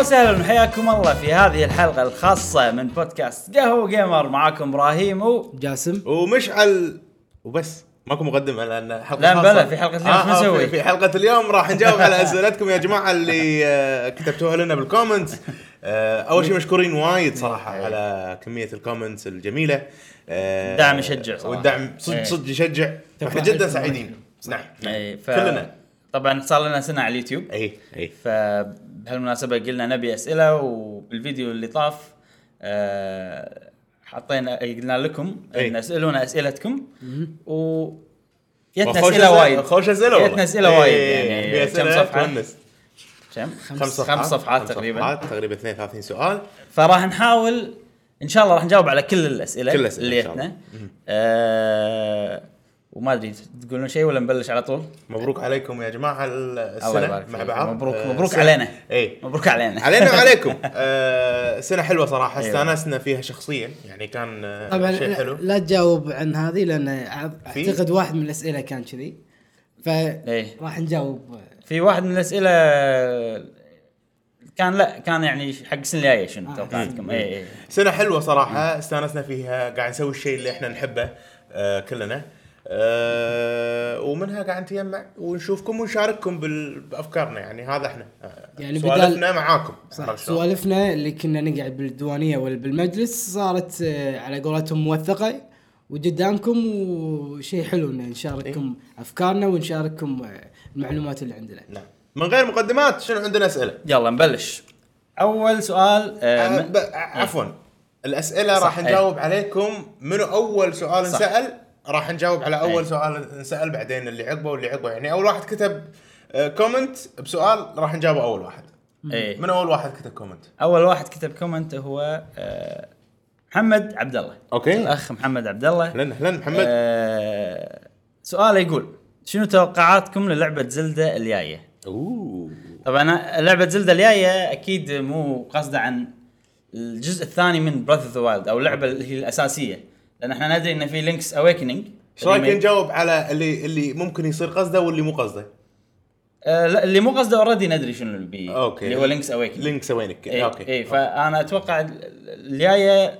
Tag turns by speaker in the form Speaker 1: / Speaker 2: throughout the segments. Speaker 1: وسهلا وحياكم الله في هذه الحلقة الخاصة من بودكاست قهوة جيمر معاكم ابراهيم و
Speaker 2: جاسم
Speaker 3: ومشعل وبس ماكو مقدمه لان حلقه
Speaker 1: لا،
Speaker 3: خاصة.
Speaker 1: بلى، في حلقة اليوم شو
Speaker 3: آه، آه،
Speaker 1: نسوي؟
Speaker 3: في- في حلقه اليوم راح نجاوب على اسئلتكم يا جماعه اللي آه، كتبتوها لنا بالكومنتس آه، اول شيء مشكورين وايد صراحه
Speaker 1: إيه.
Speaker 3: على كميه الكومنتس الجميله آه،
Speaker 1: دعم يشجع صراحة.
Speaker 3: والدعم
Speaker 1: إيه.
Speaker 3: صدق صدق يشجع احنا جدا سعيدين نعم
Speaker 1: إيه، ف...
Speaker 3: كلنا إيه،
Speaker 1: طبعا صار لنا سنة على اليوتيوب
Speaker 3: اي اي
Speaker 1: فبهالمناسبة قلنا نبي أسئلة وبالفيديو اللي طاف آه، حطينا قلنا لكم
Speaker 3: إي.
Speaker 1: ان اسالونا اسئلتكم و جتنا
Speaker 3: وخوش
Speaker 1: اسئله وايد
Speaker 3: خوش اسئله والله
Speaker 1: جتنا اسئله
Speaker 3: إيه،
Speaker 1: وايد
Speaker 3: في
Speaker 1: يعني كم
Speaker 3: أسئلة
Speaker 1: صفحه؟
Speaker 3: تونس.
Speaker 1: كم؟
Speaker 3: خمس صفحات
Speaker 1: خمس صفحات
Speaker 3: خمس
Speaker 1: تقريبا
Speaker 3: صفحات، تقريبا 32 سؤال
Speaker 1: فراح نحاول ان شاء الله راح نجاوب على كل الاسئله
Speaker 3: كل الأسئلة
Speaker 1: اللي
Speaker 3: إن شاء الله.
Speaker 1: جتنا آه، وما ادري تقولون شيء ولا نبلش على طول؟
Speaker 3: مبروك عليكم يا جماعه
Speaker 1: الله
Speaker 3: السنه
Speaker 1: يبارك
Speaker 3: مع
Speaker 1: فيك.
Speaker 3: بعض
Speaker 1: مبروك
Speaker 3: آه،
Speaker 1: مبروك
Speaker 3: سنة-
Speaker 1: علينا
Speaker 3: اي
Speaker 1: مبروك علينا
Speaker 3: علينا وعليكم آه سنه حلوه صراحه
Speaker 1: أيوة.
Speaker 3: استانسنا فيها شخصيا يعني كان آه،
Speaker 2: طبعا
Speaker 3: شيء حلو
Speaker 2: لا تجاوب عن هذه لان أع-
Speaker 3: في؟
Speaker 2: اعتقد واحد من الاسئله كان كذي ف
Speaker 1: إيه.
Speaker 2: راح نجاوب
Speaker 1: في واحد من الاسئله كان لا كان يعني حق السنه الجايه شنو
Speaker 2: آه.
Speaker 1: توقعاتكم إيه، اي اي
Speaker 3: سنه حلوه صراحه استانسنا فيها قاعد نسوي الشيء اللي احنا نحبه آه كلنا آه ومنها قاعد نتجمع ونشوفكم ونشارككم بال- بافكارنا يعني هذا احنا آه
Speaker 2: يعني
Speaker 3: سوالفنا معاكم
Speaker 2: صح
Speaker 3: عرفت شلون؟
Speaker 2: سوالفنا اللي كنا نقعد بالديوانيه ولا بالمجلس صارت آه، على قولتهم موثقه وقدامكم وشيء حلو ان نشارككم
Speaker 3: إيه.
Speaker 2: افكارنا ونشارككم آه، المعلومات اللي عندنا
Speaker 3: نعم من غير مقدمات شنو عندنا اسئله؟
Speaker 1: يلا نبلش اول سؤال آه،
Speaker 3: آه،
Speaker 1: م-
Speaker 3: ب- عفوا الاسئله راح
Speaker 1: أي.
Speaker 3: نجاوب عليكم منو اول سؤال
Speaker 1: إيه. صح. إيه.
Speaker 3: انسال راح نجاوب على اول
Speaker 1: أي.
Speaker 3: سؤال انسال بعدين اللي عقبه واللي عقبه يعني اول واحد كتب آه، كومنت بسؤال راح نجاوبه اول واحد
Speaker 1: إيه.
Speaker 3: من اول واحد كتب كومنت
Speaker 1: اول واحد كتب كومنت هو آه، محمد عبد الله
Speaker 3: أوكي.
Speaker 1: الاخ محمد عبد الله
Speaker 3: اهلا اهلا محمد
Speaker 1: آه، سؤاله يقول شنو توقعاتكم للعبه زلدة الجايه؟
Speaker 3: اوه
Speaker 1: طبعا لعبه زلدة الجايه اكيد مو قصده عن الجزء الثاني من براذ اوف ذا وايلد او اللعبه اللي هي الاساسيه لان احنا ندري ان في لينكس اويكننج
Speaker 3: ايش رايك
Speaker 1: يعني
Speaker 3: نجاوب على اللي اللي ممكن يصير قصده واللي مو قصده
Speaker 1: آه لا اللي مو قصده اوريدي ندري شنو اللي بي
Speaker 3: أوكي.
Speaker 1: إيه. اللي هو لينكس إيه، اويكننج
Speaker 3: لينك سوينك
Speaker 1: اي
Speaker 3: اوكي
Speaker 1: اي فانا اتوقع ال- ال- الجايه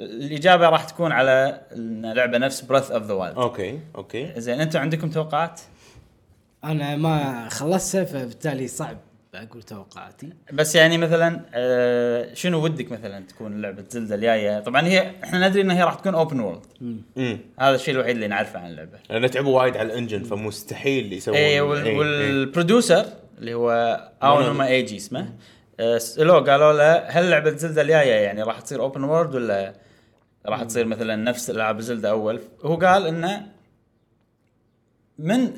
Speaker 1: الاجابه راح تكون على إن لعبه نفس براث اوف ذا وايلد
Speaker 3: اوكي اوكي
Speaker 1: زين انتم عندكم توقعات؟
Speaker 2: انا ما خلصتها فبالتالي صعب اقول توقعاتي
Speaker 1: بس يعني مثلا آه شنو ودك مثلا تكون لعبه زلدة الجايه؟ طبعا هي احنا ندري انها هي راح تكون اوبن وورلد
Speaker 3: امم
Speaker 1: هذا الشيء الوحيد اللي نعرفه عن اللعبه.
Speaker 3: لان تعبوا وايد على الانجن فمستحيل يسوون إيه،
Speaker 1: اي
Speaker 3: إي،
Speaker 1: إيه، وال-
Speaker 3: إي.
Speaker 1: والبروديوسر اللي هو اونوما ايجي اسمه آه، سألوه قالوا له هل لعبه زلدة الجايه يعني راح تصير اوبن وورلد ولا راح تصير مثلا نفس العاب زلدة اول؟ هو قال انه من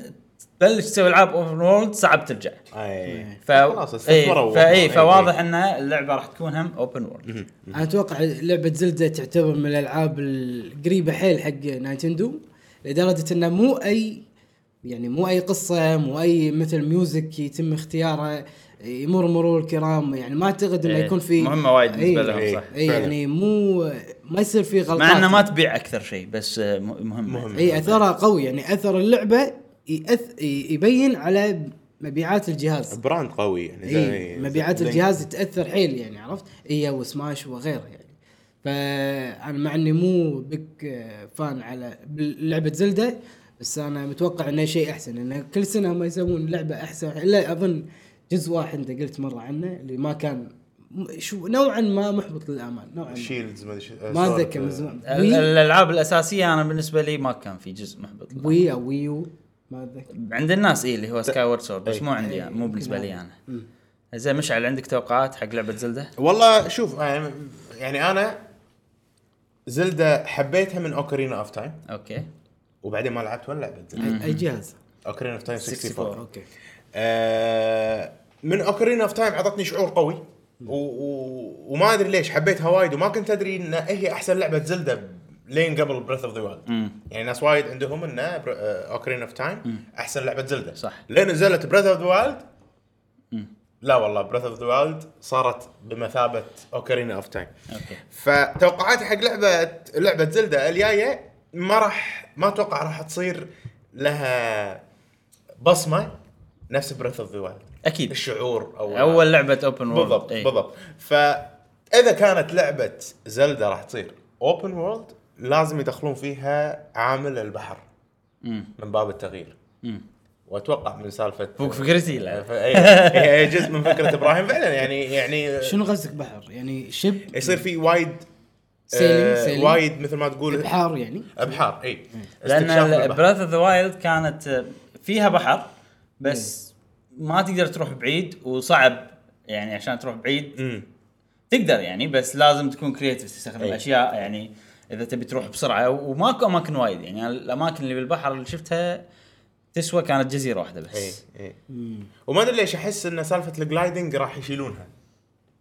Speaker 1: تبلش تسوي العاب اوبن وورلد صعب ترجع.
Speaker 3: اي
Speaker 1: ف
Speaker 3: خلاص استثمروا إيه،
Speaker 1: فا اي
Speaker 3: والله.
Speaker 1: فواضح ان اللعبه راح تكون هم اوبن وورلد.
Speaker 2: انا اتوقع لعبه زلدة تعتبر من الالعاب القريبه حيل حق نايتندو لدرجه انه مو اي يعني مو اي قصه مو اي مثل ميوزك يتم اختياره يمر مرور الكرام يعني ما اعتقد انه
Speaker 1: إيه،
Speaker 2: يكون في
Speaker 1: مهمة وايد بالنسبة
Speaker 2: إيه،
Speaker 1: لهم،
Speaker 3: إي.
Speaker 1: صح.
Speaker 2: اي
Speaker 3: فعلاً.
Speaker 2: يعني مو ما يصير في غلطات
Speaker 1: مع انه ما تبيع اكثر شيء بس آه، م- مهم
Speaker 3: مهم.
Speaker 2: اي اثرها قوي يعني اثر اللعبه يأث... يبين على مبيعات الجهاز
Speaker 3: براند قوي يعني
Speaker 2: اي
Speaker 3: زي-
Speaker 2: إيه، مبيعات
Speaker 3: زي-
Speaker 2: الجهاز تاثر حيل يعني عرفت؟ اي وسماش وغيره يعني. فانا مع اني مو بك آه، فان على لعبه زلدة بس انا متوقع انه شيء احسن انه كل سنه ما يسوون لعبه احسن الا اظن جزء واحد انت قلت مره عنه اللي ما كان م- شو نوعا ما محبط للامان نوعا ما
Speaker 3: شيلدز ما أدري شو-
Speaker 2: ما
Speaker 3: سوالف-
Speaker 2: اتذكر من زمان
Speaker 1: ال-
Speaker 2: وي
Speaker 1: الالعاب الاساسيه انا بالنسبه لي ما كان في جزء محبط لها.
Speaker 2: وي او ويو ما اتذكر
Speaker 1: عند الناس اي اللي هو سكاي وورد سورد بس
Speaker 3: إي.
Speaker 1: مو عندي أنا،
Speaker 2: إيه،
Speaker 1: مو بالنسبه لي انا زين مشعل عندك توقعات حق لعبه زلده؟
Speaker 3: والله شوف يعني, يعني انا زلدة حبيتها من اوكرينا اوف تايم
Speaker 1: اوكي
Speaker 3: وبعدين ما لعبت ولا لعبت زلدة
Speaker 2: اي أي جهاز
Speaker 3: اوكرينا اوف تايم
Speaker 1: 64.
Speaker 3: 64
Speaker 2: اوكي
Speaker 3: آه من اوكرينا اوف تايم عطتني شعور قوي و و وما ادري ليش حبيتها وايد وما كنت ادري ان هي احسن لعبه زلدة لين قبل بريث اوف ذا وايلد يعني ناس وايد عندهم آه، ان اوكرين اوف تايم احسن لعبه زلدة
Speaker 1: صح.
Speaker 3: لين نزلت بريث اوف ذا وايلد لا والله بريث اوف ذا وايلد صارت بمثابه اوكرينا اوف تايم
Speaker 1: اوكي
Speaker 3: فتوقعاتي حق لعبه لعبه زلدة الجايه ما راح ما اتوقع راح تصير لها بصمه نفس بريث اوف ذا وايلد
Speaker 1: اكيد
Speaker 3: الشعور او
Speaker 1: اول لعبه اوبن وورلد
Speaker 3: بالضبط
Speaker 2: إيه.
Speaker 3: بالضبط فاذا كانت لعبه زلدا راح تصير اوبن وورلد لازم يدخلون فيها عامل البحر من باب التغيير واتوقع من سالفه
Speaker 1: فوق فكرتي لا
Speaker 3: ف- إيه، هي جزء من فكره ابراهيم فعلا يعني يعني
Speaker 2: شنو قصدك بحر؟ يعني شب
Speaker 3: يصير في وايد
Speaker 2: سيلينج
Speaker 3: آه،
Speaker 2: سيلينج
Speaker 3: وايد مثل ما تقول
Speaker 2: بحار يعني
Speaker 3: ابحار اي
Speaker 1: لان
Speaker 3: البحر
Speaker 1: براذ اوف ذا وايلد كانت آه، فيها بحر بس ما تقدر تروح بعيد وصعب يعني عشان تروح بعيد تقدر يعني بس لازم تكون كريتيف تستخدم
Speaker 3: أي.
Speaker 1: اشياء يعني اذا تبي تروح بسرعه وماكو اماكن وايد يعني أنا الاماكن اللي بالبحر اللي شفتها تسوى كانت جزيره واحده بس
Speaker 3: اي اي إيه، وما ادري ليش احس ان سالفه الجلايدنج راح يشيلونها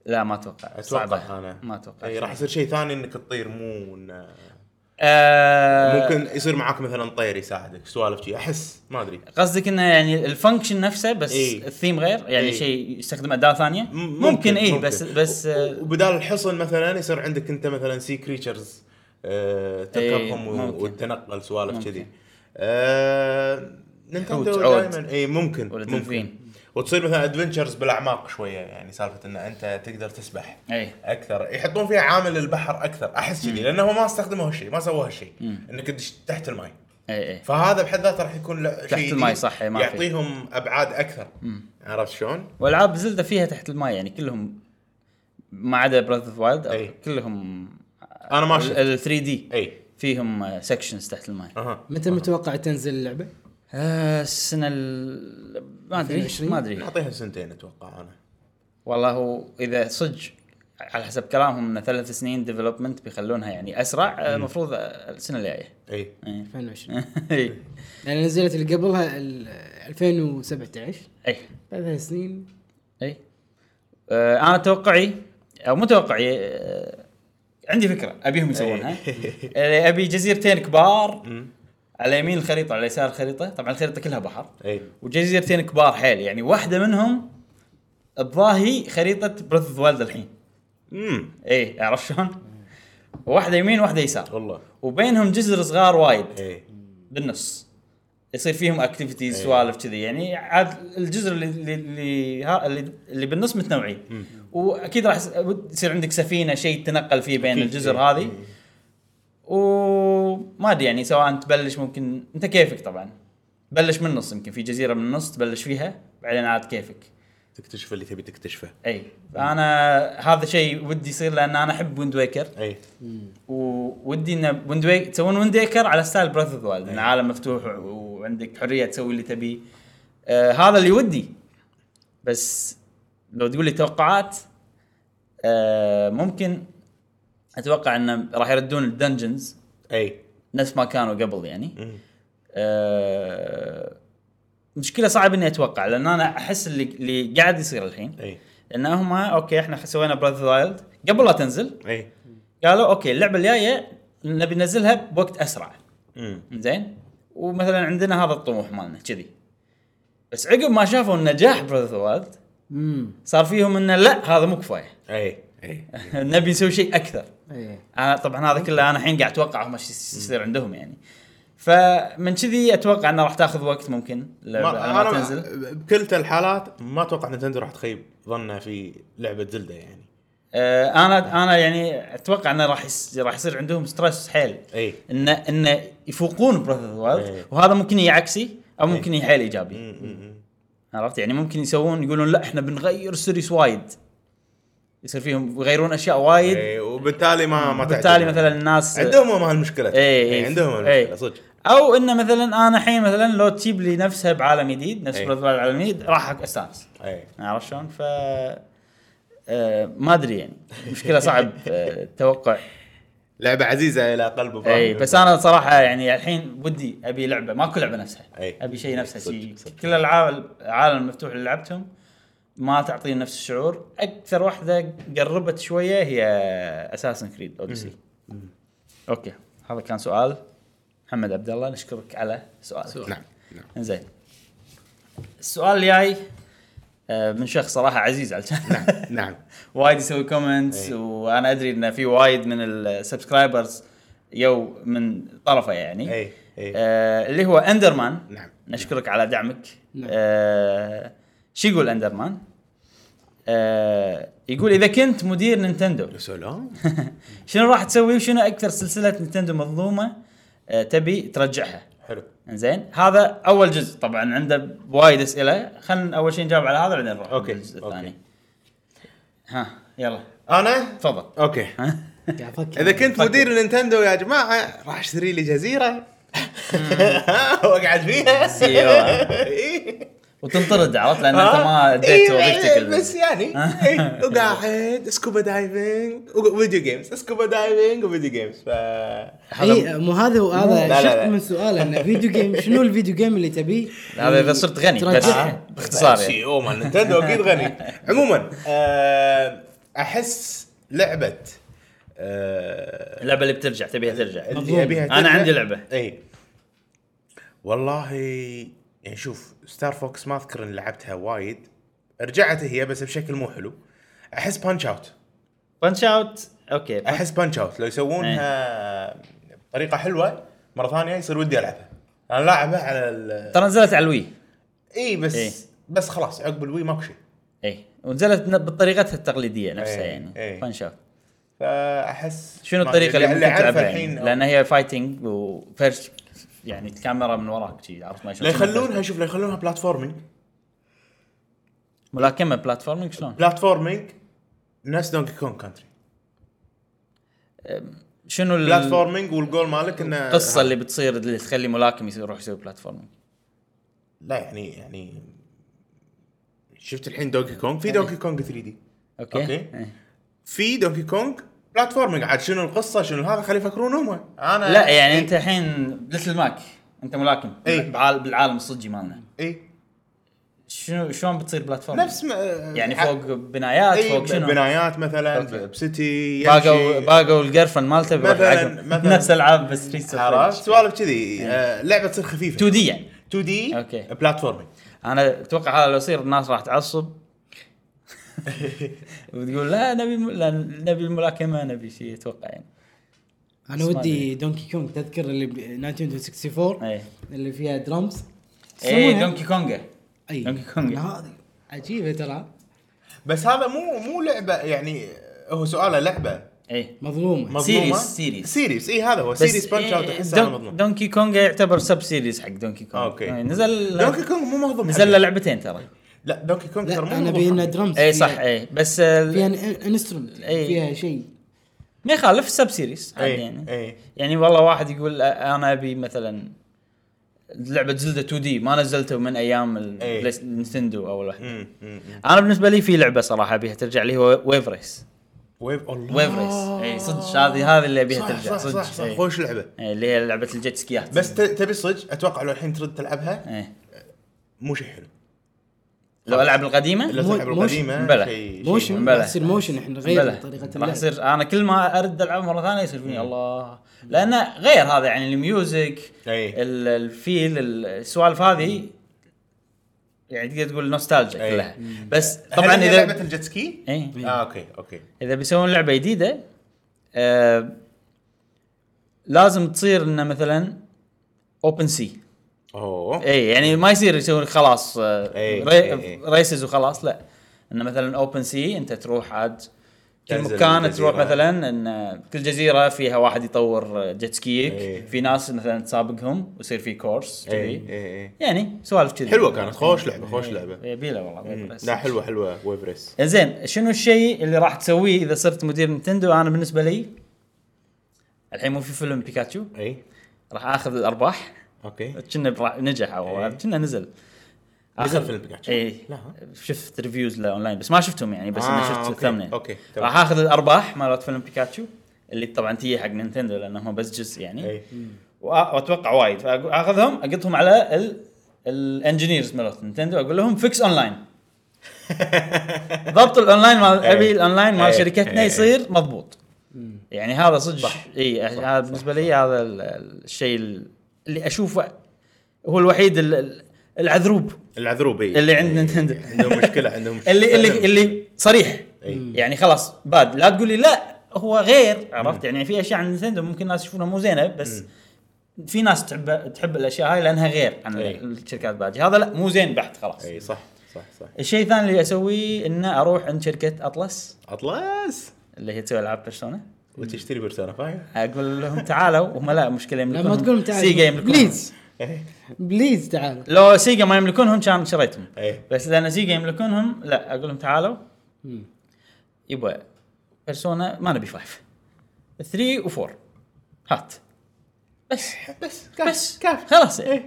Speaker 1: لا ما اتوقع
Speaker 3: اتوقع انا
Speaker 1: ما اتوقع
Speaker 3: اي إيه، راح يصير شيء ثاني انك تطير مو إن
Speaker 1: آه
Speaker 3: ممكن يصير معاك مثلا طير يساعدك سوالف شي احس ما ادري
Speaker 1: قصدك انه يعني الفانكشن نفسه بس
Speaker 3: إيه.
Speaker 1: الثيم غير يعني
Speaker 3: إيه.
Speaker 1: شيء يستخدم اداه ثانيه
Speaker 3: م-
Speaker 1: ممكن, اي
Speaker 3: ممكن.
Speaker 1: بس بس آه،
Speaker 3: و- وبدال الحصن مثلا يصير عندك انت مثلا سي كريتشرز آه، تركبهم و-
Speaker 1: إيه، ممكن.
Speaker 3: وتنقل سوالف
Speaker 1: ممكن.
Speaker 3: كذي آه، نينتندو
Speaker 1: حوت، عود.
Speaker 3: دائما اي ممكن
Speaker 1: ولا
Speaker 3: ممكن
Speaker 1: دلفين.
Speaker 3: وتصير مثلا ادفنتشرز بالاعماق شويه يعني سالفه ان انت تقدر تسبح
Speaker 1: اي
Speaker 3: اكثر يحطون فيها عامل البحر اكثر احس كذي لانه ما استخدموا هالشيء ما سووا هالشيء انك تدش تحت الماي
Speaker 1: اي اي
Speaker 3: فهذا بحد ذاته راح يكون لا- شيء
Speaker 1: تحت
Speaker 3: جديد
Speaker 1: الماي، صح، ما في.
Speaker 3: يعطيهم ابعاد اكثر عرفت شلون؟
Speaker 1: والعاب زلدة فيها تحت الماء يعني كلهم ما عدا براذ اوف وايلد
Speaker 3: إي.
Speaker 1: كلهم
Speaker 3: انا إيه. ما شفت
Speaker 1: ال 3 دي
Speaker 3: اي
Speaker 1: فيهم سكشنز تحت الماء
Speaker 3: اها
Speaker 2: متى متوقع تنزل اللعبه؟
Speaker 1: آه، السنه ال- ما ادري
Speaker 2: 2020
Speaker 1: ما ادري
Speaker 3: نعطيها سنتين اتوقع انا
Speaker 1: والله هو اذا صدق على حسب كلامهم ان ثلاث سنين ديفلوبمنت بيخلونها يعني اسرع آه، المفروض آه، السنه الجايه
Speaker 3: اي
Speaker 1: إي.
Speaker 2: 2020
Speaker 1: إي.
Speaker 2: لان يعني نزلت اللي قبلها ال- 2017
Speaker 1: اي
Speaker 2: ثلاث سنين
Speaker 1: اي آه انا توقعي او مو توقعي آه عندي فكره ابيهم يسوونها آه، ابي جزيرتين كبار على يمين الخريطه على يسار الخريطه طبعا الخريطه كلها بحر
Speaker 3: اي
Speaker 1: وجزيرتين كبار حيل يعني واحده منهم الظاهي خريطه بريث اوف وايلد الحين
Speaker 3: امم
Speaker 1: اي عرفت شلون؟ واحده يمين واحده يسار
Speaker 3: والله
Speaker 1: وبينهم جزر صغار وايد
Speaker 3: اي
Speaker 1: بالنص يصير فيهم اكتيفيتيز
Speaker 3: أي.
Speaker 1: سوالف كذي يعني عاد الجزر اللي اللي اللي, ها- اللي, اللي بالنس متنوعين واكيد راح يس- يصير عندك سفينه شيء تنقل فيه بين
Speaker 3: أكيد.
Speaker 1: الجزر
Speaker 3: أي.
Speaker 1: هذه وما ادري يعني سواء تبلش ممكن انت كيفك طبعا بلش من النص يمكن في جزيره من النص تبلش فيها بعدين عاد كيفك
Speaker 3: تكتشف اللي تبي تكتشفه
Speaker 1: اي فانا هذا شيء ودي يصير لان انا احب ويند ويكر
Speaker 3: اي
Speaker 1: وودي ان ويند ويك تسوون ويند ويكر على ستايل براذ اوف وايلد ان عالم مفتوح و- وعندك حريه تسوي اللي تبيه آه هذا اللي ودي بس لو تقول لي توقعات آه ممكن اتوقع انه راح يردون الدنجنز
Speaker 3: اي
Speaker 1: نفس ما كانوا قبل يعني
Speaker 3: مم.
Speaker 1: آه مشكله صعب اني اتوقع لان انا احس اللي اللي قاعد يصير الحين
Speaker 3: اي
Speaker 1: ان هم اوكي احنا سوينا براذ اوف وايلد قبل لا تنزل
Speaker 3: اي
Speaker 1: قالوا اوكي اللعبه الجايه نبي ننزلها بوقت اسرع
Speaker 3: امم
Speaker 1: زين ومثلا عندنا هذا الطموح مالنا كذي بس عقب ما شافوا النجاح براذ اوف
Speaker 2: امم
Speaker 1: صار فيهم انه لا هذا مو كفايه
Speaker 3: اي اي
Speaker 1: نبي نسوي شيء اكثر
Speaker 2: ايه
Speaker 1: انا طبعا هذا كله انا الحين قاعد اتوقع هم ايش يصير عندهم يعني فمن كذي اتوقع انه راح تاخذ وقت ممكن اللعبة على
Speaker 3: ما
Speaker 1: ما
Speaker 3: أنا
Speaker 1: تنزل
Speaker 3: بكلتا الحالات ما اتوقع نتندو راح تخيب ظنها في لعبه زلده يعني
Speaker 1: آه، انا انا يعني اتوقع انه راح يس- راح يصير عندهم ستريس حيل
Speaker 3: اي
Speaker 1: انه انه يفوقون براذ
Speaker 3: إيه.
Speaker 1: اوف وهذا ممكن يعكسي او ممكن يحيل ايجابي
Speaker 3: مم، مم، مم.
Speaker 1: عرفت يعني ممكن يسوون يقولون لا احنا بنغير السيريس وايد يصير فيهم يغيرون اشياء وايد
Speaker 3: اي وبالتالي إيه، ما ما
Speaker 1: طيب. بالتالي
Speaker 3: تعجبني.
Speaker 1: مثلا الناس إيه،
Speaker 3: عندهم هم هالمشكله
Speaker 1: إي، إي.
Speaker 3: إي، عندهم
Speaker 1: إي.
Speaker 3: هالمشكله صدق
Speaker 1: او انه مثلا انا الحين مثلا لو تجيب لي نفسها بعالم جديد نفس
Speaker 3: إيه.
Speaker 1: براذ عالم جديد راح استانس
Speaker 3: اي
Speaker 1: عرفت شلون؟ ف آه، ما ادري يعني مشكله صعب آه، التوقع
Speaker 3: لعبه عزيزه الى قلب إبراهيم.
Speaker 1: اي إيه، بس انا صراحه يعني الحين ودي ابي لعبه ماكو لعبه نفسها
Speaker 3: أي.
Speaker 1: ابي شيء نفسه
Speaker 3: صدق،
Speaker 1: شيء
Speaker 3: صدق.
Speaker 1: كل العالم العالم المفتوح اللي لعبتهم ما تعطيني نفس الشعور اكثر واحده قربت شويه هي اساسن كريد اوديسي اوكي هذا كان سؤال محمد عبد الله نشكرك على سؤالك
Speaker 3: نعم نعم
Speaker 1: زين السؤال الجاي آه، من شخص صراحه عزيز على القناة.
Speaker 3: نعم
Speaker 1: وايد يسوي كومنتس
Speaker 3: إيه.
Speaker 1: وانا ادري ان في وايد من السبسكرايبرز يو من طرفه يعني
Speaker 3: اي اي
Speaker 1: آه اللي هو اندرمان
Speaker 3: إيه، نعم
Speaker 1: نشكرك على دعمك
Speaker 2: نعم.
Speaker 1: آه شو يقول اندرمان؟ آه يقول اذا كنت مدير نينتندو
Speaker 3: يا سلام
Speaker 1: شنو راح تسوي وشنو اكثر سلسله نينتندو مظلومه آه تبي ترجعها؟
Speaker 3: حلو
Speaker 1: زين هذا اول جزء طبعا عنده وايد اسئله خلينا اول شيء نجاوب على هذا بعدين نروح
Speaker 3: أوكي،
Speaker 1: الجزء
Speaker 3: أوكي.
Speaker 1: الثاني ها يلا
Speaker 3: انا
Speaker 1: تفضل
Speaker 3: اوكي
Speaker 1: ها
Speaker 2: قاعد افكر
Speaker 3: اذا كنت مدير نينتندو يا جماعه راح اشتري لي جزيره واقعد فيها
Speaker 1: سيوة.
Speaker 3: إيه.
Speaker 1: إيه، وتنطرد عرفت لان انت ما
Speaker 3: آه.
Speaker 1: اديت
Speaker 3: إيه،
Speaker 1: وظيفتك
Speaker 3: إيه،
Speaker 1: ال-
Speaker 3: بس يعني إيه، وقاعد سكوبا دايفنج وفيديو جيمز سكوبا دايفنج وفيديو جيمز ف
Speaker 2: اي مو هذا
Speaker 3: لا، لا،
Speaker 2: وهذا
Speaker 3: لا.
Speaker 2: شفت من سؤاله انه فيديو جيم شنو الفيديو جيم اللي تبيه؟
Speaker 1: هذا اذا صرت غني بس
Speaker 2: ترجع.
Speaker 1: آه، باختصار يعني
Speaker 3: سي او مال نينتندو اكيد غني عموما آه، احس لعبه آه،
Speaker 1: اللعبه اللي بترجع تبيها ترجع
Speaker 3: اللي
Speaker 2: مظلوم.
Speaker 3: ابيها
Speaker 1: أنا
Speaker 3: ترجع.
Speaker 1: عندي لعبة.
Speaker 3: اي والله يعني شوف ستار فوكس ما اذكر اني لعبتها وايد رجعت هي بس بشكل مو حلو احس بانش اوت
Speaker 1: بانش اوت اوكي
Speaker 3: احس بانش اوت لو يسوونها بطريقه حلوه مره ثانيه يصير ودي العبها انا لاعبها على ال...
Speaker 1: ترى نزلت على الوي
Speaker 3: اي بس
Speaker 1: إي.
Speaker 3: بس خلاص عقب الوي ماكو شيء
Speaker 1: اي إيه. ونزلت ن- بطريقتها التقليديه نفسها
Speaker 3: إيه،
Speaker 1: يعني
Speaker 3: إيه.
Speaker 1: بانش اوت
Speaker 3: فاحس
Speaker 1: شنو الطريقه اللي ممكن
Speaker 3: أعرفها
Speaker 1: تلعبها يعني؟
Speaker 3: الحين
Speaker 1: لان هي فايتنج وفيرست يعني الكاميرا من وراك شي عرفت ما
Speaker 3: لا يخلونها شوف لا يخلونها بلاتفورمينج
Speaker 1: ملاكمه بلاتفورمينج شلون؟
Speaker 3: بلاتفورمينج نفس دونكي كونغ كانتري
Speaker 1: شنو ال-
Speaker 3: بلاتفورمينج والجول مالك انه
Speaker 1: القصه اللي بتصير اللي تخلي ملاكم يصير- يروح يسوي بلاتفورمينج
Speaker 3: لا يعني يعني شفت الحين دونكي كونغ في دونكي كونغ 3 دي
Speaker 1: اوكي؟
Speaker 3: أوكي.
Speaker 1: إيه.
Speaker 3: في دونكي كونغ بلاتفورمينج عاد شنو القصه شنو هذا خلي يفكرون هم إيه، انا
Speaker 1: لا يعني انت الحين مثل ماك انت ملاكم
Speaker 3: طيب، إيه.
Speaker 1: بعال- بالعالم الصجي مالنا
Speaker 3: اي
Speaker 1: شنو شلون بتصير بلاتفورمينج؟
Speaker 3: إيه. نفس ما
Speaker 1: يعني
Speaker 3: ع-
Speaker 1: فوق بنايات
Speaker 3: إي،
Speaker 1: فوق شنو؟
Speaker 3: بنايات مثلا
Speaker 1: أوكي.
Speaker 3: بسيتي
Speaker 1: باقوا
Speaker 3: يمشي.
Speaker 1: باقوا الجيرفن مالته بيروح
Speaker 3: مثلاً-
Speaker 1: يعاقب.
Speaker 3: مثلاً.
Speaker 1: نفس العاب بستريت
Speaker 3: عرفت سوالف كذي آه، لعبه تصير
Speaker 1: 2
Speaker 3: خفيفه
Speaker 1: دي إيه. يعني
Speaker 3: 2 دي
Speaker 1: أوكي.
Speaker 3: بلاتفورمينج
Speaker 1: انا اتوقع هذا لو يصير الناس راح تعصب وتقول لا نبي لا نبي الملاكمه نبي شيء اتوقع يعني
Speaker 2: انا ودي دونكي كونغ تذكر اللي ب
Speaker 3: إيه.
Speaker 2: 1964
Speaker 1: اي
Speaker 2: اللي فيها درمز
Speaker 1: اي
Speaker 3: يعني.
Speaker 1: دونكي كونجا
Speaker 2: اي
Speaker 1: دونكي كونغ.
Speaker 2: لا، هذه عجيبه ترى
Speaker 3: بس هذا مو مو لعبه يعني هو سؤاله لعبه
Speaker 1: اي
Speaker 2: مظلومه
Speaker 3: مظلومه
Speaker 1: Series- series.
Speaker 3: سيريس اي إيه هذا هو
Speaker 1: إيه. بس
Speaker 3: سيريس بانش اوت
Speaker 1: إيه،
Speaker 3: احس
Speaker 1: دون-
Speaker 3: انا مظلوم
Speaker 1: دونكي كونجا يعتبر سب سيريز حق دونكي كونج
Speaker 3: آه، أوكي.
Speaker 1: إيه، نزل
Speaker 3: دونكي كونغ مو مهضم
Speaker 1: نزل له
Speaker 3: حقه.
Speaker 1: لعبتين ترى
Speaker 3: لا دونكي كونغ
Speaker 2: لا
Speaker 3: ترى مو إيه،
Speaker 2: انا
Speaker 3: مهضوم
Speaker 2: ابي انها
Speaker 3: حقه.
Speaker 2: درمز
Speaker 1: اي صح
Speaker 3: يعني
Speaker 2: فيها-
Speaker 1: اي بس ال-
Speaker 2: فيها انسترومنت
Speaker 3: إيه.
Speaker 1: إي.
Speaker 2: فيها شيء
Speaker 1: ما يخالف سب سيريز عادي
Speaker 3: اي
Speaker 1: يعني
Speaker 3: اي
Speaker 1: يعني والله واحد يقول أ- انا ابي مثلا لعبه زلدة 2 دي ما نزلته من ايام
Speaker 3: إيه.
Speaker 1: البلاي- النينتندو اول واحد
Speaker 3: مم، مم، مم.
Speaker 1: انا بالنسبه لي في لعبه صراحه ابيها ترجع لي هو ويف ريس
Speaker 3: ويف الله
Speaker 1: ويف ريس اي إيه، صدق هذه هذه اللي ابيها ترجع
Speaker 3: آه. صح صح
Speaker 1: صدق إيه.
Speaker 3: صح, صح.
Speaker 1: إي.
Speaker 3: خوش لعبه
Speaker 1: إي، اللي هي لعبه الجيت سكيات
Speaker 3: بس ت- تبي صدق اتوقع لو الحين ترد تلعبها
Speaker 1: إي.
Speaker 3: مو شيء حلو
Speaker 1: لو العب القديمه
Speaker 3: لو
Speaker 2: مو-
Speaker 3: تلعب
Speaker 2: موشن.
Speaker 3: القديمه
Speaker 1: بلى.
Speaker 3: شيء شيء
Speaker 2: موشن
Speaker 3: مهم.
Speaker 1: بلى.
Speaker 2: راح يصير موشن احنا
Speaker 1: بلى.
Speaker 2: غير طريقه
Speaker 1: راح
Speaker 2: اللعب إيه.
Speaker 1: يصير انا كل ما ارد العب مره ثانيه يصير فيني الله لانه غير هذا يعني الميوزك
Speaker 3: إي.
Speaker 1: ال- الفيل ال- السوالف
Speaker 2: إيه.
Speaker 1: هذه يعني تقدر تقول نوستالجيا
Speaker 3: إي.
Speaker 1: كلها
Speaker 2: إيه.
Speaker 1: بس طبعا
Speaker 3: طبعا اذا لعبه
Speaker 1: اذا
Speaker 3: الجيت سكي
Speaker 1: إي.
Speaker 3: اه اوكي اوكي
Speaker 1: اذا بيسوون لعبه جديده آه لازم تصير انه مثلا اوبن سي
Speaker 3: اوه
Speaker 1: اي يعني ما يصير يسوون خلاص
Speaker 3: إي،
Speaker 1: آه
Speaker 3: إي،
Speaker 1: ري
Speaker 3: إي.
Speaker 1: ريسز وخلاص لا انه مثلا اوبن سي انت تروح عاد كل
Speaker 3: تنزل
Speaker 1: مكان
Speaker 3: الجزيرة.
Speaker 1: تروح مثلا ان كل جزيره فيها واحد يطور جيت
Speaker 3: إي.
Speaker 1: سكيك في ناس مثلا تسابقهم ويصير في كورس
Speaker 3: اي
Speaker 1: كذي
Speaker 3: اي اي
Speaker 1: يعني سوالف كذي
Speaker 3: حلوه إيه. كانت خوش لعبه خوش لعبه
Speaker 1: يبيله والله
Speaker 3: مم.
Speaker 1: بس.
Speaker 3: لا حلوه حلوه ويف ريس
Speaker 1: زين شنو الشيء اللي راح تسويه اذا صرت مدير نينتندو انا بالنسبه لي الحين مو في فيلم بيكاتشو
Speaker 3: اي
Speaker 1: راح اخذ الارباح
Speaker 3: اوكي
Speaker 1: كنا برا- نجح او
Speaker 3: إيه.
Speaker 1: كنا نزل
Speaker 3: نزل فيلم بيكاتشو
Speaker 1: اي
Speaker 3: لا ها.
Speaker 1: شفت ريفيوز له اونلاين بس ما شفتهم يعني بس انا
Speaker 3: آه،
Speaker 1: شفت
Speaker 3: أوكي.
Speaker 1: الثمنين
Speaker 3: أوكي، تمام.
Speaker 1: راح اخذ الارباح مالت فيلم بيكاتشو اللي طبعا تيجي حق نينتندو لانهم بس جزء يعني
Speaker 3: اي
Speaker 1: وأ- واتوقع وايد فاخذهم اقطهم على ال الانجينيرز مالت نينتندو اقول لهم فيكس اونلاين ضبط الاونلاين مال
Speaker 3: إيه.
Speaker 1: ابي الاونلاين
Speaker 3: إيه.
Speaker 1: مال شركتنا
Speaker 3: إيه.
Speaker 1: يصير مضبوط يعني هذا صدق
Speaker 3: صح.
Speaker 1: اي هذا بالنسبه لي هذا ال- الشيء اللي اشوفه هو الوحيد ال- ال- العذروب
Speaker 3: العذروب اي
Speaker 1: اللي عند نينتندو.
Speaker 3: إيه. عندهم مشكله عندهم إيه.
Speaker 1: اللي اللي اللي صريح
Speaker 3: إي.
Speaker 1: يعني خلاص باد لا تقول لي لا هو غير عرفت يعني في اشياء عن نينتندو ممكن الناس يشوفونها مو زينه بس في ناس تحب تحب الاشياء هاي لانها غير عن
Speaker 3: إي. إيه.
Speaker 1: الشركات الباجيه هذا لا مو زين بحت خلاص
Speaker 3: اي صح صح صح
Speaker 1: الشيء الثاني اللي اسويه انه اروح عند شركه اطلس
Speaker 3: اطلس
Speaker 1: اللي هي تسوي العاب بيرسونا
Speaker 3: وتشتري بيرسونا 5
Speaker 1: اقول لهم تعالوا هم لا مشكله يملكونهم
Speaker 2: لما تقول تعال
Speaker 1: سيجا يملكونهم
Speaker 2: بليز
Speaker 3: إيه.
Speaker 2: بليز تعال
Speaker 1: لو سيجا ما يملكونهم كان شريتهم
Speaker 3: ايه
Speaker 1: بس لان سيجا يملكونهم لا اقول لهم تعالوا
Speaker 2: مم.
Speaker 1: يبا بيرسونا ما نبي فايف 3 و4 هات بس
Speaker 3: بس
Speaker 1: بس
Speaker 3: كاف
Speaker 1: خلاص يعني.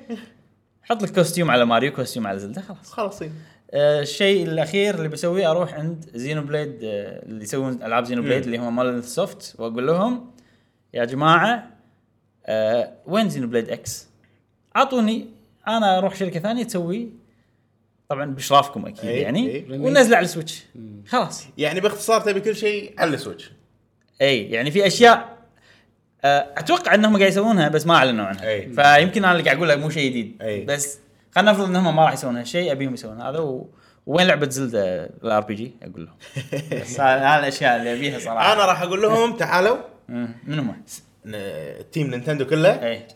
Speaker 1: حط لك كوستيوم على ماريو كوستيوم على زلده خلاص
Speaker 3: خلصين
Speaker 1: آه، الشيء الاخير اللي بسويه اروح عند زينو بليد آه، اللي يسوون العاب زينو بليد اللي هم مال سوفت واقول لهم يا جماعه آه وين زينو بليد اكس؟ اعطوني انا اروح شركه ثانيه تسوي طبعا باشرافكم اكيد
Speaker 3: أي،
Speaker 1: يعني
Speaker 3: أي.
Speaker 1: ونزله على السويتش خلاص
Speaker 3: يعني باختصار تبي كل شيء على السويتش
Speaker 1: اي يعني في اشياء آه، اتوقع انهم قاعد يسوونها بس ما اعلنوا عنها
Speaker 3: أي.
Speaker 1: فيمكن انا اللي قاعد اقول لك مو شيء جديد
Speaker 3: أي.
Speaker 1: بس خلينا نفرض انهم ما راح يسوون هالشيء ابيهم يسوون هذا و... وين لعبه زلدة الار بي جي اقول لهم بس هذا هذا الاشياء اللي ابيها صراحه
Speaker 3: انا راح اقول لهم تعالوا
Speaker 1: مم، من هم؟
Speaker 3: ن- تيم نينتندو كله
Speaker 1: اي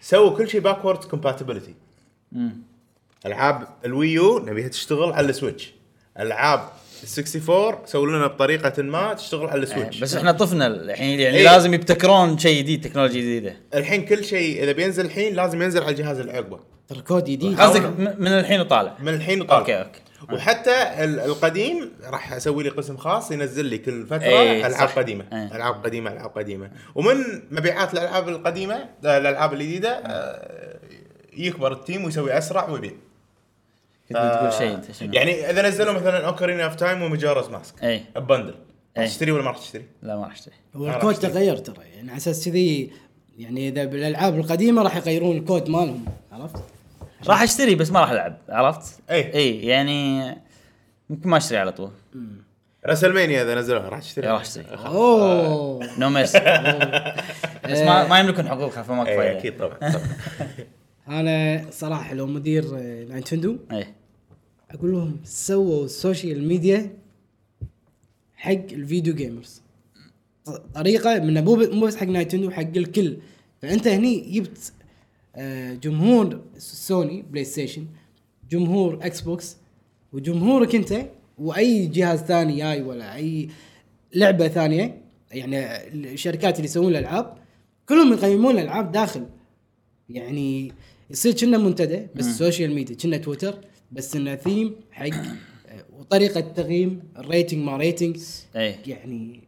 Speaker 3: سووا كل شيء باكورد كومباتيبلتي
Speaker 1: مم.
Speaker 3: العاب الويو نبيها تشتغل على السويتش العاب 64 سووا لنا بطريقه ما تشتغل على
Speaker 1: آه،
Speaker 3: السويتش
Speaker 1: بس احنا طفنا الحين يعني
Speaker 3: أي.
Speaker 1: لازم يبتكرون شيء جديد تكنولوجيا جديده
Speaker 3: الحين كل شيء اذا بينزل الحين لازم ينزل على الجهاز اللي عقبه
Speaker 2: ترى كود جديد
Speaker 1: قصدك م- من الحين وطالع
Speaker 3: من الحين وطالع
Speaker 1: اوكي اوكي
Speaker 3: وحتى ال- القديم راح اسوي لي قسم خاص ينزل لي كل فتره
Speaker 1: إيه،
Speaker 3: العاب
Speaker 1: صح.
Speaker 3: قديمه
Speaker 1: إيه.
Speaker 3: العاب قديمه العاب قديمه ومن مبيعات الالعاب القديمه آه، الالعاب الجديده آه، يكبر التيم ويسوي اسرع ويبيع
Speaker 1: كنت بتقول شيء انت شنو؟
Speaker 3: يعني اذا نزلوا مثلا اوكرين اوف تايم ومجارز ماسك
Speaker 1: اي
Speaker 3: ببندل
Speaker 1: إيه.
Speaker 3: راح تشتري ولا ما راح تشتري؟
Speaker 1: لا ما راح اشتري
Speaker 2: هو
Speaker 3: ما
Speaker 2: الكود
Speaker 3: راح يصير.
Speaker 2: تغير ترى يعني على اساس كذي يعني اذا بالالعاب القديمه راح يغيرون الكود مالهم عرفت؟
Speaker 1: راح اشتري بس ما راح العب عرفت؟
Speaker 3: إيه.
Speaker 1: اي يعني يمكن ما اشتري على طول
Speaker 3: رسلمانيا اذا نزلوها راح تشتري؟
Speaker 1: راح اشتري
Speaker 2: اوه
Speaker 1: نو ميرسي بس ما ما يملكون حقوقها فما
Speaker 3: اي
Speaker 1: كفايه
Speaker 3: اكيد طبعا إيه، طبعاً.
Speaker 2: انا صراحه لو مدير آه، نينتندو
Speaker 1: اي
Speaker 2: اقول لهم سووا السوشيال ميديا حق الفيديو جيمرز طريقه من مو مو بس حق نايتندو حق الكل فانت هني جبت آه، جمهور سوني بلاي ستيشن جمهور اكس بوكس وجمهورك انت واي جهاز ثاني جاي ولا اي لعبه ثانيه يعني الشركات اللي يسوون الالعاب كلهم يقيمون الالعاب داخل يعني يصير كنا منتدى بس سوشيال ميديا كنا تويتر بس انه ثيم حق آه، وطريقه تقييم الريتنج ما ريتنج
Speaker 1: اي
Speaker 2: يعني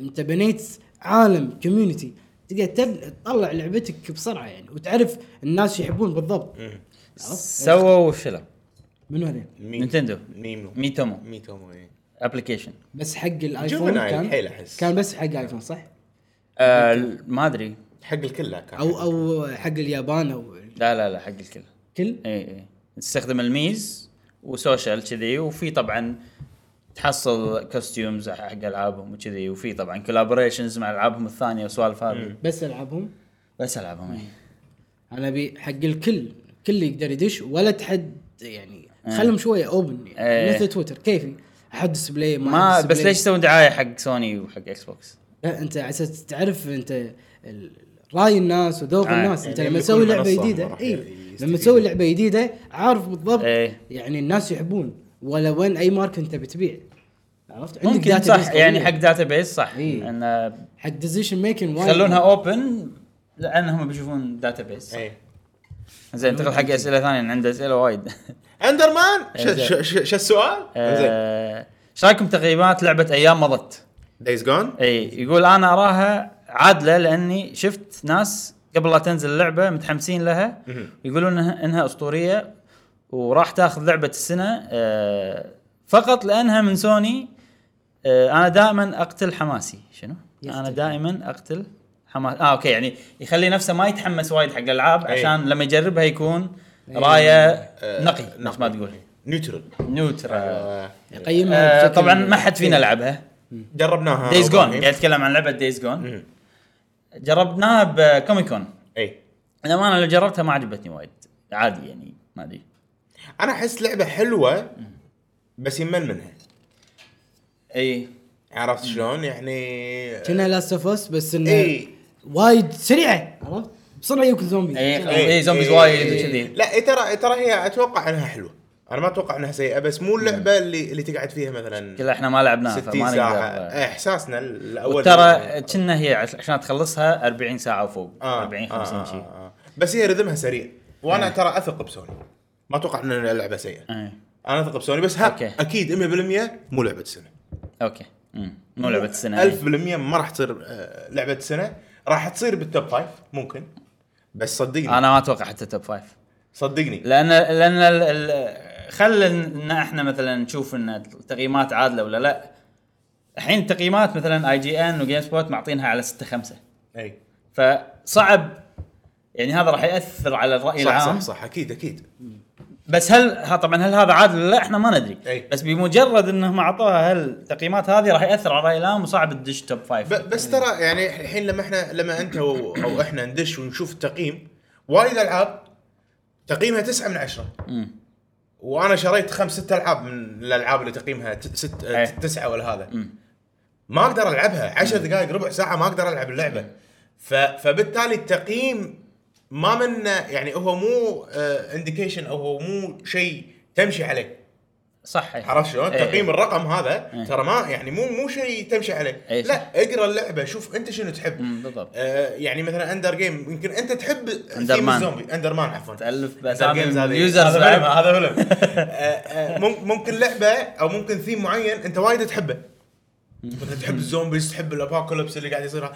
Speaker 2: انت بنيت عالم كوميونتي تقدر تل- تطلع لعبتك بسرعه يعني وتعرف الناس يحبون بالضبط
Speaker 3: مم.
Speaker 1: سووا شلو
Speaker 2: منو هذول
Speaker 3: ميم-
Speaker 1: نينتندو
Speaker 3: ميمو
Speaker 1: ميتومو
Speaker 3: ميتومو إيه.
Speaker 1: ابلكيشن
Speaker 2: بس حق الايفون
Speaker 3: جيميناي
Speaker 2: كان
Speaker 3: الحيل احس
Speaker 2: كان بس حق ايفون صح؟
Speaker 1: آه، ال- ما ادري
Speaker 3: حق الكل لا كان
Speaker 2: او او حق اليابان او
Speaker 1: لا لا لا حق الكل
Speaker 2: الكل
Speaker 1: اي اي تستخدم الميز وسوشيال كذي وفي طبعا تحصل كوستيومز حق العابهم وكذي وفي طبعا كولابوريشنز مع العابهم الثانيه وسوالف هذه
Speaker 2: بس العبهم
Speaker 1: بس العابهم اي
Speaker 2: انا ابي حق الكل كل يقدر يدش ولا تحد يعني خلهم شويه اوبن
Speaker 1: إيه.
Speaker 2: يعني مثل تويتر كيفي احد ديسبلاي ما,
Speaker 1: ما
Speaker 2: أحد
Speaker 1: بس
Speaker 2: display.
Speaker 1: ليش يسوون دعايه حق سوني وحق اكس بوكس؟
Speaker 2: لا انت على اساس تعرف انت ال- راي الناس وذوق
Speaker 1: آه.
Speaker 2: الناس انت
Speaker 3: يعني
Speaker 2: لما
Speaker 3: بيكون
Speaker 2: تسوي لعبه
Speaker 3: منصة
Speaker 2: جديده
Speaker 3: راح
Speaker 2: اي
Speaker 3: يستفيد.
Speaker 2: لما تسوي لعبه جديده عارف بالضبط
Speaker 1: يعني إيه.
Speaker 2: يعني الناس يحبون ولا وين اي ماركه انت بتبيع عرفت
Speaker 1: ممكن
Speaker 2: database
Speaker 1: صح
Speaker 2: قوية.
Speaker 1: يعني حق داتا بيس صح
Speaker 2: إي.
Speaker 1: ان
Speaker 2: حق ديسيشن ميكن
Speaker 1: يخلونها اوبن لانهم بيشوفون داتا بيس
Speaker 3: ايه
Speaker 1: زين انتقل حق اسئله ثانيه إن عنده اسئله وايد
Speaker 3: اندر مان
Speaker 1: إنزين.
Speaker 3: ش- ش- ش- شو السؤال؟ إيه، زين
Speaker 1: إيه، آه، ايش رايكم تقييمات لعبه ايام مضت؟
Speaker 3: دايز جون
Speaker 1: اي يقول انا اراها عادله لاني شفت ناس قبل لا تنزل اللعبه متحمسين لها يقولون انها, إنها اسطوريه وراح تاخذ لعبه السنه آه، فقط لانها من سوني آه، انا دائما اقتل حماسي شنو؟ انا
Speaker 2: يقتل.
Speaker 1: دائما اقتل حماسي اه اوكي يعني يخلي نفسه ما يتحمس وايد حق الالعاب
Speaker 3: إي.
Speaker 1: عشان لما يجربها يكون رايه
Speaker 3: آه،
Speaker 1: نقي نفس ما تقول آه.
Speaker 3: نيوترال
Speaker 1: نيوترال
Speaker 2: يقيمها بشكل-
Speaker 1: طبعا ما حد فينا لعبها
Speaker 3: جربناها
Speaker 1: دايز جون
Speaker 3: أول
Speaker 1: قاعد
Speaker 3: مرة.
Speaker 1: اتكلم عن لعبه دايز جون
Speaker 3: آه، مم.
Speaker 1: جربناها بكوميكون
Speaker 3: اي
Speaker 1: الامانه اللي جربتها ما عجبتني وايد عادي يعني ما ادري
Speaker 3: انا احس لعبه حلوه بس يمل منها
Speaker 1: اي
Speaker 3: عرفت شلون يعني
Speaker 2: كانها لاست اوف اس بس انه
Speaker 1: إيه.
Speaker 3: اي
Speaker 2: وايد سريعه عرفت بسرعه ياكل زومبي
Speaker 1: اي
Speaker 3: إي.
Speaker 1: اي زومبيز
Speaker 3: إي.
Speaker 1: إيه، وايد
Speaker 3: إي.
Speaker 1: وكذي
Speaker 3: لا إي ترى ترى هي اتوقع انها حلوه انا ما اتوقع انها سيئه بس مو اللعبه اللي اللي تقعد فيها مثلا
Speaker 1: كلها احنا ما لعبناها
Speaker 3: 60
Speaker 1: فما
Speaker 3: ساعه
Speaker 1: نقدر
Speaker 3: آه، احساسنا الاول
Speaker 1: ترى كنا هي عش- عشان تخلصها 40 ساعه وفوق
Speaker 3: آه،
Speaker 1: 40 50 شيء
Speaker 3: بس هي رذمها سريع وانا ترى اثق بسوني ما اتوقع ان اللعبه سيئه
Speaker 1: إيه.
Speaker 3: انا اثق بسوني بس ها
Speaker 1: أوكي.
Speaker 3: اكيد 100% مو لعبه السنه
Speaker 1: اوكي مم. مو إيه. لعبه السنه
Speaker 3: 1000% ما راح تصير آه، لعبه السنه راح تصير بالتوب فايف ممكن بس صدقني
Speaker 1: انا ما اتوقع حتى توب فايف
Speaker 3: صدقني
Speaker 1: لان لان ال- ال- خل ان احنا مثلا نشوف ان التقييمات عادله ولا لا الحين تقييمات مثلا اي جي ان وجيم سبوت معطينها على 6 5
Speaker 3: اي
Speaker 1: فصعب يعني هذا راح ياثر على الراي
Speaker 3: صح
Speaker 1: العام
Speaker 3: صح صح اكيد اكيد
Speaker 1: بس هل ها طبعا هل هذا عادل ولا لا احنا ما ندري
Speaker 3: أي.
Speaker 1: بس بمجرد انهم اعطوها هالتقييمات هذه راح ياثر على الراي العام وصعب تدش توب
Speaker 3: ب-
Speaker 1: فايف
Speaker 3: بس ترى يعني الحين لما احنا لما انت و- او احنا ندش ونشوف التقييم وايد العاب تقييمها 9 من 10
Speaker 1: مم.
Speaker 3: وانا شريت خمس ست العاب من الالعاب اللي تقييمها ت- ست
Speaker 1: إيه.
Speaker 3: ت- تسعه ولا هذا ما اقدر العبها 10 دقائق ربع ساعه ما اقدر العب اللعبه ف... فبالتالي التقييم ما منه يعني هو مو انديكيشن او هو مو شيء تمشي عليه
Speaker 1: صح أي.
Speaker 3: عرفت شلون؟
Speaker 1: أي.
Speaker 3: تقييم الرقم هذا
Speaker 1: إيه.
Speaker 3: ترى ما يعني مو مو شيء تمشي عليه
Speaker 1: أي
Speaker 3: لا اقرا اللعبه شوف انت شنو تحب
Speaker 1: مم، بالضبط.
Speaker 3: آه يعني مثلا اندر جيم يمكن انت تحب ثيم
Speaker 1: مان.
Speaker 3: الزومبي اندر مان عفوا
Speaker 1: تألف
Speaker 3: Hunger Games هذه-
Speaker 1: بأسامي يوزرز
Speaker 3: هذا فيلم
Speaker 1: بعد
Speaker 3: هذا فيلم آه، آه، مم- ممكن لعبه او ممكن ثيم معين انت وايد تحبه مثلا تحب الزومبيز تحب الابوكاليبس اللي قاعد يصير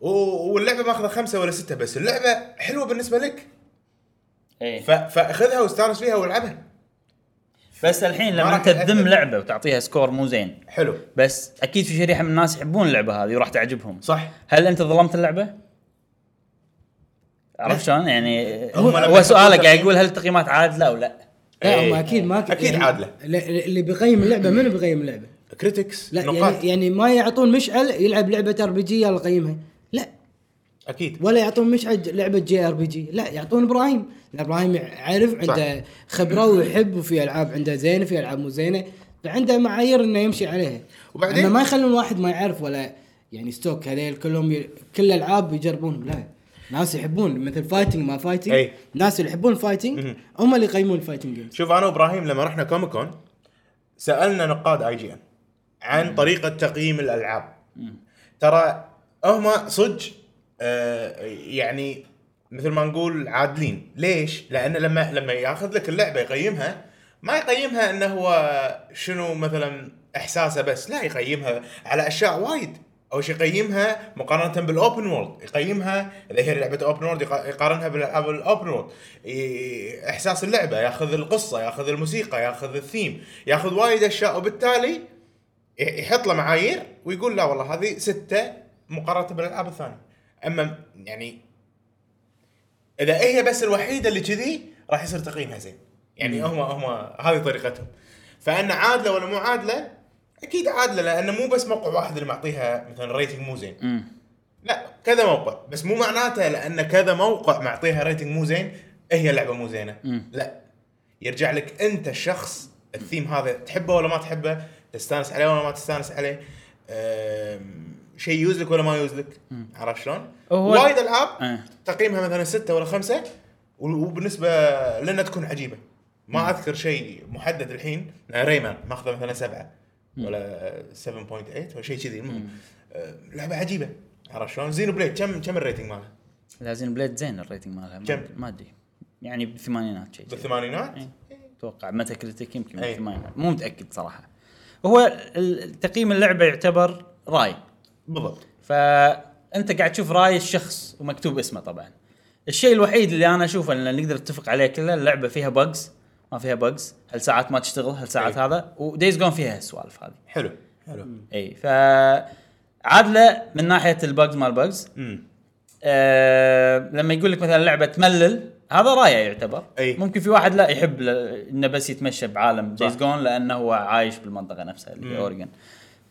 Speaker 3: و- واللعبه ماخذه خمسه ولا سته بس اللعبه حلوه بالنسبه لك
Speaker 1: إيه.
Speaker 3: ف- فاخذها واستانس فيها والعبها
Speaker 1: بس الحين
Speaker 3: ما
Speaker 1: لما
Speaker 3: راح
Speaker 1: انت تذم
Speaker 3: يأثر.
Speaker 1: لعبه وتعطيها سكور مو زين
Speaker 3: حلو
Speaker 1: بس اكيد في شريحه من الناس يحبون اللعبه هذه وراح تعجبهم
Speaker 3: صح
Speaker 1: هل انت ظلمت اللعبه؟ عرفت شلون؟ يعني
Speaker 3: إيه. هم لما
Speaker 1: هو سؤالك
Speaker 3: يحطون
Speaker 1: قاعد يقول هل التقييمات عادله او لا؟
Speaker 2: لا
Speaker 3: إيه.
Speaker 2: هم اكيد ما
Speaker 3: أكيد عادلة.
Speaker 2: ل- ل- اللي بيقيم اللعبه منو بيقيم اللعبه؟
Speaker 3: كريتكس
Speaker 2: لا
Speaker 3: نقاط
Speaker 2: يعني يعني ما يعطون مشعل يلعب لعبه ار بي جي يلا قيمها لا
Speaker 3: اكيد
Speaker 2: ولا يعطون مشعل لعبه جي ار بي جي لا يعطون ابراهيم لأن ابراهيم عارف عنده خبره ويحب وفي العاب عنده زينه في العاب مو زينه فعنده معايير انه يمشي عليها
Speaker 3: وبعدين-
Speaker 2: إنه ما يخلون واحد ما يعرف ولا يعني ستوك هذيل كلهم ي... كل الالعاب يجربونهم لا ناس يحبون مثل فايتنج ما فايتنج
Speaker 3: أي.
Speaker 2: ناس اللي يحبون الفايتنج هم اللي يقيمون الفايتنج جيمز
Speaker 3: شوف انا وابراهيم لما رحنا كوميك كون سالنا نقاد اي جي ان عن طريقه تقييم الالعاب ترى هم صدق آه، يعني مثل ما نقول عادلين ليش لان لما لما ياخذ لك اللعبه يقيمها ما يقيمها انه هو شنو مثلا احساسه بس لا يقيمها على اشياء وايد اول شيء يقيمها مقارنه بالاوبن وورلد يقيمها اذا هي لعبه اوبن وورلد يق- يقارنها بالالعاب الاوبن وورلد ي- احساس اللعبه ياخذ القصه ياخذ الموسيقى ياخذ الثيم ياخذ وايد اشياء وبالتالي ي- يحط له معايير ويقول لا والله هذه ستة مقارنة بالألعاب الثانية أما يعني إذا هي بس الوحيدة اللي كذي راح يصير تقييمها زين يعني هم هم هذه طريقتهم فأن عادلة ولا مو عادلة أكيد عادلة لأن مو بس موقع واحد اللي معطيها مثلا ريتنج مو زين
Speaker 1: مم.
Speaker 3: لا كذا موقع بس مو معناته لان كذا موقع معطيها ريتنج مو زين هي اللعبه مو زينه
Speaker 1: مم.
Speaker 3: لا يرجع لك انت الشخص الثيم هذا تحبه ولا ما تحبه تستانس عليه ولا ما تستانس عليه أم، شيء يوزلك ولا ما يوزلك عرفت شلون؟
Speaker 1: هو-
Speaker 3: وايد العاب
Speaker 1: إيه.
Speaker 3: تقييمها مثلا ستة ولا خمسة و- وبالنسبه لنا تكون عجيبه ما اذكر شيء محدد الحين ريمان ماخذه مثلا سبعه ولا 7.8 ولا شيء كذي المهم أه، لعبه عجيبه عرفت شلون؟ زينو بليد كم كم الريتنج مالها؟
Speaker 1: لازم بليد زين الريتنج مالها ما-
Speaker 3: كم؟
Speaker 1: ما ادري يعني بالثمانينات شيء
Speaker 3: بالثمانينات؟
Speaker 1: إيه. اتوقع متى كريتيك يمكن
Speaker 3: أي.
Speaker 1: بالثمانينات مو متاكد صراحه هو ال- تقييم اللعبه يعتبر راي
Speaker 3: بالضبط
Speaker 1: فانت قاعد تشوف راي الشخص ومكتوب اسمه طبعا الشيء الوحيد اللي انا اشوفه اللي نقدر نتفق عليه كله اللعبه فيها بجز ما فيها بجز هل ساعات ما تشتغل هل ساعات
Speaker 3: أي.
Speaker 1: هذا ودايز جون فيها السوالف هذه
Speaker 3: حلو حلو
Speaker 1: اي ف عادله من ناحيه البجز مال البجز
Speaker 3: امم
Speaker 1: آه لما يقول لك مثلا لعبه تملل هذا رايه يعتبر
Speaker 3: أي.
Speaker 1: ممكن في واحد لا يحب ل... انه بس يتمشى بعالم دايز جون لانه هو عايش بالمنطقه نفسها اللي هي اوريجن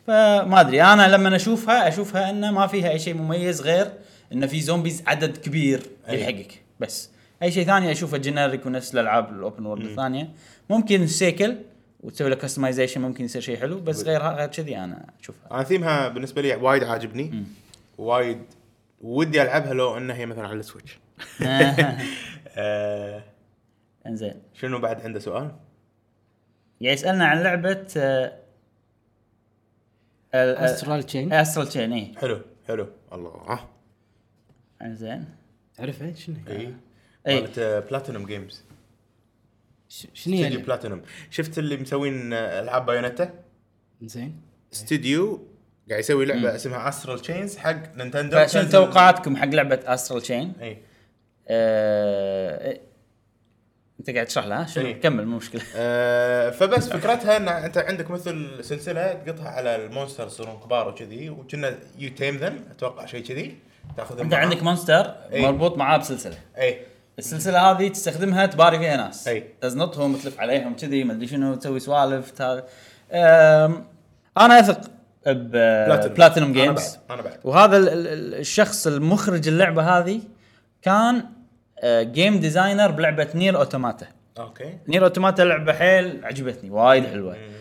Speaker 1: فما ادري انا لما اشوفها اشوفها انه ما فيها اي شيء مميز غير انه في زومبيز عدد كبير
Speaker 3: أي.
Speaker 1: يلحقك بس اي شيء ثاني اشوفه جينيريك ونفس الالعاب الاوبن وورلد الثانيه ممكن سيكل وتسوي له كستمايزيشن ممكن يصير شيء حلو بس غير غير كذي انا اشوفها
Speaker 3: انا ثيمها بالنسبه لي وايد عاجبني وايد ودي العبها لو انها هي مثلا على السويتش آه،
Speaker 1: انزين
Speaker 3: شنو بعد عنده سؤال؟
Speaker 1: يعني يسالنا عن آه، لعبه آه،
Speaker 2: استرال تشين
Speaker 1: استرال تشين اي
Speaker 3: حلو حلو الله
Speaker 1: آه، زين إيه.
Speaker 2: تعرفها شنو هي؟
Speaker 3: اي
Speaker 1: إي.
Speaker 3: مالت بلاتينوم جيمز
Speaker 2: ش- شنو
Speaker 3: استوديو
Speaker 2: يعني؟
Speaker 3: بلاتينوم شفت اللي مسوين آه، العاب بايونيتا
Speaker 2: زين
Speaker 3: استوديو قاعد يسوي لعبه اسمها استرال تشينز حق إيه. نينتندو
Speaker 1: فشنو توقعاتكم حق لعبه استرال تشين؟
Speaker 3: اي
Speaker 1: انت آه، إيه. قاعد تشرح لها شنو
Speaker 3: إي.
Speaker 1: كمل مو مشكله
Speaker 3: آه، فبس فكرتها ان انت عندك مثل سلسله تقطها على المونسترز يصيرون كبار وكذي وكنا يو تيم ذم اتوقع شيء كذي تاخذهم
Speaker 1: انت
Speaker 3: معاك.
Speaker 1: عندك مونستر
Speaker 3: إي.
Speaker 1: مربوط معاه بسلسله
Speaker 3: اي
Speaker 1: السلسله هذه تستخدمها تباري فيها ناس
Speaker 3: أي.
Speaker 1: تزنطهم تلف عليهم كذي ما ادري شنو تسوي سوالف تا... أم... انا اثق ب بلاتينوم
Speaker 3: أنا
Speaker 1: جيمز
Speaker 3: بعد، انا بعد
Speaker 1: وهذا ال- ال- ال- الشخص المخرج اللعبه هذه كان آه، جيم ديزاينر بلعبه نير اوتوماتا
Speaker 3: اوكي
Speaker 1: نير اوتوماتا لعبه حيل عجبتني وايد حلوه
Speaker 3: أمم،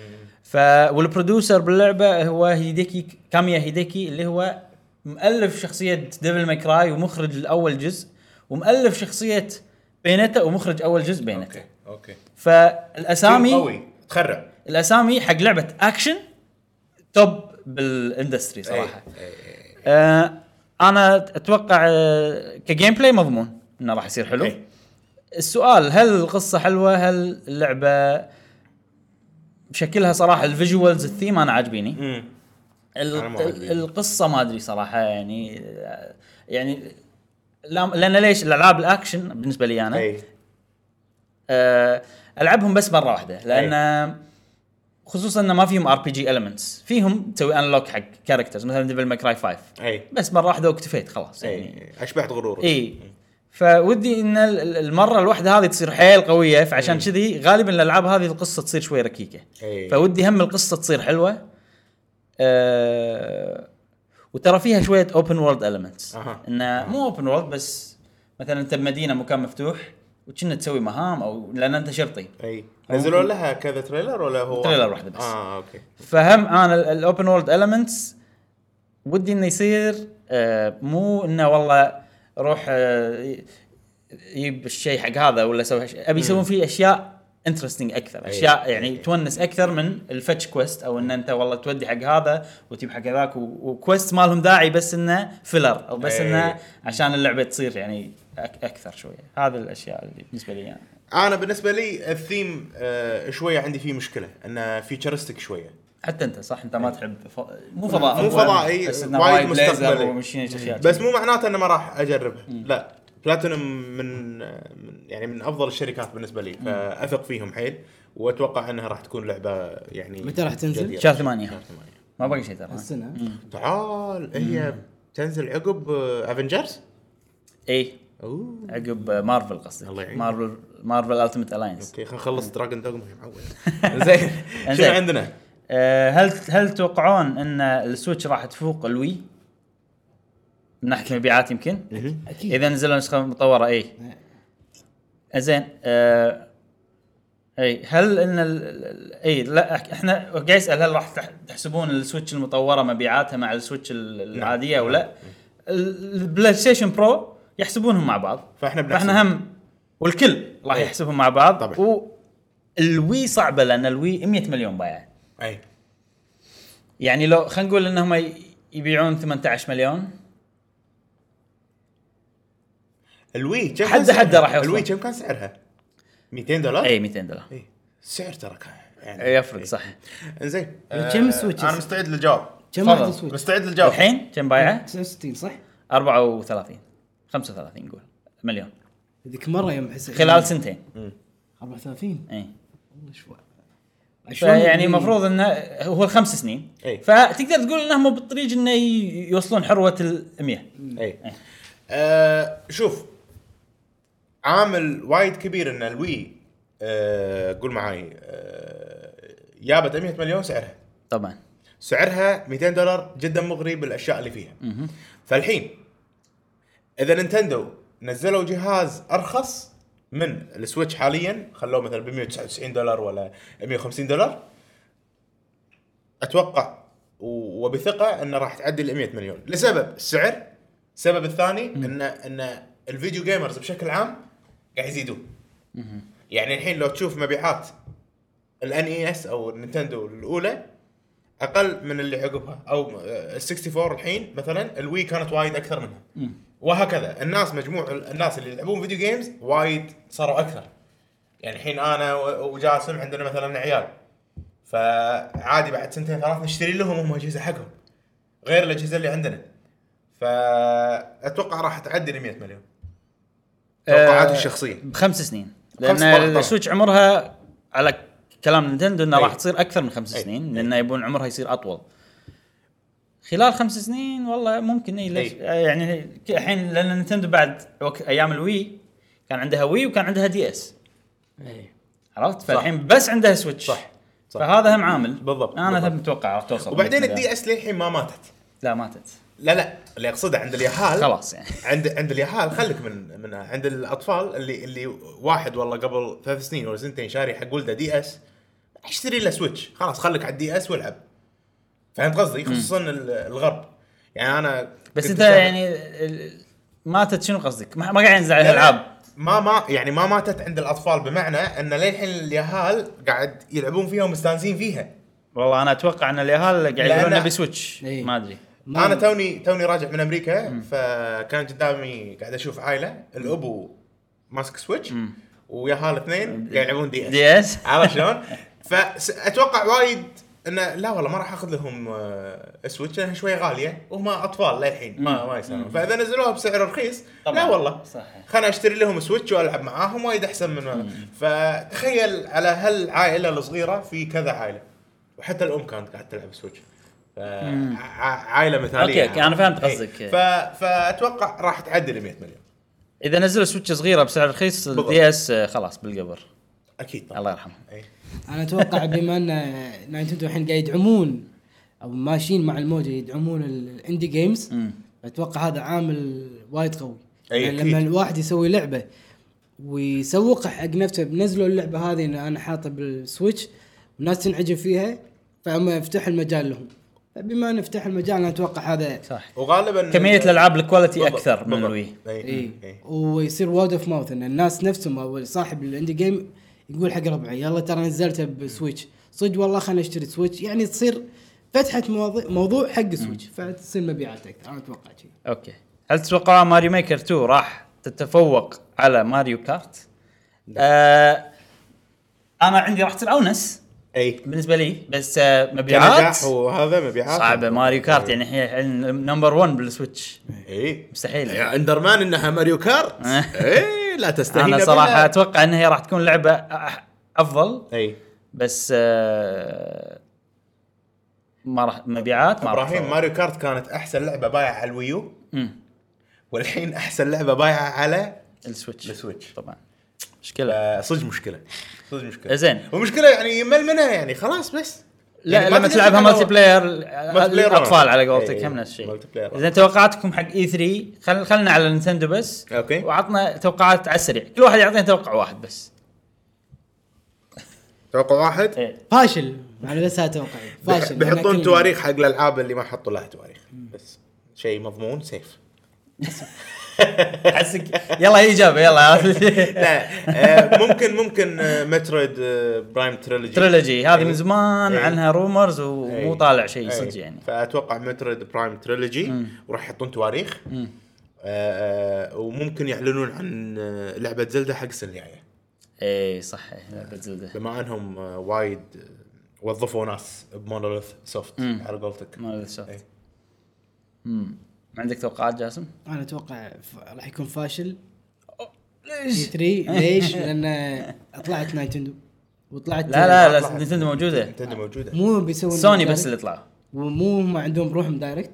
Speaker 1: ف والبروديوسر باللعبه هو هيديكي كاميا هيديكي اللي هو مؤلف شخصيه ديفل ماكراي ومخرج الاول جزء ومؤلف شخصيه بينتا ومخرج اول جزء بينتا
Speaker 3: اوكي اوكي تيم
Speaker 1: فالاسامي
Speaker 3: قوي تخرع
Speaker 1: الاسامي حق لعبه اكشن توب بالاندستري صراحه
Speaker 3: إي، إي، إي.
Speaker 1: آه انا اتوقع آه كجيم بلاي مضمون انه راح يصير حلو
Speaker 3: إي.
Speaker 1: السؤال هل القصه حلوه هل اللعبه شكلها صراحه الفيجوالز الثيم انا عاجبيني
Speaker 3: مم.
Speaker 2: أمم.
Speaker 3: أنا
Speaker 1: ال-
Speaker 3: ما
Speaker 1: ال-
Speaker 3: عجبني.
Speaker 1: القصه ما ادري صراحه يعني يعني لا- لان ليش الالعاب الاكشن بالنسبه لي انا
Speaker 3: اي
Speaker 1: آه، العبهم بس مره واحده لان خصوصا انه ما فيهم ار بي جي المنتس فيهم تسوي انلوك حق كاركترز مثلا ديفل ماكراي 5
Speaker 3: اي
Speaker 1: بس مره واحده واكتفيت
Speaker 3: إيه،
Speaker 1: خلاص يعني
Speaker 3: اي اشبعت غرورك
Speaker 1: اي فودي ان ال- ال- المره الواحده هذه تصير حيل قويه فعشان كذي غالبا الالعاب هذه القصه تصير شوي ركيكه
Speaker 3: إي.
Speaker 1: فودي هم القصه تصير حلوه أه وترى فيها شويه اوبن وورلد المنتس
Speaker 3: أها.
Speaker 1: انه مو اوبن وورلد بس مثلا انت بمدينه مكان مفتوح وكنا تسوي مهام او لان انت شرطي
Speaker 3: اي نزلوا لها كذا تريلر ولا هو
Speaker 1: تريلر واحدة بس.
Speaker 3: اه اوكي
Speaker 1: فهم انا الاوبن وورلد المنتس ودي انه يصير آه، مو انه والله روح آه، يجيب الشيء حق هذا ولا سوي هالشيء. ابي يسوون فيه اشياء انترستنج اكثر اشياء
Speaker 3: أي.
Speaker 1: يعني تونس اكثر من الفتش كويست او ان انت والله تودي حق هذا وتجيب حق هذاك و- وكويست ما لهم داعي بس انه فيلر او بس
Speaker 3: أي.
Speaker 1: انه عشان اللعبه تصير يعني أك- اكثر شويه هذا الاشياء اللي بالنسبه لي يعني.
Speaker 3: انا بالنسبه لي الثيم آه شويه عندي فيه مشكله انه فيوتشرستك شويه
Speaker 1: حتى انت صح انت ما تحب ف... مو فضاء
Speaker 3: إيه. مو فضائي،
Speaker 1: بس انه
Speaker 3: وايد
Speaker 1: وايد مستقبلي
Speaker 3: مستقبلي.
Speaker 1: ومشينا
Speaker 3: بس مو معناته انه ما راح اجربها لا بلاتينوم من من- يعني من افضل الشركات بالنسبه لي فاثق فيهم حيل واتوقع انها راح تكون لعبه يعني
Speaker 2: متى راح تنزل؟
Speaker 3: جديرة.
Speaker 1: شهر ثمانية.
Speaker 3: شهر ثمانية.
Speaker 1: ما باقي شيء ترى
Speaker 2: السنه
Speaker 3: تعال هي تنزل عقب آه، افنجرز
Speaker 1: اي
Speaker 3: اوه
Speaker 1: إيه، عقب مارفل قصدك
Speaker 3: الله يعينك.
Speaker 1: مارفل مارفل التيمت الاينس
Speaker 3: اوكي خلينا نخلص دراجون دوغما يا معود زين شنو
Speaker 1: إنزين.
Speaker 3: عندنا؟
Speaker 1: آه، هل هل تتوقعون ان السويتش راح تفوق الوي؟ من ناحيه المبيعات يمكن؟
Speaker 2: اكيد
Speaker 1: اذا نزلوا إيه. نسخه مطوره اي
Speaker 2: إيه.
Speaker 1: زين آه، اي هل ان ال- ال- ال- اي لا أح- احنا قاعد اسال هل راح تح- تحسبون السويتش المطوره مبيعاتها مع السويتش ال- العاديه او لا؟ ال- البلاي ستيشن برو يحسبونهم مع بعض
Speaker 3: فاحنا بنحسب.
Speaker 1: فاحنا هم والكل راح
Speaker 3: إيه.
Speaker 1: يحسبهم مع بعض
Speaker 3: طبعاً.
Speaker 1: والوي صعبه لان الوي 100 مليون بايع
Speaker 3: اي
Speaker 1: يعني لو خلينا نقول انهم ي- يبيعون 18 مليون
Speaker 3: الوي كم كان
Speaker 1: حد-
Speaker 3: سعرها؟
Speaker 1: حد راح يوصل.
Speaker 3: الوي كم كان سعرها؟ 200 دولار؟
Speaker 1: اي 200 دولار
Speaker 3: اي سعر ترى كان يعني
Speaker 1: يفرق صح
Speaker 3: انزين
Speaker 2: كم
Speaker 3: آه،
Speaker 2: السويتش؟
Speaker 3: انا مستعد للجواب
Speaker 2: كم
Speaker 1: تفضل.
Speaker 2: واحد السويتش؟
Speaker 3: مستعد للجواب
Speaker 1: الحين كم بايعه؟
Speaker 2: 69 صح؟
Speaker 1: 34 35 نقول مليون
Speaker 2: ذيك مره يوم حسين
Speaker 1: خلال سنتين
Speaker 2: 34
Speaker 1: اي
Speaker 2: والله شوي
Speaker 1: فيعني المفروض انه هو الخمس سنين
Speaker 3: إي.
Speaker 1: فتقدر تقول انهم بالطريق انه ي- يوصلون حروه ال 100
Speaker 3: اي إيه. آه شوف عامل وايد كبير ان الوي آه قول معاي آه جابت 100 مليون سعرها
Speaker 1: طبعا
Speaker 3: سعرها 200 دولار جدا مغري بالاشياء اللي فيها فالحين اذا نينتندو نزلوا جهاز ارخص من السويتش حاليا خلوه مثلا ب 199 دولار ولا 150 دولار اتوقع و- وبثقه انه راح تعدي ال 100 مليون لسبب السعر السبب الثاني ان ان الفيديو جيمرز بشكل عام قاعد يزيدون يعني الحين لو تشوف مبيعات الان اي اس او النينتندو الاولى اقل من اللي عقبها او ال 64 الحين مثلا الوي كانت وايد اكثر منها وهكذا الناس مجموع الناس اللي يلعبون فيديو جيمز وايد صاروا اكثر يعني الحين انا و- وجاسم عندنا مثلا عيال فعادي بعد سنتين ثلاث نشتري لهم هم اجهزه حقهم غير الاجهزه اللي عندنا فاتوقع راح تعدي ال 100 مليون توقعاتي الشخصيه
Speaker 1: بخمس سنين
Speaker 3: خمس مرات
Speaker 1: لان
Speaker 3: طبعاً.
Speaker 1: السويتش عمرها على كلام نينتندو انها
Speaker 3: أي.
Speaker 1: راح تصير اكثر من خمس
Speaker 3: أي.
Speaker 1: سنين لان يبون عمرها يصير اطول خلال خمس سنين والله ممكن اي ليش
Speaker 3: أي.
Speaker 1: يعني ك- الحين لان نينتندو بعد وك... ايام الوي كان عندها وي وكان عندها دي اس
Speaker 2: إيه.
Speaker 1: عرفت فالحين بس عندها سويتش
Speaker 3: صح. صح.
Speaker 1: فهذا هم عامل
Speaker 3: بالضبط.
Speaker 1: انا
Speaker 3: بالضبط.
Speaker 1: هم متوقع راح توصل 100
Speaker 3: وبعدين
Speaker 1: مليون.
Speaker 3: الدي اس للحين ما ماتت
Speaker 1: لا ماتت
Speaker 3: لا لا اللي اقصده عند اليهال
Speaker 1: خلاص يعني
Speaker 3: عند عند اليهال خليك من منها عند الاطفال اللي اللي واحد والله قبل ثلاث سنين ولا سنتين شاري حق ولده دي اس اشتري له سويتش خلاص خليك على الدي اس والعب فهمت قصدي خصوصا ال- الغرب يعني انا
Speaker 1: بس انت
Speaker 3: كنت مشاهد-
Speaker 1: يعني ال- ماتت شنو قصدك؟ ما ما قاعد ينزل عليها
Speaker 3: لا، لا،
Speaker 1: العاب
Speaker 3: ما ما يعني ما ماتت عند الاطفال بمعنى ان للحين اليهال قاعد يلعبون فيها ومستانسين فيها
Speaker 1: والله انا اتوقع ان الاهالي قاعد
Speaker 3: لأن-
Speaker 1: يقولون نبي سويتش
Speaker 2: إيه.
Speaker 1: ما ادري
Speaker 2: ما-
Speaker 3: انا توني توني راجع من امريكا فكان قدامي قاعد اشوف عائله الابو ماسك سويتش ويا هال اثنين قاعد يلعبون دي اس
Speaker 1: دي اس
Speaker 3: عرفت شلون؟ فاتوقع وايد انه لا والله ما راح اخذ لهم آه، سويتش لانها شوي غاليه وهم اطفال للحين ما ما يسوون فاذا نزلوها بسعر رخيص
Speaker 1: طبعاً.
Speaker 3: لا والله
Speaker 1: صحيح.
Speaker 3: خلنا اشتري لهم سويتش والعب معاهم وايد احسن من ما- فتخيل على هالعائله الصغيره في كذا عائله وحتى الام كانت قاعده تلعب سويتش ف- ع- عائله مثاليه
Speaker 1: أوكي، أوكي، أنا فهمت
Speaker 3: إي.
Speaker 1: قصدك.
Speaker 3: ف... فاتوقع راح تعدي ال 100 مليون
Speaker 1: اذا نزلوا سويتش صغيره بسعر رخيص
Speaker 3: بالضبط.
Speaker 1: الدي اس خلاص بالقبر
Speaker 3: اكيد طبعا
Speaker 1: الله يرحمه
Speaker 3: إي.
Speaker 2: انا اتوقع بما ان ناينتندو الحين قاعد يدعمون او ماشيين مع الموجه يدعمون الاندي جيمز
Speaker 1: مم.
Speaker 2: اتوقع هذا عامل وايد قوي
Speaker 3: أي
Speaker 2: يعني
Speaker 3: أكيد.
Speaker 2: لما الواحد يسوي لعبه ويسوق حق نفسه بنزلوا اللعبه هذه إن انا حاطه بالسويتش والناس تنعجب فيها فاما يفتح المجال لهم فبما نفتح المجال انا اتوقع هذا
Speaker 1: صح
Speaker 3: وغالبا
Speaker 1: كميه الالعاب الكواليتي
Speaker 3: بالضبط،
Speaker 1: اكثر من
Speaker 3: بالضبط. إيه.
Speaker 1: الوي
Speaker 3: اي
Speaker 2: اي
Speaker 3: اي
Speaker 2: إيه.
Speaker 1: إيه.
Speaker 2: ويصير وورد اوف ماوث ان الناس نفسهم او صاحب الاندي جيم يقول حق ربعي يلا ترى نزلته بسويتش صدق والله خلنا اشتري سويتش يعني تصير فتحت مواضيع موضوع حق سويتش فتصير مبيعات اكثر انا اتوقع كذي
Speaker 1: اوكي هل تتوقع ماريو ميكر 2 راح تتفوق على ماريو كارت؟ آه انا عندي راح تصير اونس
Speaker 3: اي
Speaker 1: بالنسبه لي بس آه مبيعات
Speaker 3: نجاح إيه. وهذا مبيعات
Speaker 1: صعبه ماريو كارت يعني هي الحين نمبر 1 بالسويتش
Speaker 3: اي
Speaker 1: مستحيل
Speaker 3: يا اندرمان انها ماريو كارت اي لا تستهين
Speaker 1: انا صراحه اتوقع ان هي راح تكون لعبه أح- افضل
Speaker 3: اي
Speaker 1: بس آه، ما راح مبيعات ما راح
Speaker 3: ابراهيم
Speaker 1: تفوق.
Speaker 3: ماريو كارت كانت احسن لعبه بايعه على الويو
Speaker 1: مم.
Speaker 3: والحين احسن لعبه بايعه على
Speaker 1: السويتش
Speaker 3: السويتش.
Speaker 1: طبعا مشكله
Speaker 3: آه، صدق مشكله صدج مشكله
Speaker 1: زين.
Speaker 3: ومشكله يعني يمل منها يعني خلاص بس
Speaker 1: لا
Speaker 3: يعني ما
Speaker 1: لما
Speaker 3: تقدر
Speaker 1: تلعبها
Speaker 3: تلعبها
Speaker 1: مالتي بلاير الاطفال على قولتك
Speaker 3: إي،
Speaker 1: هم نفس الشيء
Speaker 3: مالتي بلاير.
Speaker 1: زين توقعاتكم حق اي 3 خل خلنا على نينتندو بس
Speaker 3: أوكي.
Speaker 1: وعطنا توقعات على السريع كل واحد يعطينا توقع واحد بس
Speaker 3: توقع واحد
Speaker 1: إيه.
Speaker 2: فاشل انا بس اتوقع فاشل لأن
Speaker 3: بيحطون
Speaker 2: كل-
Speaker 3: تواريخ حق الالعاب اللي ما حطوا لها تواريخ بس شيء مضمون سيف
Speaker 1: احسك يلا هي اجابه يلا
Speaker 3: لا آه، ممكن ممكن آه، مترويد آه، إيه. برايم تريلوجي
Speaker 1: تريلوجي هذه من
Speaker 3: إي.
Speaker 1: زمان
Speaker 3: إي.
Speaker 1: عنها رومرز ومو
Speaker 3: أي.
Speaker 1: طالع شيء
Speaker 3: أي.
Speaker 1: صدق يعني
Speaker 3: فاتوقع مترويد إيه. برايم تريلوجي وراح يحطون تواريخ آه، آه، وممكن يعلنون عن آه، لعبه زلدة حق السنه الجايه
Speaker 1: اي إيه، صح لعبه زلده
Speaker 3: بما انهم آه، وايد آه، وظفوا ناس بمونوليث سوفت على قولتك
Speaker 1: مال الشط
Speaker 3: إيه.
Speaker 1: امم عندك توقعات جاسم؟
Speaker 2: انا اتوقع ف- راح يكون فاشل اي 3 ليش؟ لان طلعت نايتندو وطلعت
Speaker 1: لا لا
Speaker 3: أطلع.
Speaker 1: لا يعني نينتندو موجوده
Speaker 3: نتندو موجوده
Speaker 2: مو بيسوون
Speaker 1: سوني
Speaker 2: دايركت
Speaker 1: بس اللي طلعوا
Speaker 2: ومو هم عندهم روحهم دايركت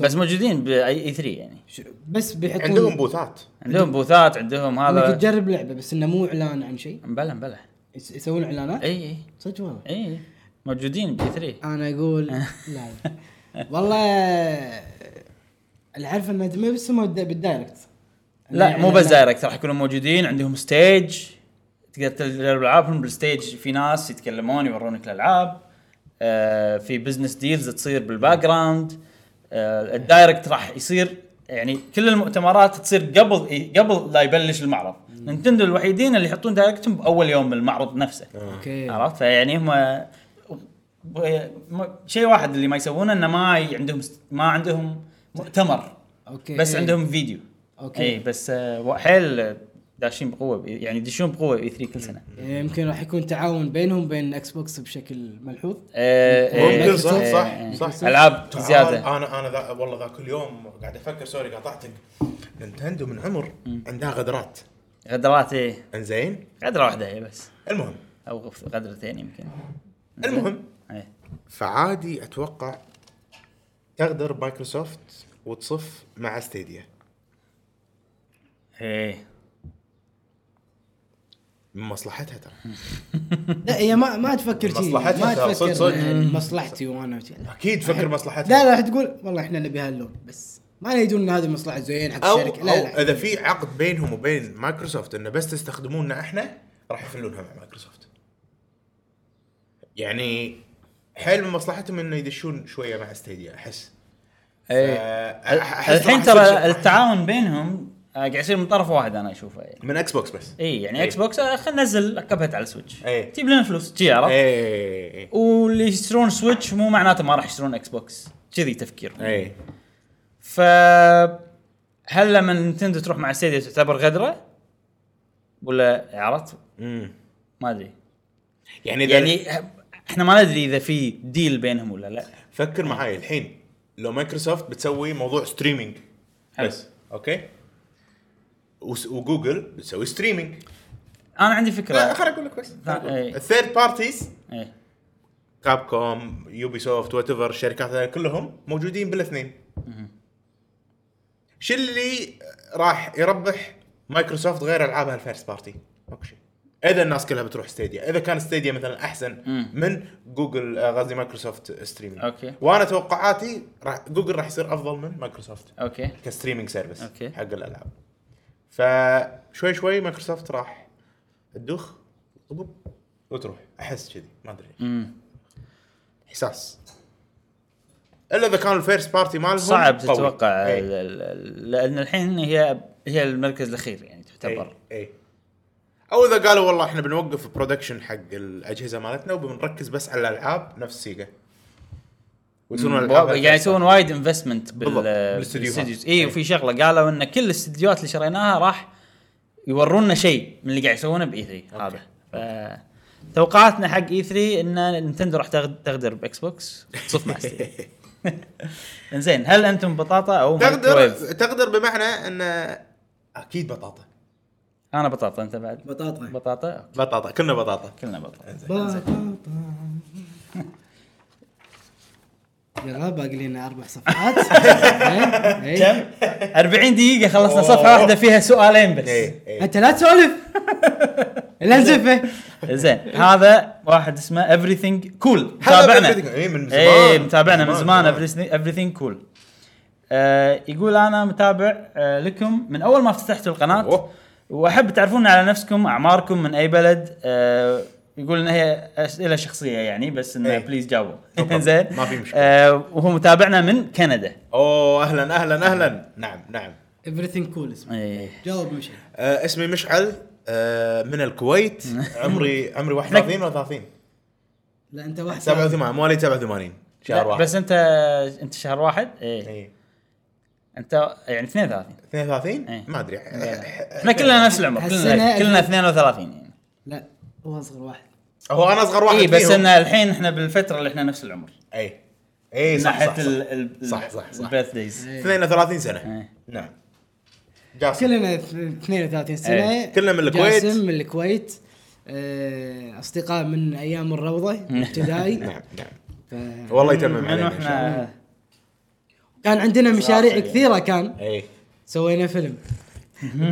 Speaker 1: بس موجودين باي اي 3 يعني
Speaker 2: ش- بس بيحطون
Speaker 3: عندهم بوثات
Speaker 1: عندهم بوثات عندهم
Speaker 2: انك
Speaker 1: هذا
Speaker 2: تجرب لعبه بس انه مو اعلان عن شيء
Speaker 1: مبلا مبلا
Speaker 2: يس- يسوون اعلانات
Speaker 1: اي اي
Speaker 2: صدق والله
Speaker 1: اي موجودين باي 3
Speaker 2: انا اقول لا والله اللي عارف انه ما بس هم بالد- بالدايركت
Speaker 1: لا
Speaker 2: يعني
Speaker 1: مو بس
Speaker 2: أنا-
Speaker 1: دايركت راح يكونوا موجودين عندهم ستيج تقدر تلعب العابهم بالستيج في ناس يتكلمون يورونك الالعاب آه في بزنس ديلز تصير بالباك جراوند آه الدايركت راح يصير يعني كل المؤتمرات تصير قبل إي- قبل لا يبلش المعرض نينتندو الوحيدين اللي يحطون دايركتهم باول يوم من المعرض نفسه
Speaker 2: آه. اوكي
Speaker 1: عرفت فيعني هم ب- م- شيء واحد اللي ما يسوونه انه ما ي- عندهم ما عندهم مؤتمر
Speaker 2: اوكي
Speaker 1: بس
Speaker 2: إيه.
Speaker 1: عندهم فيديو
Speaker 2: اوكي
Speaker 1: اي بس آه، و- حيل داشين بقوه ب- يعني يدشون بقوه اي 3 كل سنه
Speaker 2: يمكن راح يكون تعاون بينهم بين اكس بوكس بشكل ملحوظ
Speaker 1: آه، آه،
Speaker 3: ممكن صح
Speaker 1: آه،
Speaker 3: صح
Speaker 1: آه،
Speaker 3: صح, صح
Speaker 1: العاب
Speaker 3: تعال،
Speaker 1: زياده
Speaker 3: انا انا ذا والله ذاك اليوم قاعد افكر سوري قطعتك نينتندو من عمر عندها غدرات
Speaker 1: غدرات ايه
Speaker 3: انزين
Speaker 1: غدره واحده إيه بس
Speaker 3: المهم
Speaker 1: او غف- غدرتين يمكن
Speaker 3: المهم
Speaker 1: إيه.
Speaker 3: فعادي اتوقع تغدر مايكروسوفت وتصف مع ستيديا
Speaker 1: ايه
Speaker 3: من مصلحتها ترى
Speaker 2: لا هي ما ما تفكر شيء ما
Speaker 3: مصلحتها ترى، صدق-
Speaker 2: تفكر
Speaker 3: صدق.
Speaker 2: يعني مصلحتي وانا وشي. لا
Speaker 3: اكيد فكر مصلحتها
Speaker 2: لا راح تقول والله احنا نبي هاللون بس ما يدون ان هذه مصلحه زين حق
Speaker 3: او
Speaker 2: الشركه
Speaker 3: او
Speaker 2: لا لا
Speaker 3: اذا في عقد بينهم وبين مايكروسوفت انه بس تستخدمونا احنا راح يفلونها مع مايكروسوفت. يعني حيل من مصلحتهم انه يدشون شويه مع ستيديا احس.
Speaker 1: ايه
Speaker 3: آه، أح- أحس
Speaker 1: الحين
Speaker 3: راح يصير
Speaker 1: ترى
Speaker 3: شيء-
Speaker 1: التعاون بينهم آه، قاعد يصير من طرف واحد انا اشوفه يعني
Speaker 3: من اكس بوكس بس.
Speaker 1: اي يعني
Speaker 3: إيه.
Speaker 1: اكس بوكس آه، خلينا ننزل كبهت على السويتش
Speaker 3: إيه.
Speaker 1: جيب لنا فلوس جي عرفت
Speaker 3: اي
Speaker 1: واللي يشترون سويتش مو معناته ما راح يشترون اكس بوكس كذي تفكير
Speaker 3: اي
Speaker 1: ف هل لما نينتندو تروح مع ستيديا تعتبر غدره؟ ولا عرفت؟
Speaker 3: أمم.
Speaker 1: ما ادري
Speaker 3: يعني اذا يعني
Speaker 1: يعني احنا ما ندري اذا في ديل بينهم ولا لا
Speaker 3: فكر معاي الحين لو مايكروسوفت بتسوي موضوع ستريمينج
Speaker 1: حلو.
Speaker 3: بس اوكي وس- وجوجل بتسوي ستريمينج
Speaker 1: انا عندي
Speaker 3: لا
Speaker 1: فكره
Speaker 3: خليني اقول لك بس
Speaker 1: إيه.
Speaker 3: الثيرد بارتيز
Speaker 1: ايه
Speaker 3: كاب كوم يوبي سوفت وات ايفر الشركات هذه كلهم موجودين بالاثنين شو اللي راح يربح مايكروسوفت غير العابها الفيرست بارتي ماكو شيء اذا الناس كلها بتروح ستيديا اذا كان ستيديا مثلا احسن
Speaker 1: مم.
Speaker 3: من جوجل آه، قصدي مايكروسوفت ستريمينج
Speaker 1: أوكي.
Speaker 3: وانا توقعاتي راح جوجل راح يصير افضل من مايكروسوفت
Speaker 1: اوكي
Speaker 3: كستريمينج سيرفيس
Speaker 1: أوكي.
Speaker 3: حق الالعاب فشوي شوي مايكروسوفت راح تدخ طبب وتروح احس كذي ما ادري
Speaker 1: امم
Speaker 3: احساس الا اذا كان الفيرست بارتي مالهم
Speaker 1: صعب
Speaker 3: قوي. إيه.
Speaker 1: تتوقع
Speaker 3: إي.
Speaker 1: ال- ال- ال- لان الحين هي هي المركز الاخير يعني تعتبر
Speaker 3: اي اي او اذا إيه. قالوا والله احنا بنوقف برودكشن حق الاجهزه مالتنا وبنركز بس على الالعاب نفس سيجا ويصيرون الألعاب
Speaker 1: و- يعني يسوون وايد انفستمنت
Speaker 3: بالضبط، بالاستديوهات.
Speaker 1: بالاستديوهات اي إيه، وفي شغله قالوا ان كل الاستديوهات اللي شريناها راح يورونا شيء من اللي قاعد يسوونه باي 3 هذا ف- توقعاتنا حق اي 3 ان نينتندو راح تغد- تغدر باكس بوكس تصف مع ستيديا. انزين هل انتم بطاطا او
Speaker 3: تقدر
Speaker 1: مايكرويف؟
Speaker 3: تقدر بمعنى ان اكيد بطاطا
Speaker 1: انا بطاطا انت بعد
Speaker 2: بطاطا
Speaker 1: بطاطا
Speaker 3: بطاطا كلنا بطاطا
Speaker 1: كلنا بطاطا
Speaker 2: بطاطا يلا باقي لنا اربع صفحات إيه، إيه.
Speaker 1: كم؟ 40 دقيقة خلصنا صفحة واحدة فيها سؤالين بس
Speaker 3: اي اي
Speaker 2: انت لا تسولف لا نزفه
Speaker 1: زين هذا واحد اسمه everything cool
Speaker 3: هذا
Speaker 1: متابعنا
Speaker 3: everything- إيه، من زمان.
Speaker 1: اي متابعنا من
Speaker 3: من
Speaker 1: زمان
Speaker 3: زمان،
Speaker 1: everything- everything cool آه يقول انا متابع آه لكم من اول ما فتحت القناة
Speaker 3: أوه.
Speaker 1: واحب تعرفون على نفسكم اعماركم من اي بلد آه يقول ان هي اسئله شخصيه يعني بس انه
Speaker 3: إيه.
Speaker 1: بليز جاوب
Speaker 3: problem.
Speaker 1: زين
Speaker 3: ما في مشكلة.
Speaker 1: آه وهو متابعنا من كندا
Speaker 3: اوه اهلا اهلا اهلا نعم نعم
Speaker 2: everything cool اسمه
Speaker 1: إيه.
Speaker 2: جاوب مشعل
Speaker 3: آه اسمي مشعل آه من الكويت عمري عمري 31 ولا 30
Speaker 2: لا انت واحد
Speaker 3: 87 مواليد 87 شهر
Speaker 1: لا،
Speaker 3: واحد إيه.
Speaker 1: بس انت انت شهر واحد ايه
Speaker 3: اي
Speaker 1: انت يعني 32
Speaker 3: 32
Speaker 1: إيه.
Speaker 3: ما ادري
Speaker 1: احنا كلنا نفس العمر كلنا
Speaker 2: إيه. هالسنة
Speaker 1: كلنا 32 يعني
Speaker 2: لا هو اصغر واحد
Speaker 3: هو انا اصغر واحد
Speaker 1: اي إيه، بس
Speaker 3: فيهم.
Speaker 1: ان الحين احنا بالفتره اللي احنا نفس العمر
Speaker 3: اي اي
Speaker 1: من
Speaker 3: إيه، صح صح,
Speaker 1: ناحيه
Speaker 3: صح,
Speaker 1: ال- ال-
Speaker 3: صح, صح, صح.
Speaker 1: البيرث دايز
Speaker 2: إيه.
Speaker 3: 32 سنه
Speaker 1: إيه.
Speaker 3: نعم جاسم
Speaker 2: كلنا اث- 32 سنه
Speaker 1: إيه.
Speaker 3: كلنا من الكويت.
Speaker 2: جاسم من الكويت آه، اصدقاء من ايام الروضه ابتدائي
Speaker 3: نعم نعم
Speaker 2: ف-
Speaker 3: والله يتمم
Speaker 1: من
Speaker 3: علينا إن شاء الله.
Speaker 1: واحنا
Speaker 2: كان عندنا مشاريع كثيره كان
Speaker 3: اي
Speaker 2: سوينا فيلم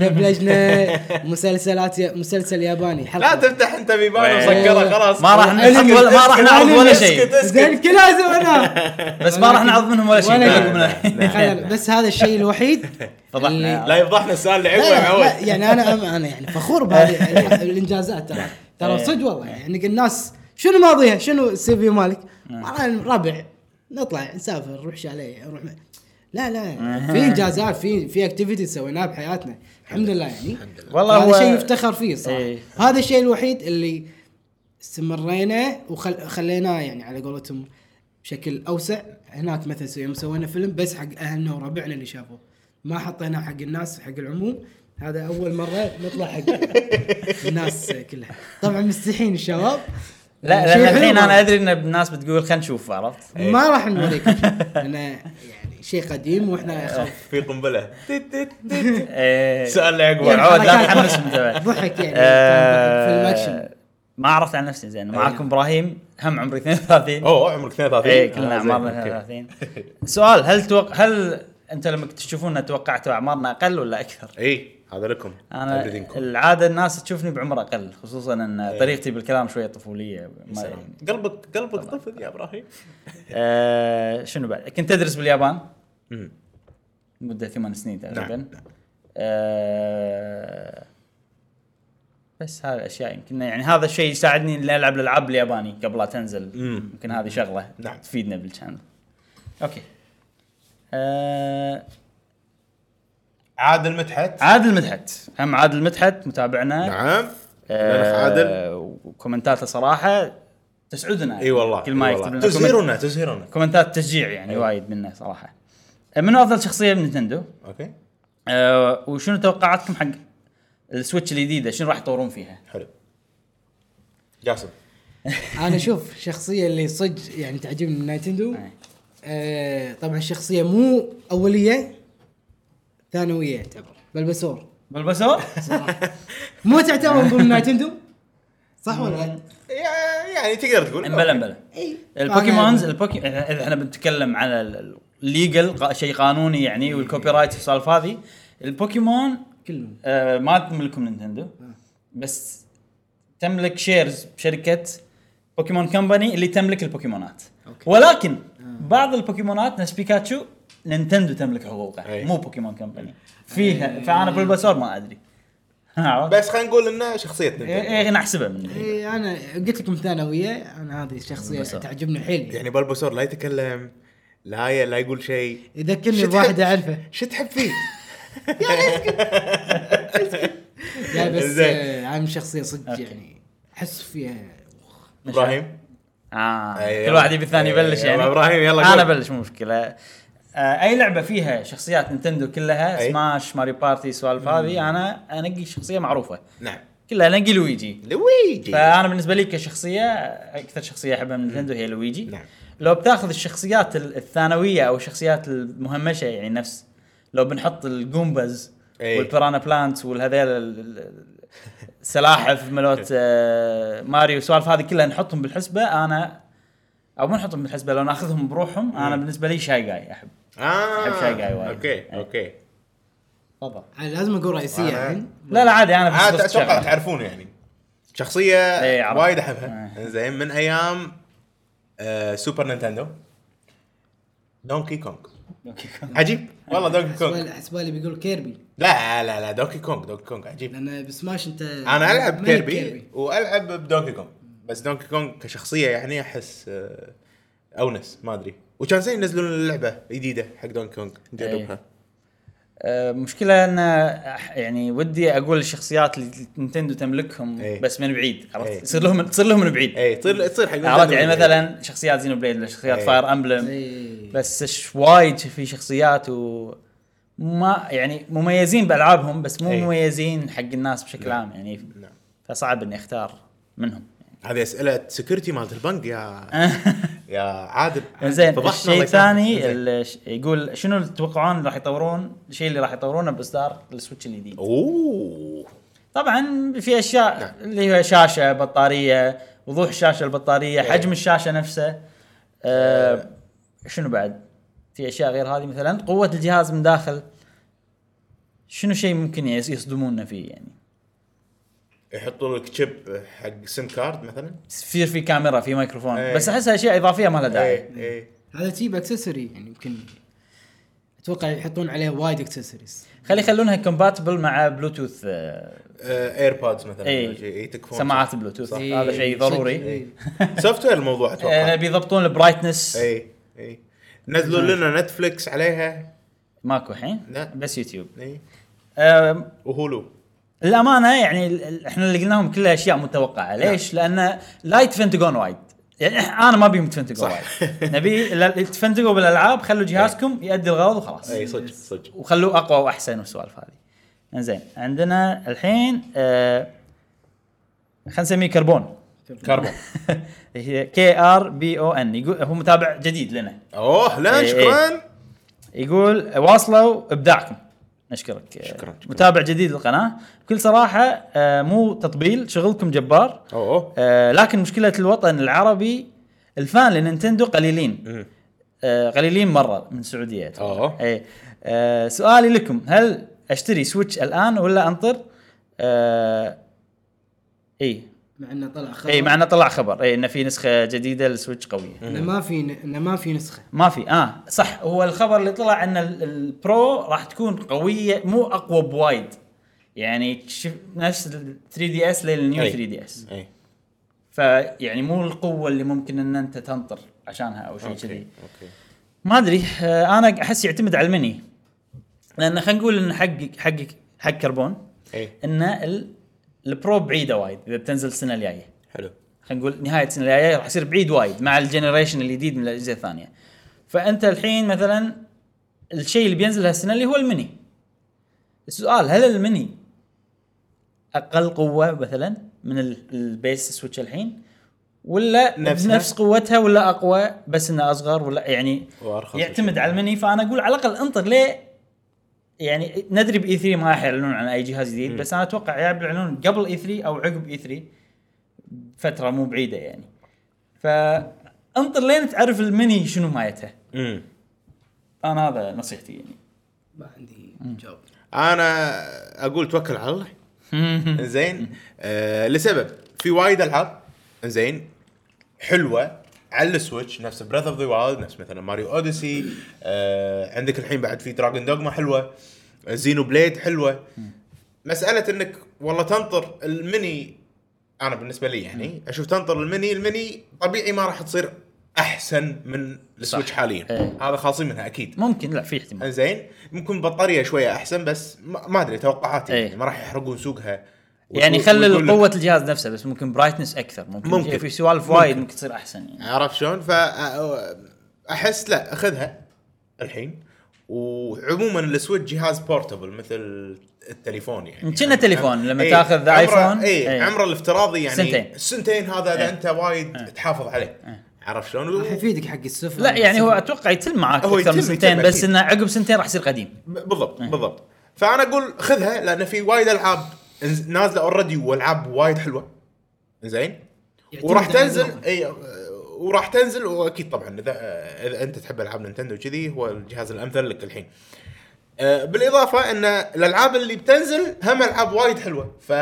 Speaker 2: دبلجنا مسلسلات ي- مسلسل ياباني
Speaker 3: لا
Speaker 2: حلقه
Speaker 3: تفتح انت بيبان
Speaker 1: إيه.
Speaker 3: مسكره خلاص
Speaker 1: ما راح نحط
Speaker 2: أنمي.
Speaker 1: ولا- ما راح نعرض ولا شيء
Speaker 3: اسكت اسكت
Speaker 2: زين كلها سويناها
Speaker 1: بس ما راح نعرض منهم ولا شيء
Speaker 2: ولا شيء.
Speaker 1: بنقول لهم-
Speaker 2: خلنا- بس هذا الشيء الوحيد اللي-
Speaker 1: فضحنا
Speaker 3: لا يفضحنا السؤال اللي عقبه
Speaker 2: لا، لا
Speaker 3: معود
Speaker 2: يعني انا انا أنا يعني فخور بهذه ال- الانجازات ترى ترى
Speaker 1: إيه.
Speaker 2: صدق والله يعني الناس شنو ماضيها
Speaker 1: إيه.
Speaker 2: شنو السي في مالك؟ والله ربع نطلع نسافر نروح شاليه نروح م- لا لا
Speaker 1: إيه.
Speaker 2: في انجازات في في اكتيفيتي سويناها بحياتنا الحمد لله يعني
Speaker 3: الحمد لله
Speaker 1: والله
Speaker 2: هذا
Speaker 1: هو
Speaker 2: شيء يفتخر فيه صراحه
Speaker 1: إيه.
Speaker 2: هذا الشيء الوحيد اللي استمرينا وخليناه يعني على قولتهم بشكل اوسع هناك مثلا يوم سوينا فيلم بس حق اهلنا وربعنا اللي شافوه ما حطيناه حق الناس حق العموم هذا اول مره نطلع حق الناس كلها طبعا مستحين الشباب
Speaker 1: لا
Speaker 2: شيء
Speaker 1: لان
Speaker 2: حلو
Speaker 1: الحين
Speaker 2: مرة.
Speaker 1: انا ادري ان الناس بتقول خلينا نشوف عرفت؟
Speaker 2: ما راح نوريكم انا يعني شيء قديم واحنا اخاف
Speaker 3: في قنبله
Speaker 1: إيه.
Speaker 3: سألنا عقب
Speaker 1: يعني
Speaker 3: عود،
Speaker 1: لا
Speaker 2: حركات
Speaker 1: تحمس انت بعد.
Speaker 2: ضحك يعني
Speaker 1: آه،
Speaker 2: كان ضحك في الاكشن
Speaker 1: ما عرفت عن نفسي
Speaker 3: إيه.
Speaker 1: زين معكم ابراهيم هم عمري 32
Speaker 3: اوه عمرك 32
Speaker 1: اي إيه، كلنا
Speaker 3: آه، زين،
Speaker 1: اعمارنا
Speaker 3: أوكي.
Speaker 1: 32 سؤال هل توق... هل انت لما كنت تشوفونا توقعتوا اعمارنا اقل ولا اكثر؟
Speaker 3: اي إيه، هذا لكم
Speaker 1: انا
Speaker 3: أبدينكم.
Speaker 1: العاده الناس تشوفني بعمر اقل خصوصا ان طريقتي بالكلام شويه طفوليه ما يعني.
Speaker 3: قلبك قلبك طفل يا ابراهيم
Speaker 1: آه شنو بعد؟ كنت ادرس باليابان
Speaker 3: مم.
Speaker 1: مده ثمان سنين تقريبا
Speaker 3: نعم.
Speaker 1: آه بس هذا الاشياء يمكن يعني هذا الشيء يساعدني اني العب الالعاب الياباني قبل لا تنزل
Speaker 3: مم.
Speaker 1: يمكن هذه شغله
Speaker 3: نعم.
Speaker 1: تفيدنا بالشانل اوكي آه
Speaker 3: عادل مدحت
Speaker 1: عادل آه، مدحت هم عادل مدحت متابعنا
Speaker 3: نعم الأخ عادل
Speaker 1: وكومنتاته صراحه تسعدنا
Speaker 3: اي والله
Speaker 1: كل ما
Speaker 3: إي
Speaker 1: يكتب
Speaker 3: والله.
Speaker 1: لنا كومنت-
Speaker 3: تزهرنا تزهرنا
Speaker 1: كومنتات تشجيع يعني
Speaker 3: أيوة.
Speaker 1: وايد منه صراحه آه، منو افضل شخصيه بنتندو؟
Speaker 3: اوكي
Speaker 1: آه وشنو توقعاتكم حق السويتش الجديده شنو راح يطورون فيها؟
Speaker 3: حلو جاسم
Speaker 2: انا شوف الشخصيه اللي صدق يعني تعجبني من نايتندو
Speaker 1: أي.
Speaker 2: آه طبعا الشخصيه مو اوليه ثانويه يعتبر بلبسور
Speaker 1: بلبسور؟
Speaker 2: صراحه مو تعتبر من ضمن نايتندو صح ولا لا؟
Speaker 3: يع- يعني تقدر تقول
Speaker 1: امبلا امبلا
Speaker 2: اي
Speaker 1: البوكيمونز
Speaker 2: آه،
Speaker 1: البوكي اذا إذا احنا بنتكلم على الليجل شيء قانوني يعني والكوبي رايت والسالفه هذه البوكيمون
Speaker 2: إيه. كلهم آه.
Speaker 1: آه ما تملكهم نينتندو بس تملك شيرز بشركه بوكيمون كمباني اللي تملك البوكيمونات
Speaker 2: أوكي. آه.
Speaker 1: ولكن بعض البوكيمونات نفس بيكاتشو نينتندو تملك حقوقه
Speaker 3: أي.
Speaker 1: مو بوكيمون كمباني فيها
Speaker 2: إيه.
Speaker 1: فانا بالبسور ما ادري عرفت؟
Speaker 3: بس خلينا نقول انه شخصيه نينتندو.
Speaker 1: ايه إيه، نحسبها من بعيد.
Speaker 2: اي انا قلت لكم ثانويه انا هذه الشخصيه
Speaker 1: بلبسور.
Speaker 2: تعجبني حيل
Speaker 3: يعني بلبسور لا يتكلم لا ي- لا يقول شيء
Speaker 2: يذكرني
Speaker 3: شو
Speaker 2: بواحد
Speaker 3: تحب؟
Speaker 2: اعرفه
Speaker 3: شو تحب فيه؟
Speaker 2: لا بس
Speaker 3: زين.
Speaker 2: آه، عن شخصيه صدق
Speaker 1: أوكي.
Speaker 2: يعني احس فيها أوخ.
Speaker 3: ابراهيم
Speaker 1: آه
Speaker 3: أي
Speaker 1: كل واحد يبي الثاني
Speaker 3: يلا.
Speaker 1: يبلش
Speaker 3: يلا
Speaker 1: يعني
Speaker 3: أيوة. إبراهيم، يلا
Speaker 1: انا
Speaker 3: قول.
Speaker 1: بلش مو مشكله آه اي لعبه فيها شخصيات نينتندو كلها
Speaker 3: أي.
Speaker 1: سماش ماري بارتي سوالف هذه انا انقي شخصيه معروفه
Speaker 3: نعم
Speaker 1: كلها انقي لويجي
Speaker 3: لويجي
Speaker 1: فانا بالنسبه لي كشخصيه اكثر شخصيه احبها من نينتندو هي لويجي
Speaker 3: نعم.
Speaker 1: لو بتاخذ الشخصيات ال- الثانويه او الشخصيات المهمشه يعني نفس لو بنحط الجومباز
Speaker 3: أي.
Speaker 1: والبرانا بلانتس والهذيل ال- ال- السلاحف ملوت
Speaker 3: إيه.
Speaker 1: آه، ماريو والسوالف هذه كلها نحطهم بالحسبه انا او مو نحطهم بالحسبه لو ناخذهم بروحهم
Speaker 3: إيه.
Speaker 1: انا بالنسبه لي شاي جاي احب
Speaker 3: اه
Speaker 1: أحب شاي يعني. إيه. قاي وايد.
Speaker 3: اوكي
Speaker 1: أي.
Speaker 3: اوكي
Speaker 1: تفضل
Speaker 2: أنا لازم اقول رئيسيه
Speaker 3: وأنا-
Speaker 2: الحين
Speaker 1: لا لا عادي انا
Speaker 3: عاد
Speaker 1: بس بس
Speaker 3: اتوقع
Speaker 1: شغلة.
Speaker 3: تعرفون يعني شخصيه
Speaker 1: إيه، عرفت.
Speaker 3: وايد احبها زين من ايام آه، سوبر نينتندو دونكي كونغ
Speaker 1: أوكي.
Speaker 3: عجيب والله دونكي
Speaker 1: إيه.
Speaker 3: كونغ
Speaker 2: حسبالي- حسبالي بيقول كيربي
Speaker 3: لا لا لا دونكي كونغ دونكي كونغ عجيب
Speaker 2: لان بسماش انت
Speaker 3: انا العب
Speaker 2: ملك
Speaker 3: كيربي والعب بدونكي كونغ بس دونكي كونغ كشخصيه يعني احس آه، اونس ما ادري وكان زين ينزلون اللعبه جديده حق دونكي كونغ
Speaker 1: إيه.
Speaker 3: نجربها
Speaker 1: آه، مشكلة ان أح- يعني ودي اقول الشخصيات اللي نينتندو تملكهم
Speaker 3: إيه.
Speaker 1: بس من بعيد عرفت؟
Speaker 3: إيه.
Speaker 1: تصير لهم تصير لهم من بعيد
Speaker 3: اي إيه، تصير تصير حق
Speaker 1: عرفت
Speaker 3: نينتندو.
Speaker 1: يعني مثلا شخصيات زينو بليد ولا شخصيات
Speaker 3: إيه.
Speaker 1: فاير امبلم
Speaker 2: إيه.
Speaker 1: بس ش- وايد في شخصيات و ما يعني مميزين بالعابهم بس مو
Speaker 3: إيه.
Speaker 1: مميزين حق الناس بشكل عام يعني
Speaker 3: نعم.
Speaker 1: فصعب اني اختار منهم
Speaker 3: هذه اسئله سكيورتي مالت البنك يا
Speaker 1: آه،
Speaker 3: يا عادل
Speaker 1: زين
Speaker 3: فضحنا الله
Speaker 1: الشيء
Speaker 3: يسامحك.
Speaker 1: الثاني
Speaker 3: زين.
Speaker 1: ال- ش- يقول شنو تتوقعون راح يطورون الشيء اللي راح يطورونه باصدار السويتش الجديد
Speaker 3: اوه
Speaker 1: طبعا في اشياء
Speaker 3: نعم.
Speaker 1: اللي هي شاشه بطاريه وضوح الشاشه البطاريه
Speaker 3: إيه.
Speaker 1: حجم الشاشه نفسه آه شنو بعد في اشياء غير هذه مثلا قوه الجهاز من داخل شنو شيء ممكن يس- يصدموننا فيه يعني
Speaker 3: يحطوا لك شيب حق سيم كارد مثلا
Speaker 1: يصير في كاميرا في ميكروفون
Speaker 3: إيه.
Speaker 1: بس احسها اشياء اضافيه ما لها داعي
Speaker 3: اي اي
Speaker 2: هذا تجيب اكسسوري يعني يمكن اتوقع يحطون عليه وايد اكسسوارز
Speaker 1: خلي يخلونها كومباتبل مع بلوتوث آه،
Speaker 3: ايربودز مثلا
Speaker 1: إيه.
Speaker 3: إي، تكفون
Speaker 1: سماعات بلوتوث
Speaker 3: صح.
Speaker 1: هذا شيء ضروري
Speaker 2: إيه.
Speaker 3: سوفت وير الموضوع
Speaker 1: آه،
Speaker 3: اتوقع إيه.
Speaker 1: بيضبطون البرايتنس إيه.
Speaker 3: اي اي نزلوا لنا نتفلكس عليها
Speaker 1: ماكو الحين؟
Speaker 3: لا.
Speaker 1: بس يوتيوب
Speaker 3: إي. آه،
Speaker 1: أم،
Speaker 3: وهولو
Speaker 1: الامانه يعني ال- ال- احنا اللي قلناهم كلها اشياء متوقعه ليش؟ لان لايت فنتجون وايد يعني إح- انا ما ابي فنتجون وايد نبي لا- تفنتجوا بالالعاب خلوا جهازكم يؤدي الغرض وخلاص
Speaker 3: اي إيه، صدق صدق
Speaker 1: وخلوه اقوى واحسن والسوالف هذه زين عندنا الحين آه خلينا نسميه كربون
Speaker 3: كربون
Speaker 1: هي كي ار بي او ان يقول هو متابع جديد لنا
Speaker 3: اوه لا
Speaker 1: إي،
Speaker 3: شكرا
Speaker 1: يقول واصلوا ابداعكم نشكرك
Speaker 3: شكراً، شكراً.
Speaker 1: متابع جديد للقناه بكل صراحه آه، مو تطبيل شغلكم جبار
Speaker 3: اوه
Speaker 1: آه، لكن مشكله الوطن العربي الفان لنينتندو قليلين آه، قليلين مره من السعوديه أتوقع.
Speaker 3: أوه.
Speaker 1: اي آه، سؤالي لكم هل اشتري سويتش الان ولا انطر؟ آه، اي
Speaker 2: مع انه طلع خبر
Speaker 1: اي إيه، مع انه طلع خبر اي انه في نسخه جديده للسويتش قويه
Speaker 2: انه ما في انه ما في نسخه
Speaker 1: ما في اه صح هو الخبر اللي طلع ان ال- البرو راح تكون قويه مو اقوى بوايد يعني شف نفس ال 3 دي اس للنيو
Speaker 3: أي.
Speaker 1: 3 دي اس
Speaker 3: اي
Speaker 1: فيعني يعني مو القوه اللي ممكن ان انت تنطر عشانها او شيء كذي
Speaker 3: اوكي اوكي
Speaker 1: ما ادري آه، انا احس يعتمد على المني لان خلينا نقول ان حقك حقك حق كربون
Speaker 3: اي
Speaker 1: ان ال- البرو بعيده وايد اذا بتنزل السنه الجايه
Speaker 3: حلو
Speaker 1: خلينا نقول نهايه السنه الجايه راح يصير بعيد وايد مع الجنريشن الجديد من الاجهزه الثانيه فانت الحين مثلا الشيء اللي بينزل هالسنه اللي هو المني السؤال هل المني اقل قوه مثلا من ال- البيس سويتش الحين ولا نفس,
Speaker 3: نفسها؟
Speaker 1: نفس قوتها ولا اقوى بس انه اصغر ولا يعني
Speaker 3: وأرخص
Speaker 1: يعتمد على المني فانا اقول على الاقل انطر ليه يعني ندري باي 3 ما راح يعلنون عن اي جهاز جديد بس انا اتوقع يا بيعلنون قبل اي 3 او عقب اي 3 فتره مو بعيده يعني فانطر لين تعرف المني شنو مايتها
Speaker 3: امم
Speaker 1: انا هذا نصيحتي يعني
Speaker 2: ما عندي جواب
Speaker 3: انا اقول توكل على الله
Speaker 1: يعني.
Speaker 3: زين آه لسبب في وايد العاب زين حلوه على السويتش نفس براذ اوف ذا وايلد نفس مثلا ماريو اوديسي آه عندك الحين بعد في دراجون دوغما حلوه زينو بليد حلوه مساله انك والله تنطر المني انا بالنسبه لي يعني اشوف تنطر المني المني طبيعي ما راح تصير احسن من السويتش حاليا
Speaker 1: إيه.
Speaker 3: هذا خالصين منها اكيد
Speaker 1: ممكن لا في احتمال
Speaker 3: زين ممكن بطاريه شويه احسن بس ما ما ادري توقعاتي
Speaker 1: إيه.
Speaker 3: يعني ما راح يحرقون سوقها
Speaker 1: يعني
Speaker 3: وتقول-
Speaker 1: خلي
Speaker 3: وتقول لك-
Speaker 1: قوه الجهاز نفسه بس ممكن برايتنس اكثر ممكن,
Speaker 3: ممكن.
Speaker 1: في سوالف وايد ممكن تصير احسن يعني
Speaker 3: عرفت شلون؟ فاحس لا اخذها الحين وعموما السويتش جهاز بورتبل مثل التليفون يعني
Speaker 1: كأنه تليفون، لما تاخذ
Speaker 3: عمره-
Speaker 1: آيفون،
Speaker 3: اي
Speaker 1: إيه.
Speaker 3: عمره الافتراضي يعني
Speaker 1: سنتين. إيه.
Speaker 3: السنتين هذا اذا انت وايد تحافظ عليه عرفت شلون؟
Speaker 2: راح يفيدك حق السفر
Speaker 1: لا يعني هو اتوقع يتم معاك
Speaker 3: هو
Speaker 1: اكثر من
Speaker 3: يتم-
Speaker 1: سنتين
Speaker 3: يتم
Speaker 1: بس
Speaker 3: أكيد.
Speaker 1: انه عقب سنتين راح يصير قديم
Speaker 3: ب- بالضبط
Speaker 1: إيه.
Speaker 3: بالضبط فانا اقول خذها لان في وايد العاب انز- نازله اوريدي والعاب وايد حلوه زين
Speaker 2: يعتمد
Speaker 3: وراح
Speaker 2: على
Speaker 3: تنزل
Speaker 2: ذوقك.
Speaker 1: إيه،
Speaker 3: اي آه، وراح تنزل واكيد طبعا اذا اذا انت تحب العاب نينتندو كذي هو الجهاز الامثل لك الحين آه، بالاضافه ان الالعاب اللي بتنزل هم العاب وايد حلوه ف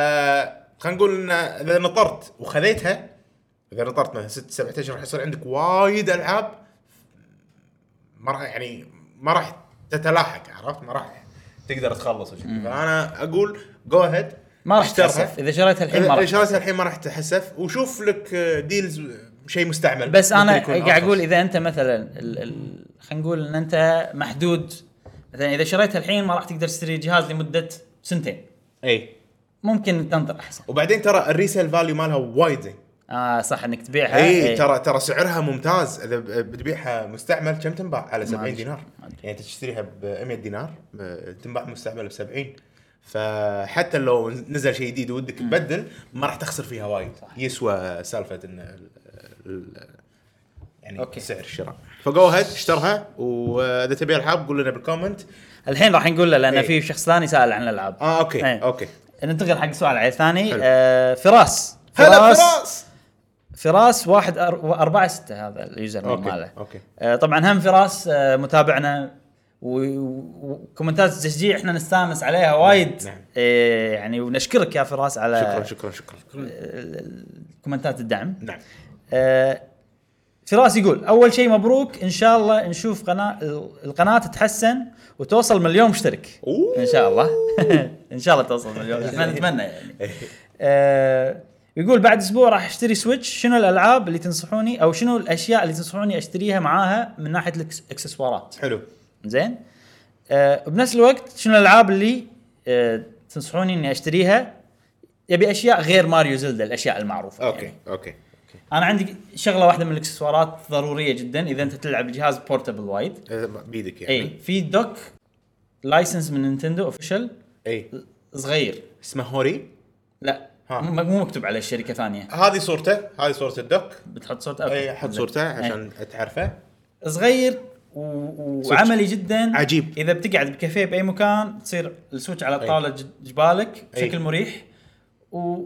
Speaker 3: خلينا نقول ان اذا نطرت وخذيتها اذا نطرت مثلا ست سبع اشهر راح يصير عندك وايد العاب ما راح يعني ما راح تتلاحق عرفت ما راح تقدر تخلص وشي. فانا اقول جو هيد
Speaker 1: ما راح تحسف اذا شريتها الحين ما راح
Speaker 3: شريتها
Speaker 1: تحسف.
Speaker 3: إيه، الحين ما راح تحسف وشوف لك ديلز شيء مستعمل
Speaker 1: بس انا
Speaker 3: ممكن يكون
Speaker 1: قاعد
Speaker 3: أرخص.
Speaker 1: اقول اذا انت مثلا ال- ال- خلينا نقول ان انت محدود مثلا اذا شريتها الحين ما راح تقدر تشتري جهاز لمده سنتين
Speaker 3: اي
Speaker 1: ممكن تنطر احسن
Speaker 3: إيه. وبعدين ترى الريسيل فاليو مالها وايد زين
Speaker 1: اه صح انك تبيعها
Speaker 3: اي
Speaker 1: إيه.
Speaker 3: ترى ترى سعرها ممتاز اذا ب- بتبيعها مستعمل كم تنباع على 70
Speaker 1: أدري.
Speaker 3: دينار
Speaker 1: ما أدري.
Speaker 3: يعني انت تشتريها ب 100 دينار ب- تنباع مستعمل ب 70 فحتى لو نزل شيء جديد ودك تبدل ما راح تخسر فيها وايد يسوى سالفه ان ال- ال- يعني
Speaker 1: أوكي.
Speaker 3: أوكي. سعر الشراء فجو هيد اشترها واذا تبي العاب قول لنا بالكومنت
Speaker 1: الحين راح نقول له لان
Speaker 3: إيه.
Speaker 1: في شخص ثاني سال عن الالعاب
Speaker 3: اه اوكي
Speaker 1: إيه.
Speaker 3: اوكي
Speaker 1: ننتقل حق سؤال على الثاني
Speaker 3: حلو.
Speaker 1: آه فراس
Speaker 3: هلا فراس
Speaker 1: فراس واحد أر- أربعة ستة هذا اليوزر نيم
Speaker 3: أوكي،
Speaker 1: ماله
Speaker 3: أوكي.
Speaker 1: آه طبعا هم فراس آه متابعنا و- و- وكومنتات التشجيع احنا نستانس عليها وايد
Speaker 3: نعم.
Speaker 1: آه يعني ونشكرك يا فراس على
Speaker 3: شكرا شكرا شكرا
Speaker 1: كومنتات الدعم
Speaker 3: نعم
Speaker 1: آه، فراس يقول اول شيء مبروك ان شاء الله نشوف قناه القناه تتحسن وتوصل مليون مشترك
Speaker 3: أوه.
Speaker 1: ان شاء الله ان شاء الله توصل مليون احنا نتمنى يعني آه، يقول بعد اسبوع راح اشتري سويتش شنو الالعاب اللي تنصحوني او شنو الاشياء اللي تنصحوني اشتريها معاها من ناحيه الاكسسوارات
Speaker 3: حلو
Speaker 1: زين آه بنفس الوقت شنو الالعاب اللي آه تنصحوني اني اشتريها يبي اشياء غير ماريو زلدا الاشياء المعروفه
Speaker 3: اوكي
Speaker 1: يعني.
Speaker 3: اوكي
Speaker 1: انا عندي شغله واحده من الاكسسوارات ضروريه جدا اذا انت تلعب جهاز بورتبل وايد
Speaker 3: آه، بيدك يعني
Speaker 1: اي في دوك لايسنس من نينتندو اوفيشال
Speaker 3: اي
Speaker 1: صغير
Speaker 3: إيه. اسمه هوري
Speaker 1: لا
Speaker 3: ها.
Speaker 1: مو مو مكتوب عليه شركه ثانيه
Speaker 3: هذه صورته هذه صورة الدوك
Speaker 1: بتحط صورته أوكي. إيه.
Speaker 3: اي إيه، حط صورته عشان تعرفه
Speaker 1: أي. صغير و...
Speaker 3: صدق.
Speaker 1: وعملي جدا
Speaker 3: عجيب.
Speaker 1: اذا بتقعد بكافيه باي مكان تصير السويتش على الطاوله ج- جبالك
Speaker 3: أي.
Speaker 1: بشكل مريح و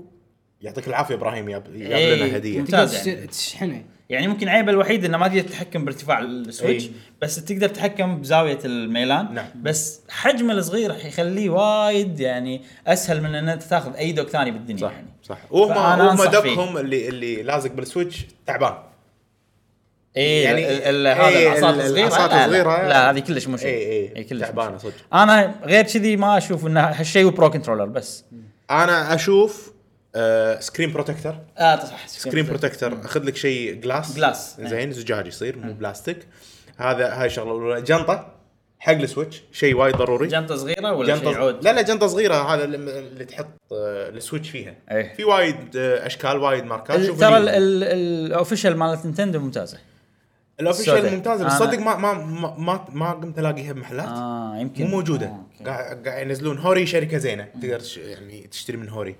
Speaker 3: يعطيك العافيه ابراهيم ياب ياب
Speaker 1: إي.
Speaker 3: لنا هديه
Speaker 1: ممتاز
Speaker 2: تقدر
Speaker 1: يعني.
Speaker 2: تشت- تشحنه
Speaker 1: يعني ممكن عيبه الوحيد انه ما تقدر تتحكم بارتفاع السويتش
Speaker 3: أي.
Speaker 1: بس تقدر تتحكم بزاويه الميلان
Speaker 3: نعم.
Speaker 1: بس حجمه الصغير راح يخليه وايد يعني اسهل من ان انت تاخذ اي دوك ثاني بالدنيا
Speaker 3: صح
Speaker 1: يعني
Speaker 3: صح وهم
Speaker 1: فأنا
Speaker 3: هم
Speaker 1: أنصح فيه.
Speaker 3: دوكهم اللي اللي لازق بالسويتش تعبان
Speaker 1: اي
Speaker 3: يعني-
Speaker 1: يعني ال- ال- هذا
Speaker 3: إي،
Speaker 1: العصات
Speaker 3: ال-
Speaker 1: الصغيره
Speaker 3: العصات
Speaker 1: لا، لا.
Speaker 3: الصغيرة.
Speaker 1: لا هذه كلش مو شيء
Speaker 3: إي، إي.
Speaker 1: كلش مو
Speaker 3: تعبانة
Speaker 1: شيء.
Speaker 3: صدق.
Speaker 1: انا غير كذي ما اشوف انه هالشيء وبرو كنترولر بس
Speaker 3: انا اشوف آه سكرين بروتكتر
Speaker 1: اه صح
Speaker 3: سكرين بروتكتر اخذ لك شيء جلاس
Speaker 1: جلاس، إيه.
Speaker 3: زين زجاج يصير مو بلاستيك هذا هاي شغله الأولى. جنطه حق السويتش شيء وايد ضروري
Speaker 1: جنطه صغيره ولا شيء عود
Speaker 3: طيب. لا لا جنطه صغيره هذا اللي اللي تحط آه، السويتش فيها
Speaker 1: إيه.
Speaker 3: في وايد آه، اشكال وايد ماركات
Speaker 1: ال-
Speaker 3: شوف
Speaker 1: ترى
Speaker 3: اليوم.
Speaker 1: الاوفيشال مالت نينتندو ممتازه
Speaker 3: الاوفيشال
Speaker 1: السوداء.
Speaker 3: ممتازه بس
Speaker 1: أنا-
Speaker 3: صدق ما ما ما ما- ما قمت الاقيها بمحلات
Speaker 1: اه يمكن
Speaker 3: مو موجوده
Speaker 1: آه، أوكي.
Speaker 3: قاعد قاعد ينزلون هوري شركه زينه تقدر تش- يعني تشتري من هوري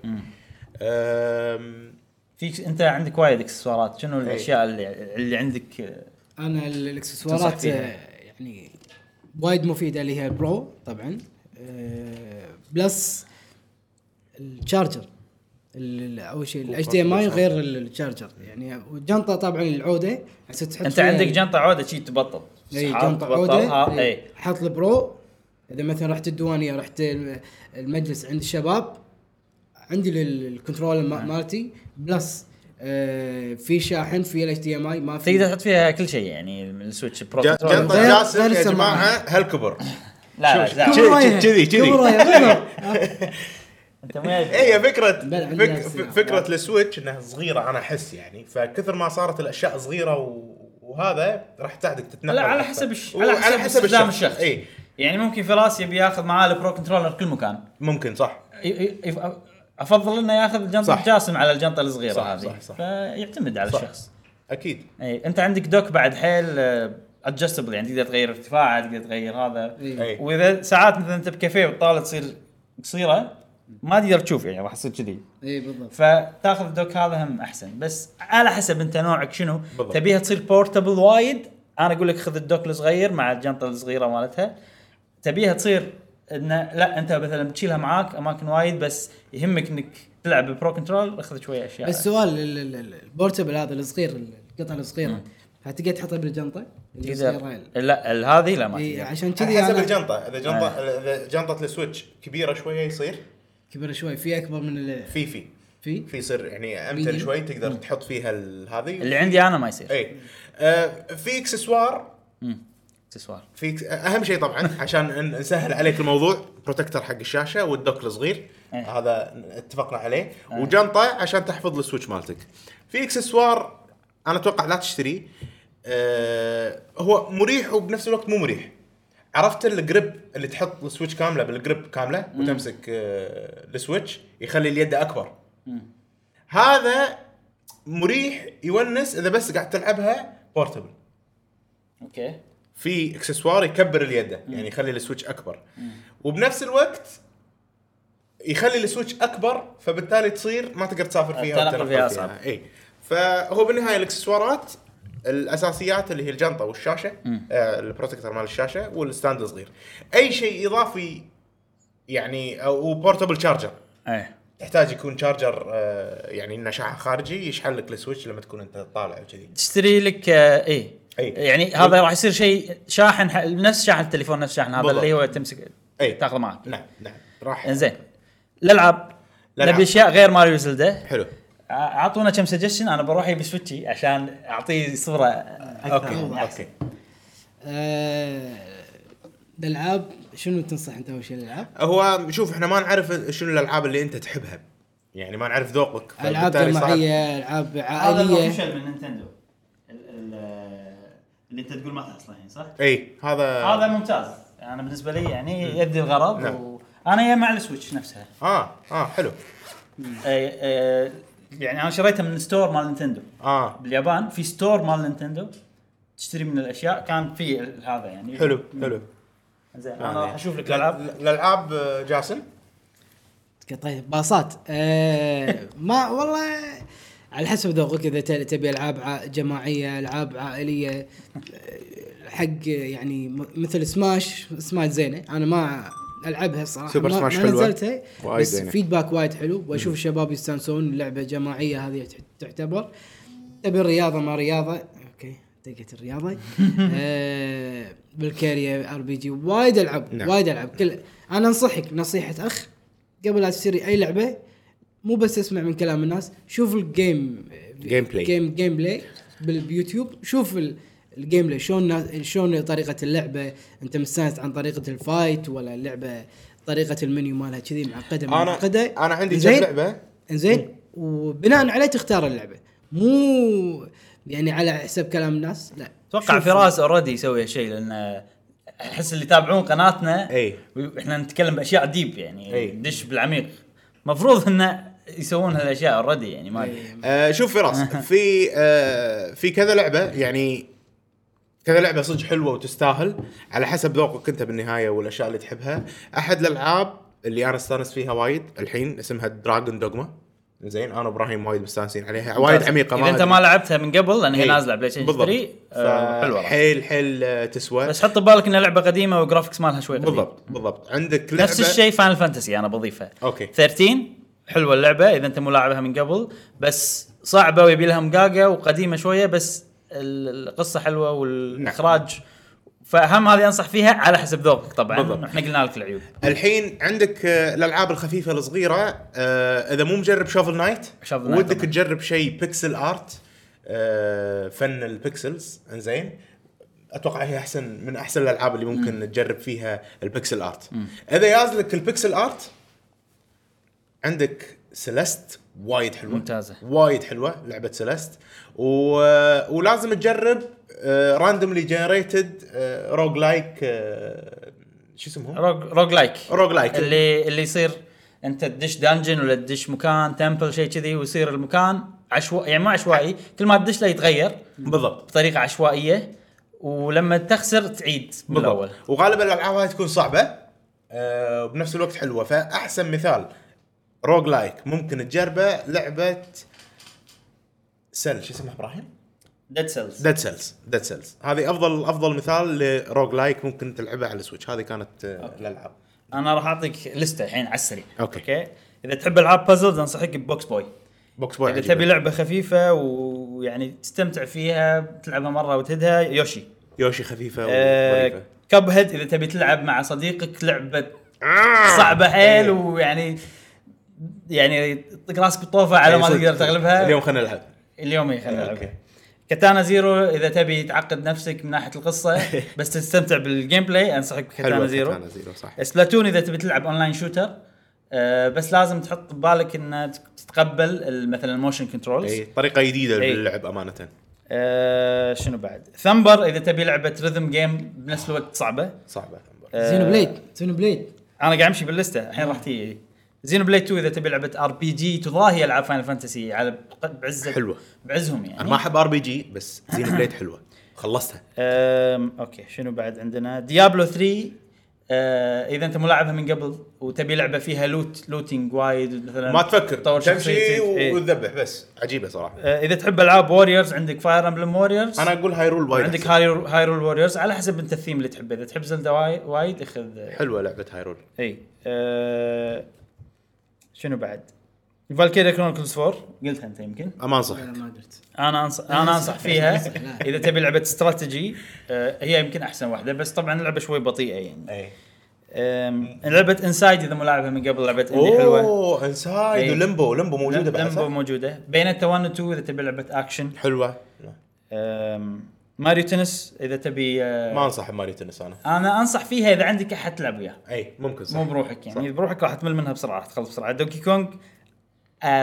Speaker 3: أم،
Speaker 1: في انت عندك وايد اكسسوارات شنو الاشياء اللي, اللي عندك آه،
Speaker 2: انا ال-
Speaker 1: تنصح
Speaker 2: الاكسسوارات
Speaker 1: فيها؟
Speaker 2: آه، يعني وايد مفيده اللي هي البرو طبعا آه، بلس الشارجر ال- ال- اول شيء الاتش دي ام اي غير ال- الشارجر يعني والجنطه طبعا العوده عشان تحط
Speaker 1: انت
Speaker 2: فيها إيه.
Speaker 1: عندك
Speaker 2: ال-
Speaker 1: جنطه عوده شي تبطل
Speaker 2: اي
Speaker 1: سحاب
Speaker 2: جنطه
Speaker 1: تبطل،
Speaker 2: عوده
Speaker 1: اه
Speaker 2: إي.
Speaker 1: اي
Speaker 2: حط البرو اذا مثلا رحت الديوانيه رحت الم- المجلس عند الشباب عندي ال- ال- الكنترول ما- مالتي بلس آه، في شاحن في الاتش دي ام اي ما في
Speaker 1: تقدر تحط فيها كل شيء يعني السويتش برو
Speaker 3: ج-
Speaker 1: كنترولر.
Speaker 3: جنطه
Speaker 2: غير-
Speaker 3: جاسم
Speaker 2: غير
Speaker 3: يا
Speaker 2: السماعة.
Speaker 3: جماعه هالكبر
Speaker 1: لا لا
Speaker 3: شوف.
Speaker 1: لا
Speaker 3: كذي-
Speaker 2: رايها.
Speaker 3: كذي- كذي.
Speaker 2: كبر رايها، بالضبط.
Speaker 1: إيه. انت ما
Speaker 3: إيه، هي فكره
Speaker 2: بلع
Speaker 3: فك
Speaker 2: الناس،
Speaker 3: ف-
Speaker 2: نعم.
Speaker 3: فكره السويتش انها صغيره انا احس يعني فكثر ما صارت الاشياء صغيره و... وهذا راح تساعدك تتنقل
Speaker 1: لا على
Speaker 3: أكثر.
Speaker 1: حسب الش...
Speaker 3: وعلى إيه،
Speaker 1: على حسب استخدام الشخص
Speaker 3: اي
Speaker 1: يعني ممكن فراس يبي ياخذ معاه البرو كنترولر كل مكان
Speaker 3: ممكن صح
Speaker 1: ي- ي- يف- افضل انه ياخذ جنطه
Speaker 3: صح.
Speaker 1: جاسم على الجنطه الصغيره
Speaker 3: صح،
Speaker 1: هذه
Speaker 3: صح، صح.
Speaker 1: فيعتمد على
Speaker 3: صح.
Speaker 1: الشخص
Speaker 3: اكيد
Speaker 1: اي انت عندك دوك بعد حيل ادجستبل يعني تقدر تغير ارتفاعه تقدر تغير هذا
Speaker 2: إي.
Speaker 3: اي
Speaker 1: واذا ساعات مثلا انت بكافيه والطاوله تصير قصيره ما تقدر تشوف يعني راح تصير كذي
Speaker 2: اي إيه، بالضبط
Speaker 1: فتاخذ الدوك هذا هم احسن بس على حسب انت نوعك شنو
Speaker 3: بالضبط.
Speaker 1: تبيها تصير بورتبل وايد انا اقول لك خذ الدوك الصغير مع الجنطه الصغيره مالتها تبيها تصير انه لا انت مثلا بتشيلها معاك اماكن وايد بس يهمك انك تلعب بالبرو كنترول اخذ شويه اشياء
Speaker 2: السؤال ال- ال- ال- البورتبل هذا الصغير القطعه الصغيره هتقدر تحطها بالجنطه؟
Speaker 1: تقدر
Speaker 2: الصغيرة.
Speaker 1: لا ال- هذه لا ما
Speaker 2: إي،
Speaker 1: تقدر
Speaker 2: عشان
Speaker 3: على
Speaker 2: كذي
Speaker 3: حسب
Speaker 2: انا
Speaker 3: الجنطه اذا
Speaker 1: آه.
Speaker 3: جنطه اذا جنطه السويتش كبيره شويه يصير
Speaker 2: كبر شوي في اكبر من ال-
Speaker 3: في في
Speaker 2: في
Speaker 3: في يصير يعني امتن
Speaker 2: بيجي.
Speaker 3: شوي تقدر تحط فيها ال- هذه
Speaker 1: اللي عندي انا ما يصير
Speaker 3: اي آه، في اكسسوار
Speaker 1: اكسسوار
Speaker 3: في إكس- اهم شيء طبعا عشان ن- نسهل عليك الموضوع بروتكتر حق الشاشه والدوك الصغير
Speaker 1: إيه.
Speaker 3: هذا اتفقنا عليه وجنطه عشان تحفظ السويتش مالتك في اكسسوار انا اتوقع لا تشتري أه هو مريح وبنفس الوقت مو مريح عرفت الجريب اللي تحط السويتش كامله بالجريب كامله وتمسك أه السويتش يخلي اليد اكبر هذا مريح يونس اذا بس قاعد تلعبها بورتبل
Speaker 1: اوكي
Speaker 3: في اكسسوار يكبر اليد يعني يخلي السويتش اكبر وبنفس الوقت يخلي السويتش اكبر فبالتالي تصير ما تقدر تسافر فيها
Speaker 1: التنقل
Speaker 3: والتنقل
Speaker 1: فيها أصعب.
Speaker 3: اي فهو بالنهايه الاكسسوارات الاساسيات اللي هي الجنطه والشاشه آه البروتكتور مال الشاشه والستاند الصغير اي شيء اضافي يعني او وبورتبل شارجر
Speaker 1: ايه
Speaker 3: تحتاج يكون شارجر آه يعني انه شحن خارجي يشحن لك السويتش لما تكون انت طالع وكذي
Speaker 1: تشتري لك آه، ايه
Speaker 3: أي.
Speaker 1: يعني هذا راح يصير شيء شاحن ح- نفس شاحن التليفون نفس شاحن هذا
Speaker 3: بالضبط.
Speaker 1: اللي هو تمسك
Speaker 3: أي.
Speaker 1: تاخذه معك
Speaker 3: نعم نعم راح
Speaker 1: انزين الالعاب
Speaker 3: الألعاب.
Speaker 1: نبي اشياء غير ماريو زلدا
Speaker 3: حلو
Speaker 1: اعطونا كم سجشن انا بروح ابي سويتشي عشان اعطيه صوره
Speaker 3: اوكي
Speaker 1: يعني أحسن.
Speaker 3: اوكي
Speaker 2: آه، الالعاب شنو تنصح انت اول شيء الالعاب؟
Speaker 3: هو شوف احنا ما نعرف شنو الالعاب اللي انت تحبها يعني ما نعرف ذوقك
Speaker 2: العاب
Speaker 3: فبالتالي صعب.
Speaker 2: جماعيه العاب
Speaker 1: هذا
Speaker 2: عائليه
Speaker 1: الاوفيشال من نينتندو ال- ال- اللي انت تقول ما تحصله الحين صح؟
Speaker 3: اي هذا
Speaker 1: هذا ممتاز انا بالنسبه لي يعني يدي الغرض
Speaker 3: نعم.
Speaker 1: و... انا يا مع السويتش نفسها
Speaker 3: اه اه حلو
Speaker 1: أي أي يعني انا شريتها من ستور مال نينتندو
Speaker 3: اه
Speaker 1: باليابان في ستور مال نينتندو تشتري من الاشياء كان في هذا يعني
Speaker 3: حلو حلو
Speaker 1: زين انا راح اشوف لك العاب
Speaker 3: ال- الالعاب آه، جاسم
Speaker 2: طيب باصات آه ما والله على حسب ذوقك اذا ت- تبي العاب ع- جماعيه العاب عائليه آه، حق يعني م- مثل سماش سماش زينه انا ما العبها الصراحه
Speaker 3: سوبر
Speaker 2: ما-
Speaker 3: سماش
Speaker 2: ما
Speaker 3: حلوة.
Speaker 2: نزلتها
Speaker 3: وايد
Speaker 2: بس
Speaker 3: زينة.
Speaker 2: فيدباك وايد حلو واشوف الشباب يستانسون لعبه جماعيه هذه تح- تعتبر تبي الرياضه ما رياضه اوكي دقت الرياضه آه بالكارير ار بي جي وايد العب
Speaker 3: نعم.
Speaker 2: وايد العب كل انا انصحك نصيحه اخ قبل لا تشتري اي لعبه مو بس اسمع من كلام الناس شوف الجيم
Speaker 3: Game play.
Speaker 2: جيم جيم بلاي بال- باليوتيوب شوف ال- الجيم بلاي شلون نا- شلون طريقه اللعبه انت مستانس عن طريقه الفايت ولا اللعبه طريقه المنيو مالها كذي معقده
Speaker 3: انا
Speaker 2: معقده
Speaker 3: انا عندي كم
Speaker 2: زين؟
Speaker 3: لعبه
Speaker 2: انزين وبناء عليه تختار اللعبه مو يعني على حسب كلام الناس لا
Speaker 1: اتوقع
Speaker 2: شوف-
Speaker 1: فراس اوريدي يسوي هالشيء لان احس اللي يتابعون قناتنا
Speaker 3: اي.
Speaker 1: احنا نتكلم باشياء ديب يعني
Speaker 3: اي.
Speaker 1: ندش بالعميق المفروض انه يسوون هالاشياء اوريدي يعني ما ادري
Speaker 3: آه شوف فراس في آه في كذا لعبه يعني كذا لعبه صدق حلوه وتستاهل على حسب ذوقك انت بالنهايه والاشياء اللي تحبها احد الالعاب اللي انا استانس فيها وايد الحين اسمها دراجون دوغما زين انا وابراهيم وايد مستانسين عليها وايد عميقه
Speaker 1: اذا انت
Speaker 3: أدري.
Speaker 1: ما لعبتها من قبل لان هي
Speaker 3: إي.
Speaker 1: نازله على بلاي ستيشن
Speaker 3: إيه. بالضبط
Speaker 1: 3 آه،
Speaker 3: ف-
Speaker 1: حلوه راح.
Speaker 3: حيل حيل آه، تسوى
Speaker 1: بس حط ببالك انها لعبه قديمه والجرافكس مالها شوي قديم.
Speaker 3: بالضبط بالضبط عندك لعبه
Speaker 1: نفس الشيء فاينل فانتسي انا بضيفها
Speaker 3: أوكي.
Speaker 1: 13 حلوه اللعبه اذا انت مو لاعبها من قبل بس صعبه ويبي لها مقاقه وقديمه شويه بس ال- القصه حلوه والاخراج
Speaker 3: نعم.
Speaker 1: فاهم هذه انصح فيها على حسب ذوقك طبعا
Speaker 3: بالضبط.
Speaker 1: احنا قلنا لك العيوب
Speaker 3: الحين عندك آه، الالعاب الخفيفه الصغيره آه، اذا مو مجرب شوفل نايت
Speaker 1: Shovel Knight
Speaker 3: ودك
Speaker 1: طبعاً.
Speaker 3: تجرب شيء بيكسل ارت فن البيكسلز انزين اتوقع هي احسن من احسن الالعاب اللي ممكن تجرب فيها البيكسل ارت اذا يازلك البيكسل ارت عندك سيلست وايد حلوه
Speaker 1: ممتازة.
Speaker 3: وايد حلوه لعبه سيلست و... آه، ولازم تجرب آه، راندوملي جنريتد روج لايك آه، شو اسمه؟
Speaker 1: روج روج لايك
Speaker 3: روج لايك.
Speaker 1: اللي اللي يصير انت تدش دانجن ولا تدش مكان تمبل شيء كذي ويصير المكان عشوائي يعني ما عشوائي كل ما تدش له يتغير
Speaker 3: بالضبط
Speaker 1: بطريقه عشوائيه ولما تخسر تعيد من الاول
Speaker 3: بالضبط وغالبا الالعاب هاي تكون صعبه آه، وبنفس الوقت حلوه فاحسن مثال روج لايك ممكن تجربه لعبه سيل شو اسمها ابراهيم؟
Speaker 1: ديد سيلز
Speaker 3: ديد سيلز ديد سيلز هذه افضل افضل مثال لروج لايك ممكن تلعبها على السويتش هذه كانت آه، الالعاب
Speaker 1: انا راح اعطيك لسته الحين على السريع
Speaker 3: أوكي.
Speaker 1: اوكي اذا تحب العاب بازلز انصحك ببوكس بوي
Speaker 3: بوكس بوي
Speaker 1: اذا
Speaker 3: عجيبة.
Speaker 1: تبي لعبه خفيفه و- ويعني تستمتع فيها تلعبها مره وتهدها يوشي
Speaker 3: يوشي خفيفه
Speaker 1: آه
Speaker 3: وظريفه
Speaker 1: كب هيد اذا تبي تلعب مع صديقك لعبه
Speaker 3: آه.
Speaker 1: صعبه حيل
Speaker 3: إيه.
Speaker 1: ويعني يعني يطق راسك بالطوفه على ما
Speaker 3: إيه، يعني صدق.
Speaker 1: تقدر تغلبها
Speaker 3: اليوم خلينا نلعب
Speaker 1: اليوم إيه، خلينا
Speaker 3: أوكي.
Speaker 1: نلعبها كاتانا زيرو اذا تبي تعقد نفسك من ناحيه القصه بس تستمتع بالجيم بلاي انصحك بكاتانا
Speaker 3: حلوه
Speaker 1: زيرو
Speaker 3: كاتانا زيرو صح
Speaker 1: سبلاتون اذا تبي تلعب اونلاين شوتر آه، بس لازم تحط ببالك ان تك- تتقبل ال- مثلا الموشن كنترولز
Speaker 3: اي طريقه جديده
Speaker 1: إيه.
Speaker 3: للعب امانه
Speaker 1: آه، شنو بعد ثمبر اذا تبي لعبه ريذم جيم بنفس الوقت صعبه
Speaker 3: صعبه
Speaker 1: آه،
Speaker 2: زينو بليد زينو بليد
Speaker 1: انا قاعد امشي باللسته الحين راح تيجي زينو بليد 2 اذا تبي لعبه ار بي جي تضاهي العاب فاينل فانتسي على بعزه
Speaker 3: حلوة.
Speaker 1: بعزهم يعني
Speaker 3: انا ما احب ار بي جي بس زين بليد حلوه خلصتها
Speaker 1: أم، اوكي شنو بعد عندنا ديابلو 3 أه اذا انت ملاعبها من قبل وتبي لعبه فيها لوت لوتينج وايد مثلا
Speaker 3: ما تفكر
Speaker 1: تطور
Speaker 3: تمشي
Speaker 1: شخصيتك. إيه.
Speaker 3: وتذبح بس عجيبه صراحه
Speaker 1: آه، اذا تحب العاب ووريرز عندك فاير امبلم ووريرز
Speaker 3: انا اقول هايرول وايد
Speaker 1: عندك
Speaker 3: عندك
Speaker 1: هايرول هايرول ووريرز على حسب انت الثيم اللي تحبه اذا تحب زلدا واي- وايد اخذ آه،
Speaker 3: حلوه لعبه هايرول
Speaker 1: اي أه شنو بعد؟ فالكيريا كرونيكلز 4 قلتها انت يمكن
Speaker 3: اما انصح
Speaker 2: لا ما قلت
Speaker 1: انا انصح انا انصح فيها اذا تبي لعبه استراتيجي آه، هي يمكن احسن واحده بس طبعا اللعبه شوي بطيئه يعني
Speaker 3: اي
Speaker 1: أم، لعبه انسايد اذا مو لاعبها من قبل لعبه اندي حلوه
Speaker 3: اوه انسايد
Speaker 1: إيه.
Speaker 3: ولمبو لمبو موجوده بعد
Speaker 1: لمبو
Speaker 3: صح؟
Speaker 1: موجوده بينتا 1 و 2 اذا تبي لعبه اكشن
Speaker 3: حلوه
Speaker 1: أم، ماريو تنس اذا تبي أه،
Speaker 3: ما انصح بماريو تنس انا
Speaker 1: انا انصح فيها اذا عندك احد تلعب وياه
Speaker 3: اي ممكن صح
Speaker 1: مو بروحك يعني إذا بروحك راح تمل منها بسرعه راح تخلص بسرعه دوكي آه، كونج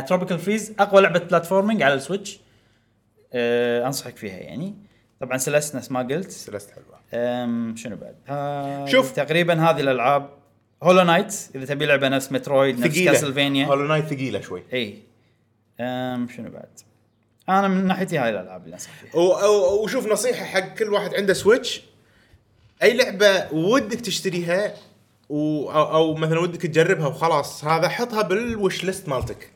Speaker 1: تروبيكال فريز اقوى لعبه بلاتفورمينج على السويتش أه، انصحك آه، فيها يعني طبعا سلست نفس ما قلت
Speaker 3: سلست حلوه
Speaker 1: أم شنو بعد؟ هاي
Speaker 3: شوف.
Speaker 1: تقريبا هذه الالعاب هولو نايت اذا تبي لعبه نفس مترويد نفس
Speaker 3: ثقيله
Speaker 1: كاسلفينيا
Speaker 3: هولو نايت ثقيله شوي
Speaker 1: اي أم شنو بعد؟ انا من ناحيتي هاي الالعاب اللي انصح فيها
Speaker 3: و- و- وشوف نصيحه حق كل واحد عنده سويتش اي لعبه ودك تشتريها و او, أو مثلا ودك تجربها وخلاص هذا حطها بالوش ليست مالتك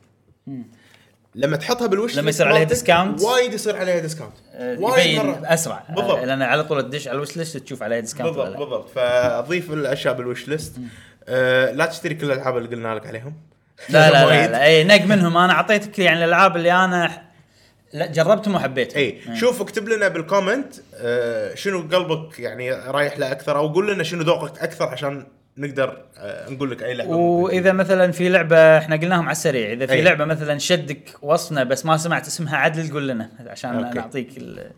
Speaker 3: لما تحطها بالوش
Speaker 1: لما
Speaker 3: ليست
Speaker 1: يصير عليها
Speaker 3: مالتك،
Speaker 1: discount.
Speaker 3: وايد يصير عليها ديسكاونت
Speaker 1: أه،
Speaker 3: وايد
Speaker 1: يبين
Speaker 3: مره
Speaker 1: اسرع أه،
Speaker 3: بالضبط.
Speaker 1: لان على طول تدش على الوش ليست تشوف عليها ديسكاونت ولا
Speaker 3: بالضبط
Speaker 1: لا.
Speaker 3: بالضبط فاضيف الاشياء بالوش ليست آه لا تشتري كل الالعاب اللي قلنا لك عليهم
Speaker 1: لا لا لا,
Speaker 3: وايد.
Speaker 1: لا اي نق منهم انا اعطيتك يعني الالعاب اللي انا ح- لا جربتهم وحبيتهم إيه.
Speaker 3: اي إيه، شوف اكتب لنا بالكومنت آه شنو قلبك يعني رايح له اكثر او قول لنا شنو ذوقك اكثر عشان نقدر آه نقول لك اي لعبه ممكن.
Speaker 1: واذا مثلا في لعبه احنا قلناهم على السريع اذا في
Speaker 3: أي.
Speaker 1: لعبه مثلا شدك وصفنا بس ما سمعت اسمها عدل قول لنا عشان
Speaker 3: أوكي.
Speaker 1: نعطيك ال...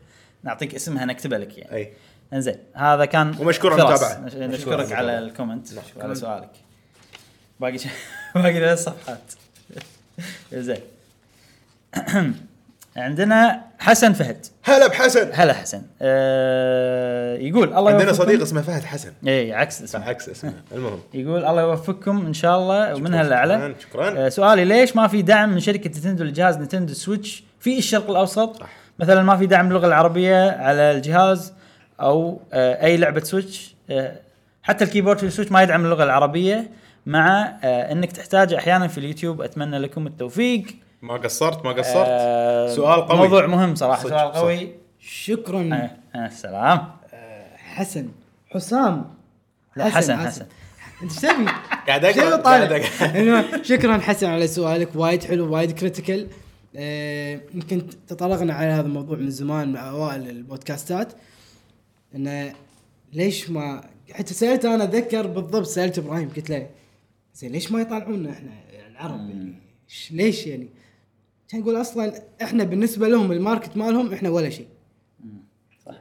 Speaker 1: نعطيك اسمها نكتبها لك يعني
Speaker 3: اي
Speaker 1: انزين هذا كان
Speaker 3: ومشكور على
Speaker 1: فراس.
Speaker 3: المتابعة.
Speaker 1: نش-
Speaker 3: مشكور على
Speaker 1: نشكرك
Speaker 3: المتابعة.
Speaker 1: على الكومنت على سؤالك باقي ش... باقي ثلاث صفحات زين عندنا حسن فهد
Speaker 3: هلا بحسن
Speaker 1: هلا حسن آه يقول الله
Speaker 3: عندنا
Speaker 1: يوفقكم.
Speaker 3: صديق اسمه فهد حسن
Speaker 1: اي عكس اسمه
Speaker 3: عكس اسمه المهم
Speaker 1: يقول الله يوفقكم ان شاء الله ومنها الاعلى
Speaker 3: شكراً، شكراً.
Speaker 1: آه، سؤالي ليش ما في دعم من شركه نتندو لجهاز نتندو سويتش في الشرق الاوسط
Speaker 3: صح.
Speaker 1: مثلا ما في دعم اللغه العربيه على الجهاز او آه، اي لعبه سويتش آه، حتى الكيبورد في السويتش ما يدعم اللغه العربيه مع آه، انك تحتاج احيانا في اليوتيوب اتمنى لكم التوفيق
Speaker 3: ما قصرت ما قصرت
Speaker 1: آه،
Speaker 3: سؤال قوي.
Speaker 1: موضوع مهم صراحه
Speaker 3: صدق،
Speaker 1: سؤال
Speaker 3: صح.
Speaker 1: قوي
Speaker 2: شكرا
Speaker 1: آه، آه، السلام
Speaker 2: حسن حسام
Speaker 1: لا، حسن،
Speaker 2: انت ايش تبي؟
Speaker 3: قاعد أقرأ،
Speaker 2: شنو
Speaker 3: قاعد
Speaker 2: طالع؟
Speaker 3: أقرأ.
Speaker 2: المهم، شكرا حسن على سؤالك وايد حلو وايد كريتيكال آه، يمكن تطرقنا على هذا الموضوع من زمان مع اوائل البودكاستات انه ليش ما حتى سالت انا اتذكر بالضبط سالت ابراهيم قلت له زين ليش ما يطالعونا احنا العرب يعني ش- ليش يعني؟ كان يقول اصلا احنا بالنسبه لهم الماركت مالهم احنا ولا شيء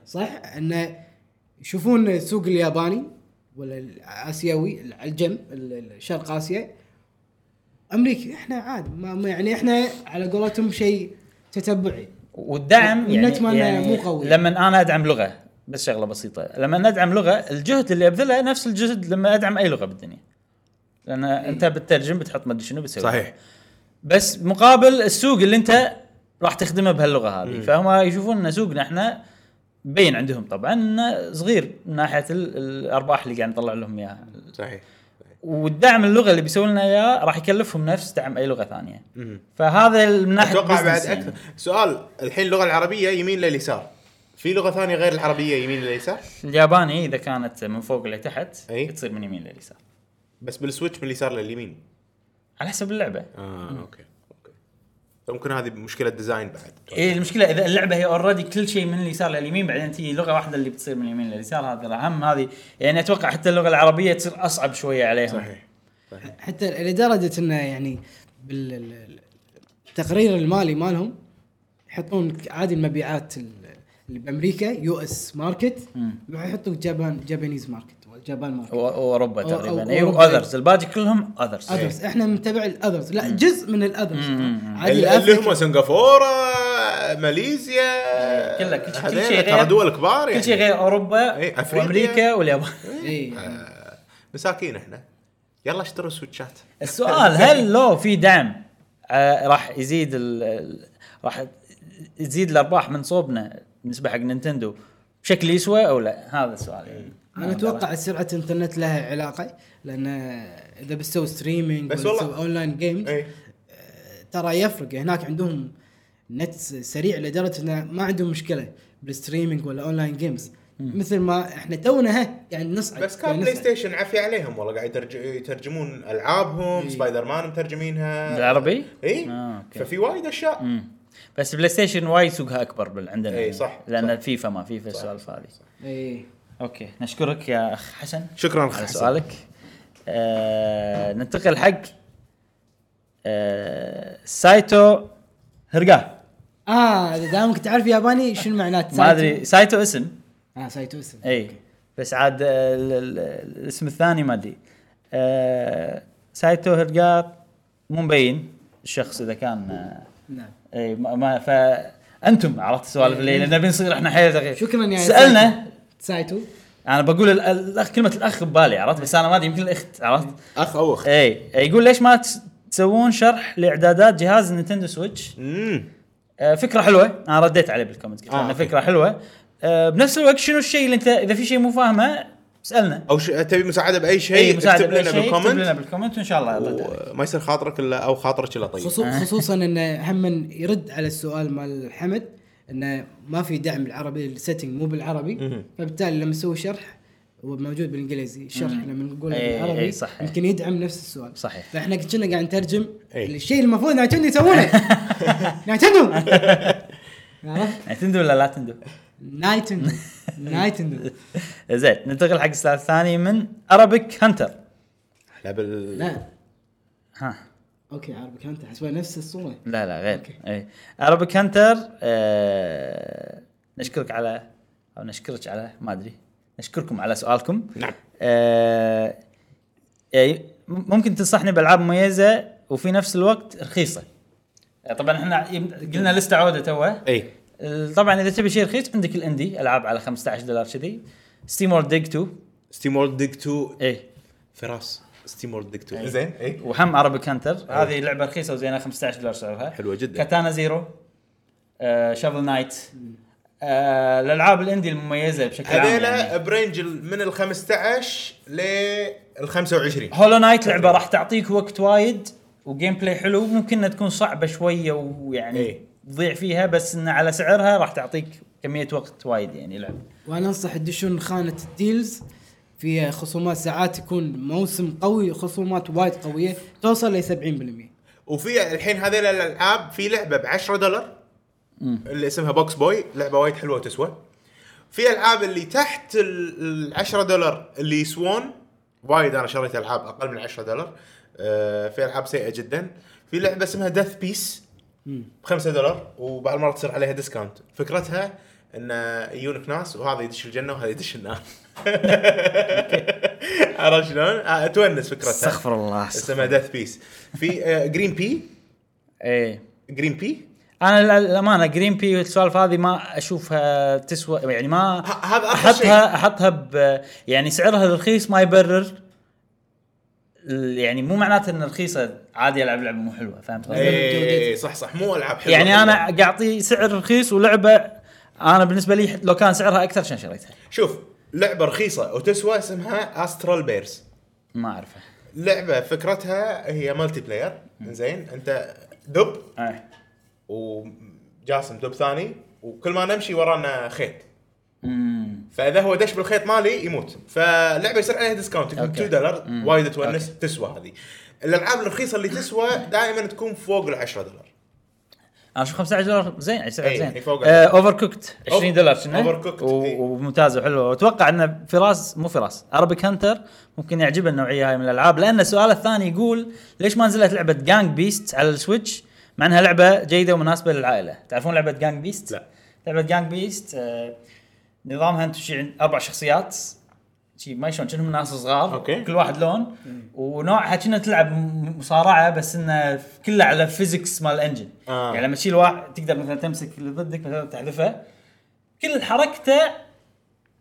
Speaker 2: صح انه يشوفون السوق الياباني ولا الاسيوي على الجنب ال- ال- شرق اسيا امريكا احنا عادي ما ما- يعني احنا على قولتهم شيء تتبعي
Speaker 1: والدعم
Speaker 2: والنت
Speaker 1: يعني,
Speaker 2: مالنا
Speaker 1: يعني
Speaker 2: مو قوي.
Speaker 1: لما انا ادعم لغه بس شغله بسيطه لما ادعم لغه الجهد اللي ابذله نفس الجهد لما ادعم اي لغه بالدنيا لان انت بتترجم بتحط مدري شنو بتسوي
Speaker 3: صحيح
Speaker 1: بس مقابل السوق اللي انت راح تخدمه بهاللغه هذه فهم يشوفون ان سوقنا احنا بين عندهم طبعا انه صغير من ناحيه ال- الارباح اللي قاعد نطلع لهم اياها
Speaker 3: صحيح
Speaker 1: والدعم اللغه اللي بيسوون لنا اياه راح يكلفهم نفس دعم اي لغه ثانيه
Speaker 3: مم.
Speaker 1: فهذا من ناحيه
Speaker 3: اتوقع بعد
Speaker 1: business
Speaker 3: اكثر
Speaker 1: يعني.
Speaker 3: يعني. سؤال الحين اللغه العربيه يمين لليسار في لغه ثانيه غير العربيه يمين لليسار
Speaker 1: الياباني اذا كانت من فوق لتحت
Speaker 3: أي.
Speaker 1: تصير من يمين لليسار
Speaker 3: بس بالسويتش من اليسار لليمين
Speaker 1: على حسب اللعبه
Speaker 3: اه اوكي اوكي فممكن طيب، هذه مشكله ديزاين بعد طيب.
Speaker 1: اي المشكله اذا اللعبه هي اوريدي كل شيء من اليسار لليمين بعدين تجي لغه واحده اللي بتصير من اليمين لليسار هذا الاهم هذه يعني اتوقع حتى اللغه العربيه تصير اصعب شويه عليهم
Speaker 3: صحيح
Speaker 2: حتى لدرجه انه يعني بالتقرير المالي مالهم يحطون عادي المبيعات ال- اللي بامريكا يو اس ماركت ما يحطوا جابان جابانيز ماركت ولا جابان ماركت
Speaker 1: و- واوروبا
Speaker 2: أو- أو-
Speaker 1: تقريبا
Speaker 2: أوروبا.
Speaker 1: اي واذرز الباقي أيوه، كلهم اذرز
Speaker 2: اذرز احنا نتبع الاذرز لا جزء من الاذرز عادي
Speaker 3: اللي, اللي
Speaker 2: الأفريقي-
Speaker 3: هم سنغافوره ماليزيا
Speaker 1: كله كل- كل
Speaker 3: هذيلا
Speaker 1: شيء غير-
Speaker 3: ترى دول كبار يعني
Speaker 1: كل شيء غير اوروبا
Speaker 3: إي، أفريقيا.
Speaker 1: وامريكا واليابان
Speaker 2: إي.
Speaker 3: آه، مساكين احنا يلا اشتروا سويتشات
Speaker 1: السؤال هل لو في دعم آه، راح يزيد ال- ال- راح تزيد الارباح من صوبنا بالنسبه حق نينتندو بشكل يسوى او لا؟ هذا السؤال يعني.
Speaker 2: انا اتوقع سرعه الانترنت لها علاقه لان اذا بتسوي ستريمينج
Speaker 3: بس
Speaker 2: ولا
Speaker 3: والله- إيه.
Speaker 2: بتسوي اونلاين جيمز
Speaker 3: اي
Speaker 2: ترى يفرق هناك عندهم نت سريع لدرجه انه ما عندهم مشكله بالستريمينج ولا اونلاين جيمز مثل ما احنا تونا ها يعني نصعد
Speaker 3: بس
Speaker 2: يعني
Speaker 3: كان بلاي
Speaker 2: نصعد.
Speaker 3: ستيشن عافيه عليهم والله قاعد يترج- يترجمون العابهم سبايدر مان مترجمينها
Speaker 1: بالعربي؟
Speaker 3: اي
Speaker 1: إيه. آه، أوكي.
Speaker 3: ففي وايد اشياء
Speaker 1: مم. بس بلاي ستيشن وايد سوقها اكبر بال- عندنا
Speaker 3: إي،
Speaker 1: يعني.
Speaker 3: إيه، صح،
Speaker 1: لان
Speaker 3: صح.
Speaker 1: الفيفا ما فيفا السوالف هذه
Speaker 2: اي
Speaker 1: اوكي نشكرك يا اخ حسن
Speaker 3: شكرا
Speaker 1: على
Speaker 3: حسن.
Speaker 1: سؤالك آه ننتقل حق آه سايتو هرقا
Speaker 2: اه إذا دامك تعرف ياباني شنو معناته
Speaker 1: ما
Speaker 2: سايتو؟
Speaker 1: ادري سايتو اسم
Speaker 2: اه سايتو اسم
Speaker 1: اي بس عاد آه، ال- ال- الاسم الثاني ما ادري آه، سايتو هرقات مو مبين الشخص اذا كان آه،
Speaker 2: نعم
Speaker 1: اي ما ما- ف انتم عرفت السوالف اللي لان نبي نصير احنا حيل دقيق
Speaker 2: شكرا يا
Speaker 1: سالنا
Speaker 2: سايتو
Speaker 1: انا بقول ال- الاخ كلمه الاخ ببالي عرفت بس انا ما ادري يمكن الاخت عرفت
Speaker 3: اخ او اخ
Speaker 1: اي يقول ليش ما تس- تسوون شرح لاعدادات جهاز نينتندو سويتش
Speaker 3: امم
Speaker 1: آه، فكره حلوه انا رديت عليه بالكومنت قلت
Speaker 3: آه،
Speaker 1: آه
Speaker 3: أوكي.
Speaker 1: فكره حلوه آه بنفس الوقت شنو الشيء اللي انت اذا في شيء مو فاهمه اسالنا
Speaker 3: او ش... تبي مساعده باي
Speaker 1: اي
Speaker 3: شيء
Speaker 1: مساعده
Speaker 3: اكتب
Speaker 1: إيه، بأي
Speaker 3: لنا
Speaker 1: شيء، اكتب لنا
Speaker 3: بالكومنت
Speaker 1: بالكومنت وان شاء الله الله يرد عليك.
Speaker 3: وما يصير خاطرك الا او خاطرك الا طيب
Speaker 2: خصوص خصوصا انه هم يرد على السؤال مال حمد انه ما في دعم بالعربي السيتنج مو بالعربي
Speaker 3: مهم.
Speaker 2: فبالتالي لما نسوي شرح وموجود بالانجليزي الشرح
Speaker 1: مهم.
Speaker 2: لما نقوله
Speaker 1: أي- أي
Speaker 2: بالعربي
Speaker 1: صح.
Speaker 2: يمكن يدعم نفس السؤال
Speaker 1: صحيح
Speaker 2: فاحنا كنا قاعد نترجم
Speaker 3: أي.
Speaker 2: الشيء المفروض نعتندو يسوونه نعتندو عرفت؟
Speaker 1: تندو يعني ولا لا تندو؟
Speaker 2: نايتندو نايتندو
Speaker 1: زين ننتقل حق السؤال الثاني من ارابيك هانتر
Speaker 3: لا بال
Speaker 2: لا
Speaker 1: ها
Speaker 2: اوكي عربي انت حسبها نفس الصوره
Speaker 1: لا لا غير
Speaker 2: أوكي.
Speaker 1: اي ارابيك هانتر آه نشكرك على او نشكرك على ما ادري نشكركم على سؤالكم
Speaker 3: نعم.
Speaker 1: آه أي، ممكن تنصحني بالعاب مميزه وفي نفس الوقت رخيصه طبعا احنا يم- قلنا لسته عوده توه
Speaker 3: اي
Speaker 1: طبعا اذا تبي شيء رخيص عندك الاندي العاب على 15 دولار كذي ستيم وورد ديج 2
Speaker 3: ستيم وورد ديك 2
Speaker 1: اي
Speaker 3: فراس ستيم وورد ديك 2 زين اي
Speaker 1: إيه. وهم ارابيك هانتر هذه لعبه رخيصه وزينه 15 دولار سعرها
Speaker 3: حلوة جداً.
Speaker 1: كاتانا زيرو آه شافل نايت آه الالعاب الاندي المميزه بشكل عام
Speaker 3: هذيلا
Speaker 1: يعني.
Speaker 3: برينج ال- من ال 15 لل 25
Speaker 1: هولو نايت لعبه راح تعطيك وقت وايد وجيم بلاي حلو ممكن انها تكون صعبه شويه ويعني
Speaker 3: إيه.
Speaker 1: تضيع فيها بس ان على سعرها راح تعطيك كميه وقت وايد يعني لعب
Speaker 2: وانا انصح تدشون خانه الديلز في خصومات ساعات يكون موسم قوي خصومات وايد قويه توصل ل 70%
Speaker 3: وفي الحين هذيلا الالعاب في لعبه ب 10 دولار اللي اسمها بوكس بوي لعبه وايد حلوه وتسوى في العاب اللي تحت ال 10 دولار اللي يسوون وايد انا شريت العاب اقل من 10 دولار آه، في العاب سيئه جدا في لعبه اسمها ديث بيس ب 5 دولار وبعض المرات تصير عليها ديسكاونت فكرتها ان يجونك ناس وهذا يدش الجنه وهذا يدش النار عرفت شلون؟ آه، تونس فكرتها
Speaker 1: استغفر الله
Speaker 3: اسمها ديث بيس في آه، جرين بي إيه.
Speaker 1: ايه
Speaker 3: جرين بي
Speaker 1: انا للامانه جرين بي والسوالف هذه ما اشوفها تسوى يعني ما
Speaker 3: ه- هذا أرخص
Speaker 1: احطها احطها ب يعني سعرها الرخيص ما يبرر ال- يعني مو معناته ان رخيصه عادي العب لعبه مو حلوه فهمت
Speaker 3: إيه،
Speaker 1: قصدي؟
Speaker 3: اي صح صح مو العاب حلوه
Speaker 1: يعني انا قاعد اعطي سعر رخيص ولعبه انا بالنسبه لي حت- لو كان سعرها اكثر كان شريتها
Speaker 3: شوف لعبه رخيصه وتسوى اسمها استرال بيرز
Speaker 1: ما اعرفها
Speaker 3: لعبه فكرتها هي مالتي بلاير زين انت دب
Speaker 1: آه.
Speaker 3: وجاسم دب ثاني وكل ما نمشي ورانا خيط
Speaker 1: أمم.
Speaker 3: فاذا هو دش بالخيط مالي يموت فلعبه يصير عليها ديسكاونت يكون
Speaker 1: أوكي.
Speaker 3: 2 دولار
Speaker 1: مم.
Speaker 3: وايد تونس تسوى هذه الالعاب الرخيصه اللي تسوى دائما تكون فوق ال 10 دولار
Speaker 1: انا اشوف 15 دولار زين يعني سعر
Speaker 3: إي،
Speaker 1: زين
Speaker 3: إي، إيه، فوق
Speaker 1: اوفر كوكت 20
Speaker 3: أوف-
Speaker 1: دولار كنا
Speaker 3: Overcooked، إيه. إي.
Speaker 1: وممتازه وحلوه واتوقع ان فراس مو فراس اربك هانتر ممكن يعجبه النوعيه هاي من الالعاب لان السؤال الثاني يقول ليش ما نزلت لعبه جانج بيست على السويتش مع انها لعبه جيده ومناسبه للعائله تعرفون لعبه جانج بيست
Speaker 3: لا.
Speaker 1: لعبه جانج بيست آه، نظامها انتم شي عند- اربع شخصيات شي ما شلون كأنهم ناس صغار
Speaker 3: أوكي.
Speaker 1: كل واحد لون ونوعها كنا تلعب م- مصارعه بس انه كله على فيزكس مال الانجن
Speaker 3: آه.
Speaker 1: يعني لما تشيل واحد تقدر مثلا تمسك اللي ضدك مثلا تحذفه كل حركته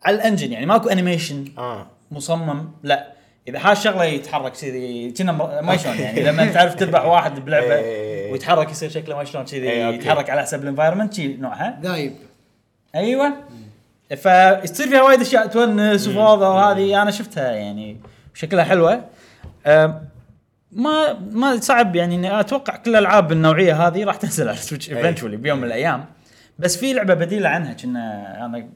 Speaker 1: على الانجن يعني ماكو انيميشن
Speaker 3: اه
Speaker 1: مصمم لا اذا حاش شغله يتحرك كذي كنا مر- ما شلون يعني لما تعرف تذبح واحد بلعبه
Speaker 3: إيه.
Speaker 1: ويتحرك يصير شكله ما شلون كذي
Speaker 3: إيه، أوكي.
Speaker 1: يتحرك على حسب الانفايرمنت شي نوعها
Speaker 2: ذايب
Speaker 1: ايوه فتصير فيها وايد اشياء تونس وفوضى وهذه انا شفتها يعني شكلها حلوه أم، ما ما صعب يعني اني اتوقع كل الالعاب بالنوعيه هذه راح تنزل على السويتش ايفنتشولي بيوم من الايام بس في لعبه بديله عنها كنا انا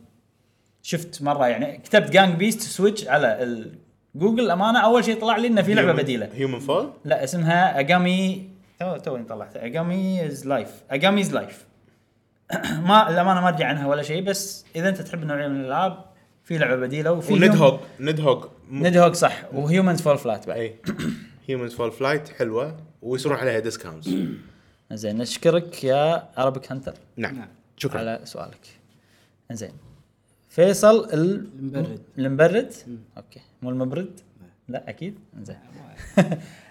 Speaker 1: شفت مره يعني كتبت جانج بيست سويتش على ال- جوجل امانه اول شيء طلع لي انه في لعبه بديله
Speaker 3: هيومن فول
Speaker 1: لا اسمها اجامي تو توني طلعت اجامي از لايف اجامي از لايف ما الامانه ما ادري عنها ولا شيء بس اذا انت تحب نوعيه من الالعاب في لعبه بديله وفي
Speaker 3: وند هوج ند هوج
Speaker 1: ند هوج صح وهيومنز فول فلات بعد
Speaker 3: اي هيومنز فول فلايت حلوه ويصيرون عليها ديسكاونتس
Speaker 1: زين نشكرك يا ارابيك هانتر
Speaker 3: نعم
Speaker 2: نعم.
Speaker 3: شكرا
Speaker 1: على سؤالك زين فيصل ال-
Speaker 2: المبرد.
Speaker 1: المبرد اوكي مو المبرد لا اكيد زين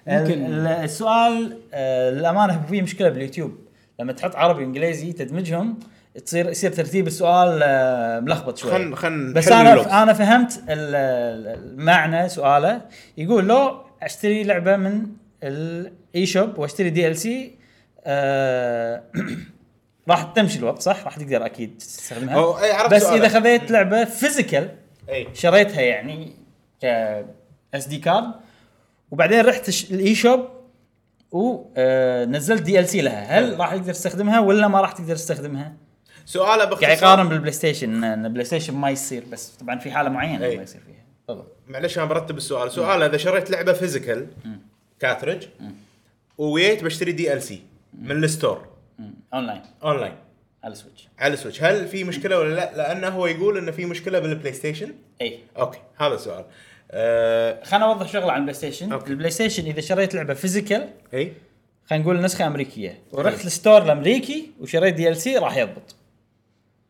Speaker 2: ممكن.
Speaker 1: ال- ال- السؤال آه، للامانه في مشكله باليوتيوب لما تحط عربي وانجليزي تدمجهم تصير يصير ترتيب السؤال آه، ملخبط شوي
Speaker 3: خل خل
Speaker 1: بس انا انا فهمت ال- ال- المعنى سؤاله يقول لو اشتري لعبه من الاي شوب واشتري دي ال سي آه، راح تمشي الوقت صح؟ راح تقدر اكيد
Speaker 3: أو، إي،
Speaker 1: تستخدمها
Speaker 3: عرفت
Speaker 1: بس
Speaker 3: سؤالك.
Speaker 1: اذا خذيت لعبه فيزيكال
Speaker 3: اي
Speaker 1: شريتها يعني ك اس دي كارد وبعدين رحت الش- الاي شوب آه، ونزلت دي ال سي لها، هل راح تقدر تستخدمها ولا ما راح تقدر تستخدمها؟
Speaker 3: سؤاله باختصار
Speaker 1: قاعد يقارن بالبلاي ستيشن ان البلاي ستيشن ما يصير بس طبعا في حاله معينه
Speaker 3: أي.
Speaker 1: ما يصير فيها تفضل
Speaker 3: معلش انا برتب السؤال سؤال اذا شريت لعبه فيزيكال كاترج وجيت بشتري دي ال سي من الستور
Speaker 1: اونلاين
Speaker 3: اونلاين
Speaker 1: على السويتش
Speaker 3: على السويتش هل في مشكله ولا لا لانه هو يقول انه في مشكله بالبلاي ستيشن
Speaker 1: اي
Speaker 3: اوكي هذا السؤال آه،
Speaker 1: خليني اوضح شغله عن البلاي ستيشن
Speaker 3: أوكي.
Speaker 1: البلاي ستيشن اذا شريت لعبه فيزيكال
Speaker 3: اي
Speaker 1: خلينا نقول نسخه امريكيه ورحت الستور الامريكي وشريت دي ال سي راح يضبط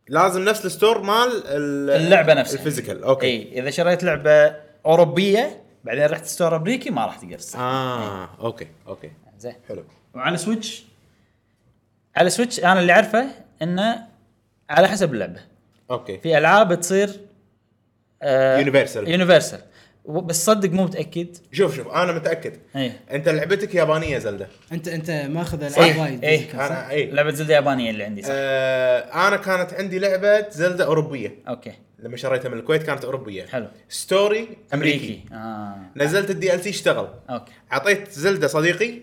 Speaker 3: لازم نفس الستور مال ال-
Speaker 1: اللعبه نفسها إيه.
Speaker 3: الفيزيكال اوكي
Speaker 1: اي اذا شريت لعبه اوروبيه بعدين رحت ستور امريكي ما راح تقدر تستخدمها.
Speaker 3: اه اوكي اوكي
Speaker 2: آه،
Speaker 1: زين
Speaker 3: حلو
Speaker 1: وعلى سويتش على سويتش انا اللي اعرفه انه على حسب اللعبه
Speaker 3: اوكي
Speaker 1: في العاب تصير
Speaker 3: Universal.
Speaker 1: يونيفرسال بس صدق مو متاكد
Speaker 3: شوف شوف انا متاكد
Speaker 1: ايه
Speaker 3: انت لعبتك يابانيه زلده
Speaker 2: انت انت ماخذ العاب
Speaker 1: إيه،
Speaker 2: وايد
Speaker 1: إيه.
Speaker 2: فيزيكال، صح؟
Speaker 3: انا اي
Speaker 1: لعبه زلده يابانيه اللي عندي صح
Speaker 3: آه انا كانت عندي لعبه زلده اوروبيه
Speaker 1: اوكي
Speaker 3: لما شريتها من الكويت كانت اوروبيه
Speaker 1: حلو.
Speaker 3: ستوري امريكي
Speaker 1: امريكي اه
Speaker 3: نزلت الدي ال سي اشتغل
Speaker 1: اوكي
Speaker 3: اعطيت زلده صديقي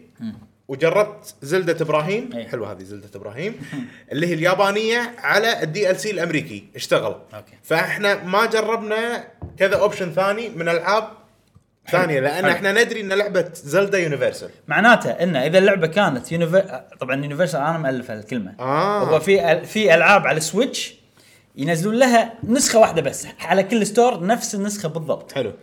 Speaker 3: وجربت زلدة ابراهيم
Speaker 1: إيه.
Speaker 3: حلوه هذه زلدة ابراهيم اللي هي اليابانيه على الدي ال سي الامريكي اشتغل
Speaker 1: أوكي.
Speaker 3: فاحنا ما جربنا كذا اوبشن ثاني من العاب ثانيه لان
Speaker 1: حلو.
Speaker 3: احنا ندري ان لعبه زلدة يونيفرسال
Speaker 1: معناته انه اذا اللعبه كانت يونيفر... طبعا يونيفرسال انا مالف الكلمه
Speaker 3: آه.
Speaker 1: هو في في العاب على سويتش ينزلون لها نسخه واحده بس على كل ستور نفس النسخه بالضبط
Speaker 3: حلو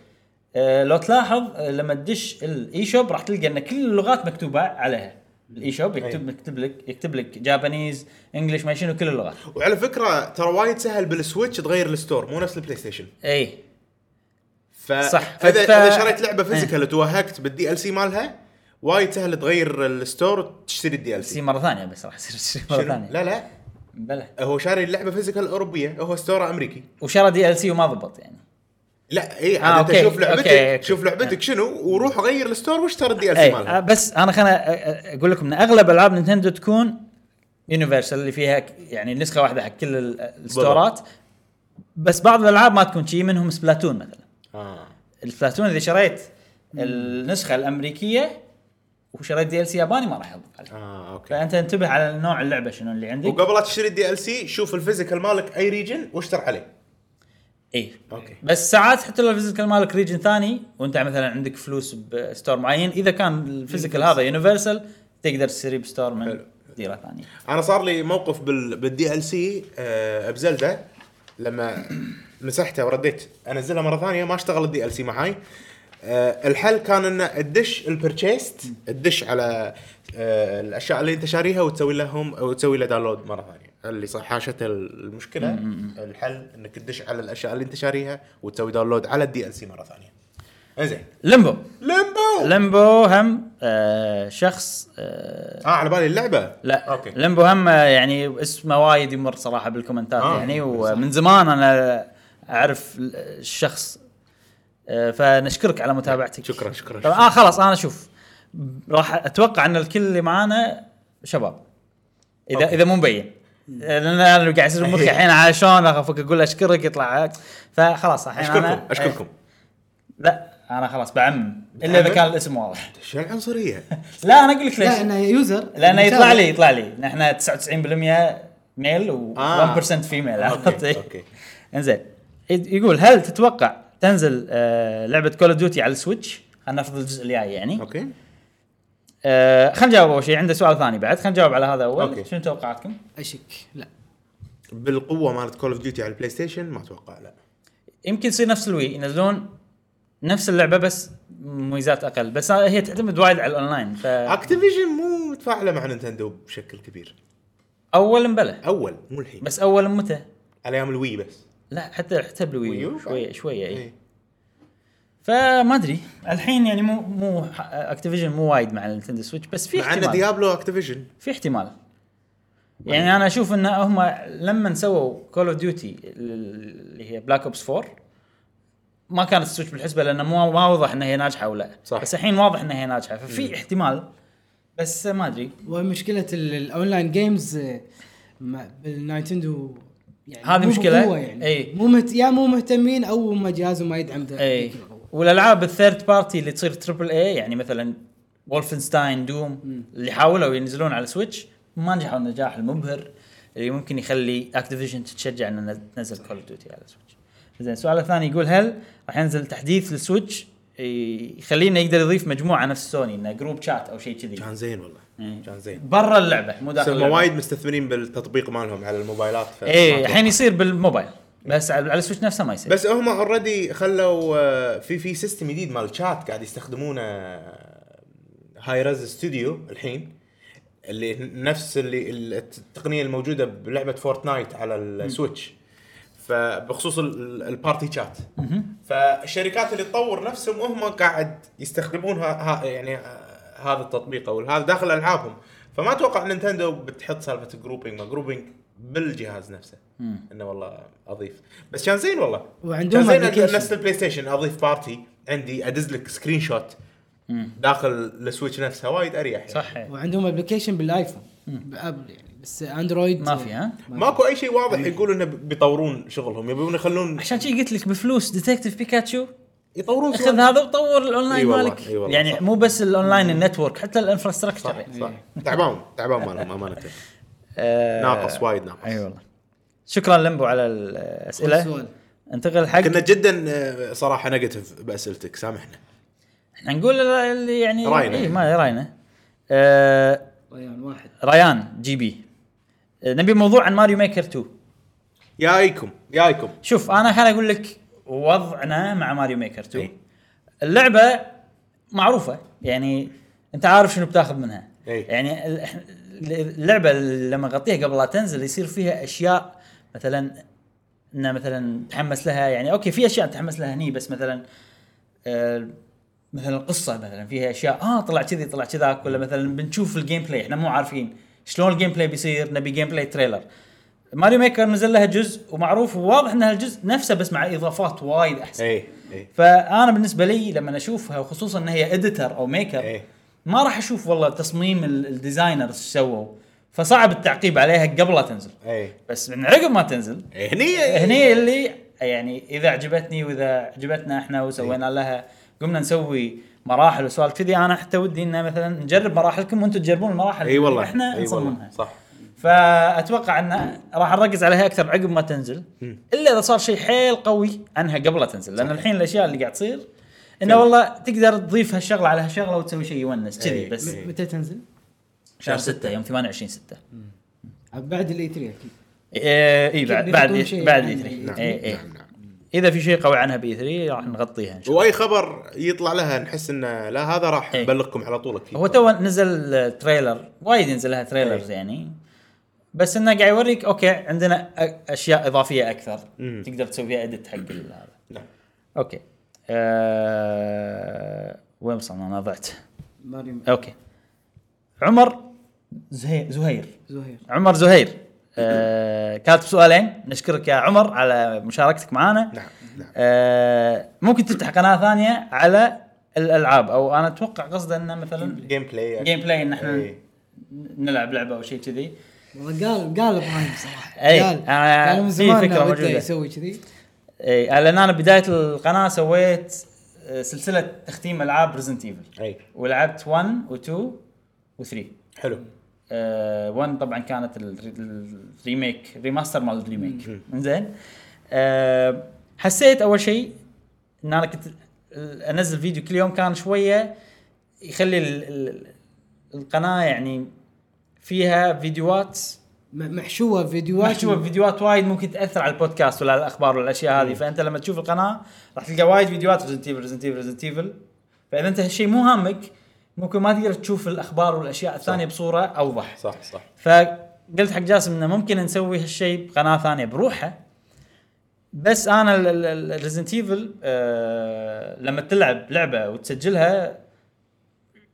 Speaker 1: أه لو تلاحظ أه، لما تدش الاي شوب راح تلقى ان كل اللغات مكتوبه عليها الاي شوب
Speaker 3: إيه.
Speaker 1: يكتب يكتب لك يكتب لك جابانيز انجلش ما شنو كل اللغات
Speaker 3: وعلى فكره ترى وايد سهل بالسويتش تغير الستور مو نفس البلاي ستيشن
Speaker 1: اي
Speaker 3: ف...
Speaker 1: صح.
Speaker 3: فاذا
Speaker 1: ف-
Speaker 3: اذا شريت لعبه
Speaker 1: إيه.
Speaker 3: فيزيكال وتوهقت بالدي ال سي مالها وايد سهل تغير الستور وتشتري الدي ال
Speaker 1: سي
Speaker 3: سي
Speaker 1: مره ثانيه بس راح يصير مره ثانيه
Speaker 3: لا لا
Speaker 1: بلى
Speaker 3: هو شاري اللعبه فيزيكال اوروبيه هو ستوره امريكي
Speaker 1: وشرى دي ال سي وما ضبط يعني
Speaker 3: لا اي
Speaker 1: آه،
Speaker 3: آه انت
Speaker 1: أوكي.
Speaker 3: شوف لعبتك
Speaker 1: أوكي، أوكي.
Speaker 3: شوف لعبتك شنو وروح غير الستور واشتري الدي ال سي
Speaker 1: اي آه،
Speaker 3: مالها
Speaker 1: بس انا خلنا اقول لكم ان اغلب العاب نينتندو تكون يونيفرسال اللي فيها ك- يعني نسخه واحده حق كل ال- الستورات بس بعض الالعاب ما تكون شي منهم سبلاتون مثلا
Speaker 3: آه.
Speaker 1: السبلاتون اذا شريت النسخه الامريكيه وشريت دي ال سي ياباني ما راح يضبط عليك
Speaker 3: اه اوكي
Speaker 1: فانت انتبه على نوع اللعبه شنو اللي عندك
Speaker 3: وقبل لا تشتري الدي ال سي شوف الفيزيكال مالك اي ريجن واشتر عليه
Speaker 1: اي
Speaker 3: اوكي
Speaker 1: إيه. بس ساعات حتى لو الفيزيكال مالك ريجن ثاني وانت مثلا عندك فلوس بستور معين اذا كان الفيزيكال هذا يونيفرسال تقدر تشتري بستور من
Speaker 3: حلو.
Speaker 1: ديره ثانيه
Speaker 3: انا صار لي موقف بال... بالدي ال سي آه بزلده لما مسحته ورديت انزلها مره ثانيه ما اشتغل الدي ال سي معاي آه الحل كان ان تدش البرتشيست تدش على آه الاشياء اللي انت شاريها وتسوي لهم وتسوي له داونلود مره ثانيه اللي صح حاشته المشكله الحل انك تدش على الاشياء اللي انت شاريها وتسوي داونلود على الدي ال سي مره ثانيه زين
Speaker 1: لمبو
Speaker 3: لمبو
Speaker 1: لمبو هم آه شخص آه
Speaker 3: اه على بالي اللعبه
Speaker 1: لا
Speaker 3: اوكي
Speaker 1: لمبو هم آه، يعني اسمه وايد يمر صراحه بالكومنتات
Speaker 3: آه،
Speaker 1: يعني
Speaker 3: صح.
Speaker 1: ومن زمان انا اعرف ال- الشخص آه فنشكرك على متابعتك
Speaker 3: شكرا شكرا
Speaker 1: طبعا آه خلاص انا شوف راح اتوقع ان الكل اللي معانا شباب اذا أوكي.
Speaker 3: أوكي.
Speaker 1: اذا مو مبين لان انا اللي قاعد يصير مخي الحين على شلون اخفك اقول اشكرك يطلع عك. فخلاص الحين
Speaker 3: اشكركم
Speaker 1: أنا إيه.
Speaker 3: اشكركم
Speaker 1: لا انا خلاص بعمم الا اذا كان الاسم واضح
Speaker 3: شو العنصريه
Speaker 1: لا انا اقول لك
Speaker 2: لا
Speaker 1: ليش
Speaker 2: انا يوزر
Speaker 1: لانه
Speaker 2: إن شاء
Speaker 1: يطلع
Speaker 2: الله.
Speaker 1: لي يطلع لي نحن 99% ميل و 1%
Speaker 3: آه.
Speaker 1: فيميل عرفت؟ إيه؟
Speaker 3: اوكي اوكي
Speaker 1: انزين ي- يقول هل تتوقع تنزل آه لعبه كول اوف ديوتي على السويتش؟ خلينا نفرض الجزء الجاي يعني
Speaker 3: اوكي
Speaker 1: آه خلينا نجاوب اول شيء عنده سؤال ثاني بعد خلينا نجاوب على هذا اول
Speaker 3: أوكي.
Speaker 1: شنو توقعاتكم؟
Speaker 2: اشك لا
Speaker 3: بالقوه مالت كول اوف ديوتي على البلاي ستيشن ما اتوقع لا
Speaker 1: يمكن يصير نفس الوي ينزلون نفس اللعبه بس مميزات اقل بس هي تعتمد وايد على الاونلاين فاول
Speaker 3: اكتيفيجن مو متفاعله مع نينتندو بشكل كبير
Speaker 1: مبلى
Speaker 3: اول مو الحين
Speaker 1: بس اول متى؟
Speaker 3: على ايام الوي بس
Speaker 1: لا حتى حتى بالويو
Speaker 3: ويو؟
Speaker 1: شويه شويه اي
Speaker 3: إيه.
Speaker 1: فما ادري الحين يعني مو مو اكتيفيجن مو وايد مع النينتندو سويتش بس في
Speaker 3: مع ان
Speaker 1: احتمال
Speaker 3: ديابلو اكتيفيجن
Speaker 1: في احتمال يعني انا اشوف ان هم لما سووا كول اوف ديوتي اللي هي بلاك اوبس 4 ما كانت السويتش بالحسبه لانه مو ما واضح انها هي ناجحه ولا
Speaker 3: صح.
Speaker 1: بس الحين واضح انها هي ناجحه ففي احتمال بس ما ادري
Speaker 2: ومشكله ال- الاونلاين جيمز آه، ما- بالنايتندو يعني
Speaker 1: هذه
Speaker 2: مو
Speaker 1: مشكلة. إيه.
Speaker 2: بقوة يعني
Speaker 1: أي.
Speaker 2: مو مهت... يا مو مهتمين او ما جهازهم ما يدعم ذا
Speaker 1: اي
Speaker 2: ذيك القوة.
Speaker 1: والالعاب إيه. الثيرد بارتي اللي تصير تربل اي يعني مثلا وولفنستاين دوم اللي حاولوا ينزلون على سويتش ما نجحوا النجاح المبهر اللي ممكن يخلي اكتيفيجن تتشجع انها تنزل كول اوف ديوتي على سويتش. زين السؤال الثاني يقول هل راح ينزل تحديث للسويتش ي- يخلينا يقدر يضيف مجموعه نفس سوني انه جروب شات او شيء كذي
Speaker 3: كان زين والله
Speaker 1: إيه.
Speaker 3: كان زين
Speaker 1: برا اللعبه مو
Speaker 3: بس
Speaker 1: داخل
Speaker 3: هم
Speaker 1: اللعبة.
Speaker 3: وايد مستثمرين بالتطبيق مالهم على الموبايلات ف- ما
Speaker 1: اي
Speaker 3: أتوقع.
Speaker 1: إيه، الحين يصير بالموبايل بس على على السويتش نفسه ما يصير
Speaker 3: بس هم اوريدي خلوا آه، في في سيستم جديد مال شات قاعد يستخدمونه آه، هاي رز ستوديو الحين اللي نفس اللي التقنيه الموجوده بلعبه فورتنايت على السويتش فبخصوص ال- ال- البارتي شات فالشركات اللي تطور نفسهم هم قاعد يستخدمون ها ها- يعني آه، هذا التطبيق او هذا داخل العابهم فما اتوقع نينتندو بتحط سالفه جروبينج ما جروبينج بالجهاز نفسه انه والله اضيف بس كان زين والله
Speaker 2: وعندهم
Speaker 3: كان زين
Speaker 2: application.
Speaker 3: نفس البلاي ستيشن اضيف بارتي عندي ادز لك سكرين شوت داخل السويتش نفسها وايد اريح يعني.
Speaker 1: صح إي.
Speaker 2: وعندهم ابلكيشن بالايفون بابل يعني بس اندرويد
Speaker 1: ما يعني في، ها؟
Speaker 3: ماكو اي شيء واضح يقول انه بيطورون شغلهم يبون يخلون
Speaker 1: عشان شي قلت لك بفلوس ديتكتيف بيكاتشو
Speaker 3: يطورون
Speaker 1: خذ هذا وطور الاونلاين
Speaker 3: إي والله،
Speaker 1: مالك
Speaker 3: إي والله،
Speaker 1: يعني
Speaker 3: صح.
Speaker 1: مو بس الاونلاين النتورك حتى الانفراستراكشر
Speaker 3: صح
Speaker 1: يعني.
Speaker 3: صح تعبان تعبان مالهم امانه
Speaker 1: آه،
Speaker 3: ناقص وايد ناقص
Speaker 1: اي والله شكرا لمبو على الاسئله
Speaker 2: والسؤال.
Speaker 1: انتقل حق
Speaker 3: كنا جدا آه، صراحه نيجاتيف باسئلتك سامحنا
Speaker 1: احنا نقول اللي يعني
Speaker 3: رأينا.
Speaker 1: إي، ما راينا آه،
Speaker 2: ريان واحد
Speaker 1: ريان جي بي آه، نبي موضوع عن ماريو ميكر 2
Speaker 3: جايكم جايكم
Speaker 1: شوف انا خليني اقول لك وضعنا مع ماريو ميكر 2
Speaker 3: إي.
Speaker 1: اللعبه معروفه يعني انت عارف شنو بتاخذ منها
Speaker 3: إي.
Speaker 1: يعني ال- إح- اللعبه لما اغطيها قبل لا تنزل يصير فيها اشياء مثلا انه مثلا تحمس لها يعني اوكي في اشياء تحمس لها هني بس مثلا آه، مثلا القصه مثلا فيها اشياء اه طلع كذي طلع كذاك ولا مثلا بنشوف الجيم بلاي احنا مو عارفين شلون الجيم بلاي بيصير نبي جيم بلاي تريلر ماريو ميكر نزل لها جزء ومعروف وواضح ان هالجزء نفسه بس مع اضافات وايد احسن
Speaker 3: اي اي
Speaker 1: فانا بالنسبه لي لما اشوفها وخصوصا ان هي اديتر او ميكر
Speaker 3: إيه.
Speaker 1: ما راح اشوف والله تصميم ال- الديزاينرز ايش سووا فصعب التعقيب عليها قبل لا تنزل
Speaker 3: اي
Speaker 1: بس من عقب ما تنزل
Speaker 3: إي، إيه. هني
Speaker 1: إيه، هني اللي يعني اذا عجبتني واذا عجبتنا احنا وسوينا
Speaker 3: إيه.
Speaker 1: لها قمنا نسوي مراحل وسوالف كذي انا حتى ودي ان مثلا نجرب مراحلكم وانتم تجربون المراحل
Speaker 3: اي والله
Speaker 1: اللي احنا
Speaker 3: إي والله،
Speaker 1: نصممها
Speaker 3: صح
Speaker 1: فاتوقع ان راح نركز عليها اكثر عقب ما تنزل الا اذا صار شيء حيل قوي عنها قبل لا تنزل لان الحين الاشياء اللي قاعد تصير انه والله تقدر تضيف هالشغله على هالشغله وتسوي شيء يونس كذي
Speaker 3: إي.
Speaker 1: بس
Speaker 2: م- متى تنزل؟
Speaker 1: شهر 6 يوم 28 6
Speaker 2: بعد E الاي 3 اكيد
Speaker 1: اي إيه، بعد بعد
Speaker 2: بيحطون شيء
Speaker 1: بعد إيه،
Speaker 2: عن
Speaker 1: اي 3
Speaker 2: ال-
Speaker 3: نعم
Speaker 1: اي اي
Speaker 3: نعم نعم
Speaker 1: اذا في شيء قوي عنها بي 3 راح نغطيها ان شاء الله
Speaker 3: واي خبر يطلع لها نحس انه لا هذا راح
Speaker 1: إي.
Speaker 3: نبلغكم على طول اكيد
Speaker 1: هو تو نزل تريلر وايد ينزل لها تريلرز يعني بس انه قاعد يوريك اوكي عندنا أ- اشياء اضافيه اكثر
Speaker 3: مم.
Speaker 1: تقدر تسوي فيها ادت حق ال- هذا
Speaker 3: نعم
Speaker 1: اوكي أه... وين وصلنا انا ضعت
Speaker 2: ماريو
Speaker 1: اوكي عمر زهير زهير
Speaker 2: زهير
Speaker 1: عمر زهير أه... كاتب سؤالين نشكرك يا عمر على مشاركتك معنا
Speaker 3: نعم نعم
Speaker 1: أه... ممكن تفتح قناه ثانيه على الالعاب او انا اتوقع قصده انه مثلا
Speaker 3: جيم بلاي
Speaker 1: جيم بلاي ان احنا
Speaker 3: إيه.
Speaker 1: نلعب لعبه او شيء كذي
Speaker 2: والله قال قال ابراهيم صراحه
Speaker 1: أي،
Speaker 2: قال
Speaker 1: أنا-
Speaker 2: قال
Speaker 1: إيه،
Speaker 2: من
Speaker 1: آه، في
Speaker 2: زمان
Speaker 1: فكرة
Speaker 2: إنه وده
Speaker 1: موجودة.
Speaker 2: يسوي كذي
Speaker 1: اي لان انا بدايه القناه سويت آه، سلسله تختيم العاب ريزنت ايفل
Speaker 3: اي
Speaker 1: ولعبت 1 و2 و3
Speaker 3: حلو
Speaker 1: 1 طبعا آه، كانت ال- الريميك ريماستر مال الريميك زين آه، حسيت اول شيء ان انا كنت انزل فيديو كل يوم كان شويه يخلي ال- ال- القناه يعني فيها فيديوهات
Speaker 2: م- محشوه فيديوهات
Speaker 1: محشوه بفيديوهات وايد ممكن تاثر على البودكاست ولا على الاخبار ولا الاشياء هذه فانت لما تشوف القناه راح تلقى وايد فيديوهات ريزنت ايفل ريزنت ايفل ريزنت ايفل فاذا انت هالشيء مو هامك ممكن ما تقدر تشوف الاخبار والاشياء الثانيه بصوره اوضح
Speaker 3: صح صح
Speaker 1: فقلت حق جاسم انه ممكن نسوي هالشيء بقناه ثانيه بروحه بس انا ريزنت ايفل آه، لما تلعب لعبه وتسجلها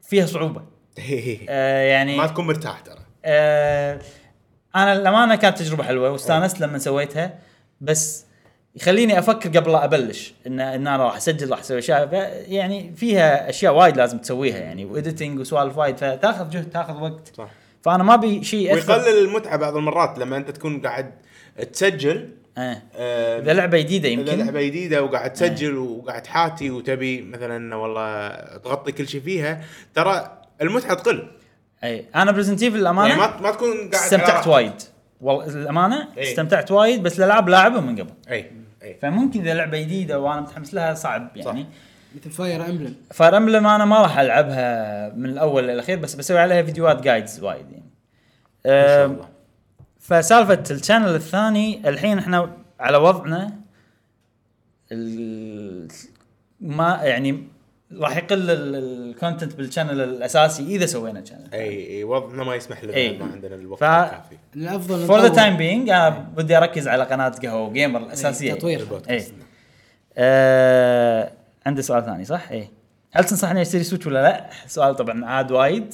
Speaker 1: فيها صعوبه آه، يعني
Speaker 3: ما تكون مرتاح ترى
Speaker 1: آه، انا الامانه كانت تجربه حلوه واستانست لما سويتها بس يخليني افكر قبل لا ابلش ان ان انا راح اسجل راح اسوي اشياء ف- يعني فيها اشياء وايد لازم تسويها يعني واديتنج وسوالف وايد فتاخذ جهد تاخذ وقت
Speaker 3: صح
Speaker 1: فانا ما ابي شيء يأثر-
Speaker 3: ويقلل المتعه بعض المرات لما انت تكون قاعد تسجل
Speaker 1: آه.
Speaker 3: آه،
Speaker 1: اذا لعبه جديده
Speaker 3: اذا
Speaker 1: يمكن إيه.
Speaker 3: لعبه جديده وقاعد تسجل وقاعد حاتي وتبي مثلا والله تغطي كل شيء فيها ترى المتعه تقل
Speaker 1: اي انا بريزنت ايفل
Speaker 3: يعني
Speaker 1: الامانه
Speaker 3: ما ما تكون قاعد على
Speaker 1: استمتعت
Speaker 3: راحتك.
Speaker 1: وايد والله الامانه
Speaker 3: إي.
Speaker 1: استمتعت وايد بس الالعاب لاعبها من قبل
Speaker 3: اي اي
Speaker 1: فممكن اذا لعبه جديده وانا متحمس لها صعب يعني
Speaker 3: صح.
Speaker 2: مثل فاير امبلم
Speaker 1: فرملم انا ما راح العبها من الاول للاخير بس بسوي عليها فيديوهات جايدز وايد يعني
Speaker 3: إن شاء
Speaker 1: أم،
Speaker 3: الله.
Speaker 1: فسالفه الشانل الثاني الحين احنا على وضعنا ال- ما يعني راح يقل الكونتنت بالشانل الاساسي اذا سوينا شانل
Speaker 3: اي اي وضعنا إيه، ما يسمح لنا
Speaker 1: إي.
Speaker 3: ما عندنا الوقت
Speaker 1: إيه. ف-
Speaker 3: الكافي
Speaker 2: الافضل
Speaker 1: فور ذا
Speaker 2: نطور.
Speaker 1: تايم بينج انا آه، بدي اركز على قناه قهوه جيمر الاساسيه
Speaker 2: إيه، تطوير
Speaker 1: اي
Speaker 2: البودكاست.
Speaker 1: آه عندي سؤال ثاني صح؟ اي هل تنصحني اشتري سويتش ولا لا؟ سؤال طبعا عاد وايد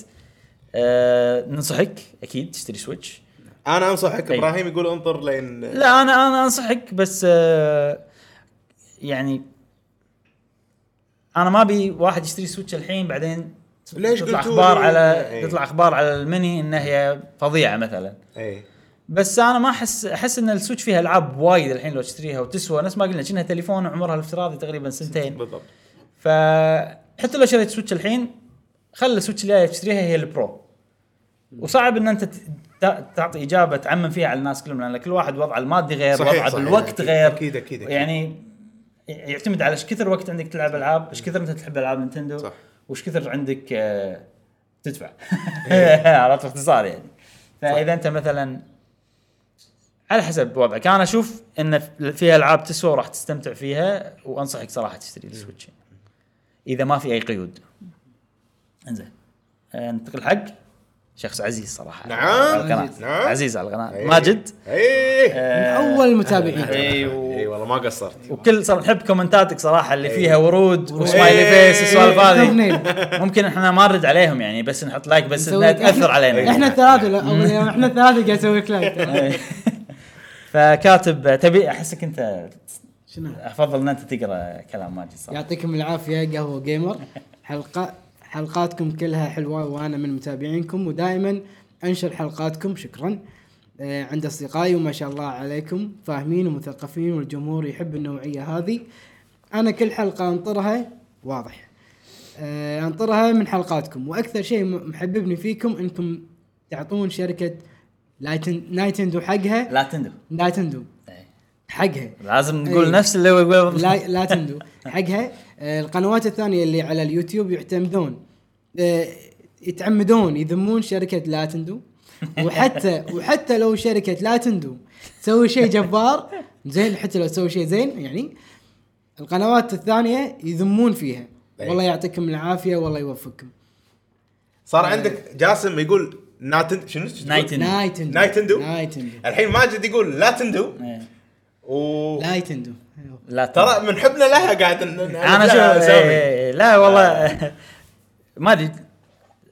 Speaker 1: آه ننصحك اكيد تشتري سويتش
Speaker 3: انا انصحك
Speaker 1: إي.
Speaker 3: ابراهيم يقول انطر لين
Speaker 1: إيه. لا انا انا انصحك بس آه يعني انا ما ابي واحد يشتري سويتش الحين بعدين
Speaker 3: ليش
Speaker 1: تطلع
Speaker 3: قلتوا
Speaker 1: اخبار
Speaker 3: لي؟ إيه.
Speaker 1: على
Speaker 3: إي.
Speaker 1: تطلع اخبار على المني انها هي فظيعه مثلا
Speaker 3: اي
Speaker 1: بس انا ما احس احس ان السويتش فيها العاب وايد الحين لو تشتريها وتسوى نفس ما قلنا كأنها تليفون عمرها الافتراضي تقريبا سنتين
Speaker 3: بالضبط
Speaker 1: فحتى لو شريت سويتش الحين خلي السويتش اللي جاي تشتريها هي البرو وصعب ان انت ت- ت- تعطي اجابه تعمم فيها على الناس كلهم لان كل واحد وضعه المادي غير
Speaker 3: صحيح،
Speaker 1: وضعه
Speaker 3: صحيح،
Speaker 1: بالوقت
Speaker 3: أكيد،
Speaker 1: غير
Speaker 3: أكيد، أكيد، أكيد.
Speaker 1: يعني يعتمد على ايش كثر وقت عندك تلعب العاب ايش كثر انت تحب العاب نينتندو
Speaker 3: صح.
Speaker 1: وش كثر عندك آه، تدفع
Speaker 3: إيه.
Speaker 1: عرفت باختصار يعني فاذا انت مثلا على حسب وضعك انا اشوف ان فيها العاب تسوى وراح تستمتع فيها وانصحك صراحه تشتري السويتش اذا ما في اي قيود انزين آه، ننتقل حق شخص عزيز صراحه
Speaker 3: نعم.
Speaker 1: على القناه
Speaker 3: نعم.
Speaker 1: عزيز على القناه
Speaker 3: إي.
Speaker 1: ماجد آه.
Speaker 3: اي
Speaker 2: من اول
Speaker 3: إيه.
Speaker 2: المتابعين
Speaker 1: اي
Speaker 3: اي
Speaker 1: و...
Speaker 3: إيه. والله ما قصرت
Speaker 1: وكل صار نحب كومنتاتك صراحه اللي
Speaker 3: إيه.
Speaker 1: فيها ورود وسمايلي
Speaker 3: إي.
Speaker 1: فيس والسوالف
Speaker 3: إيه.
Speaker 1: هذه
Speaker 2: thumbnail.
Speaker 1: ممكن احنا ما نرد عليهم يعني بس نحط لايك بس
Speaker 2: نسوي
Speaker 1: انها
Speaker 2: لك-
Speaker 1: تاثر علينا
Speaker 3: إيه.
Speaker 1: يعني.
Speaker 2: احنا الثلاثه لا أول يوم احنا الثلاثه قاعد نسوي كلايت
Speaker 1: إي. فكاتب تبي احسك انت
Speaker 2: شنو
Speaker 1: افضل ان انت تقرا كلام ماجد صراحه
Speaker 2: يعطيكم العافيه قهوه جيمر حلقه حلقاتكم كلها حلوه وانا من متابعينكم ودائما انشر حلقاتكم شكرا آه، عند اصدقائي وما شاء الله عليكم فاهمين ومثقفين والجمهور يحب النوعيه هذه انا كل حلقه انطرها واضح آه، انطرها من حلقاتكم واكثر شيء م- محببني فيكم انكم تعطون شركه لايتن- نايتندو حقها
Speaker 1: لا تندم
Speaker 2: نايتندو
Speaker 1: إي.
Speaker 2: حقها
Speaker 1: لازم نقول
Speaker 2: إي.
Speaker 1: نفس اللي هو يقول
Speaker 2: إيه. لا لا تندو حقها آه، القنوات الثانيه اللي على اليوتيوب يعتمدون آه، يتعمدون يذمون شركه لا تندو وحتى وحتى لو شركه لا تندو تسوي شيء جبار زين حتى لو تسوي شيء زين يعني القنوات الثانيه يذمون فيها
Speaker 1: إيه.
Speaker 3: أي.
Speaker 2: والله يعطيكم العافيه والله يوفقكم
Speaker 1: آه.
Speaker 3: صار عندك جاسم يقول ناتن شنو تقول؟
Speaker 1: نايتن. تندو.
Speaker 2: نايتندو
Speaker 3: نايتندو؟
Speaker 2: نايتندو
Speaker 3: الحين ماجد يقول لا تندو
Speaker 1: إي.
Speaker 3: و
Speaker 2: نايتندو
Speaker 1: إيه. لا تندم.
Speaker 3: ترى من حبنا لها قاعد ن- ن-
Speaker 1: انا شوف
Speaker 3: نعمل لها
Speaker 1: إيه،
Speaker 3: أسامي. آه.
Speaker 1: إيه، لا والله ما ادري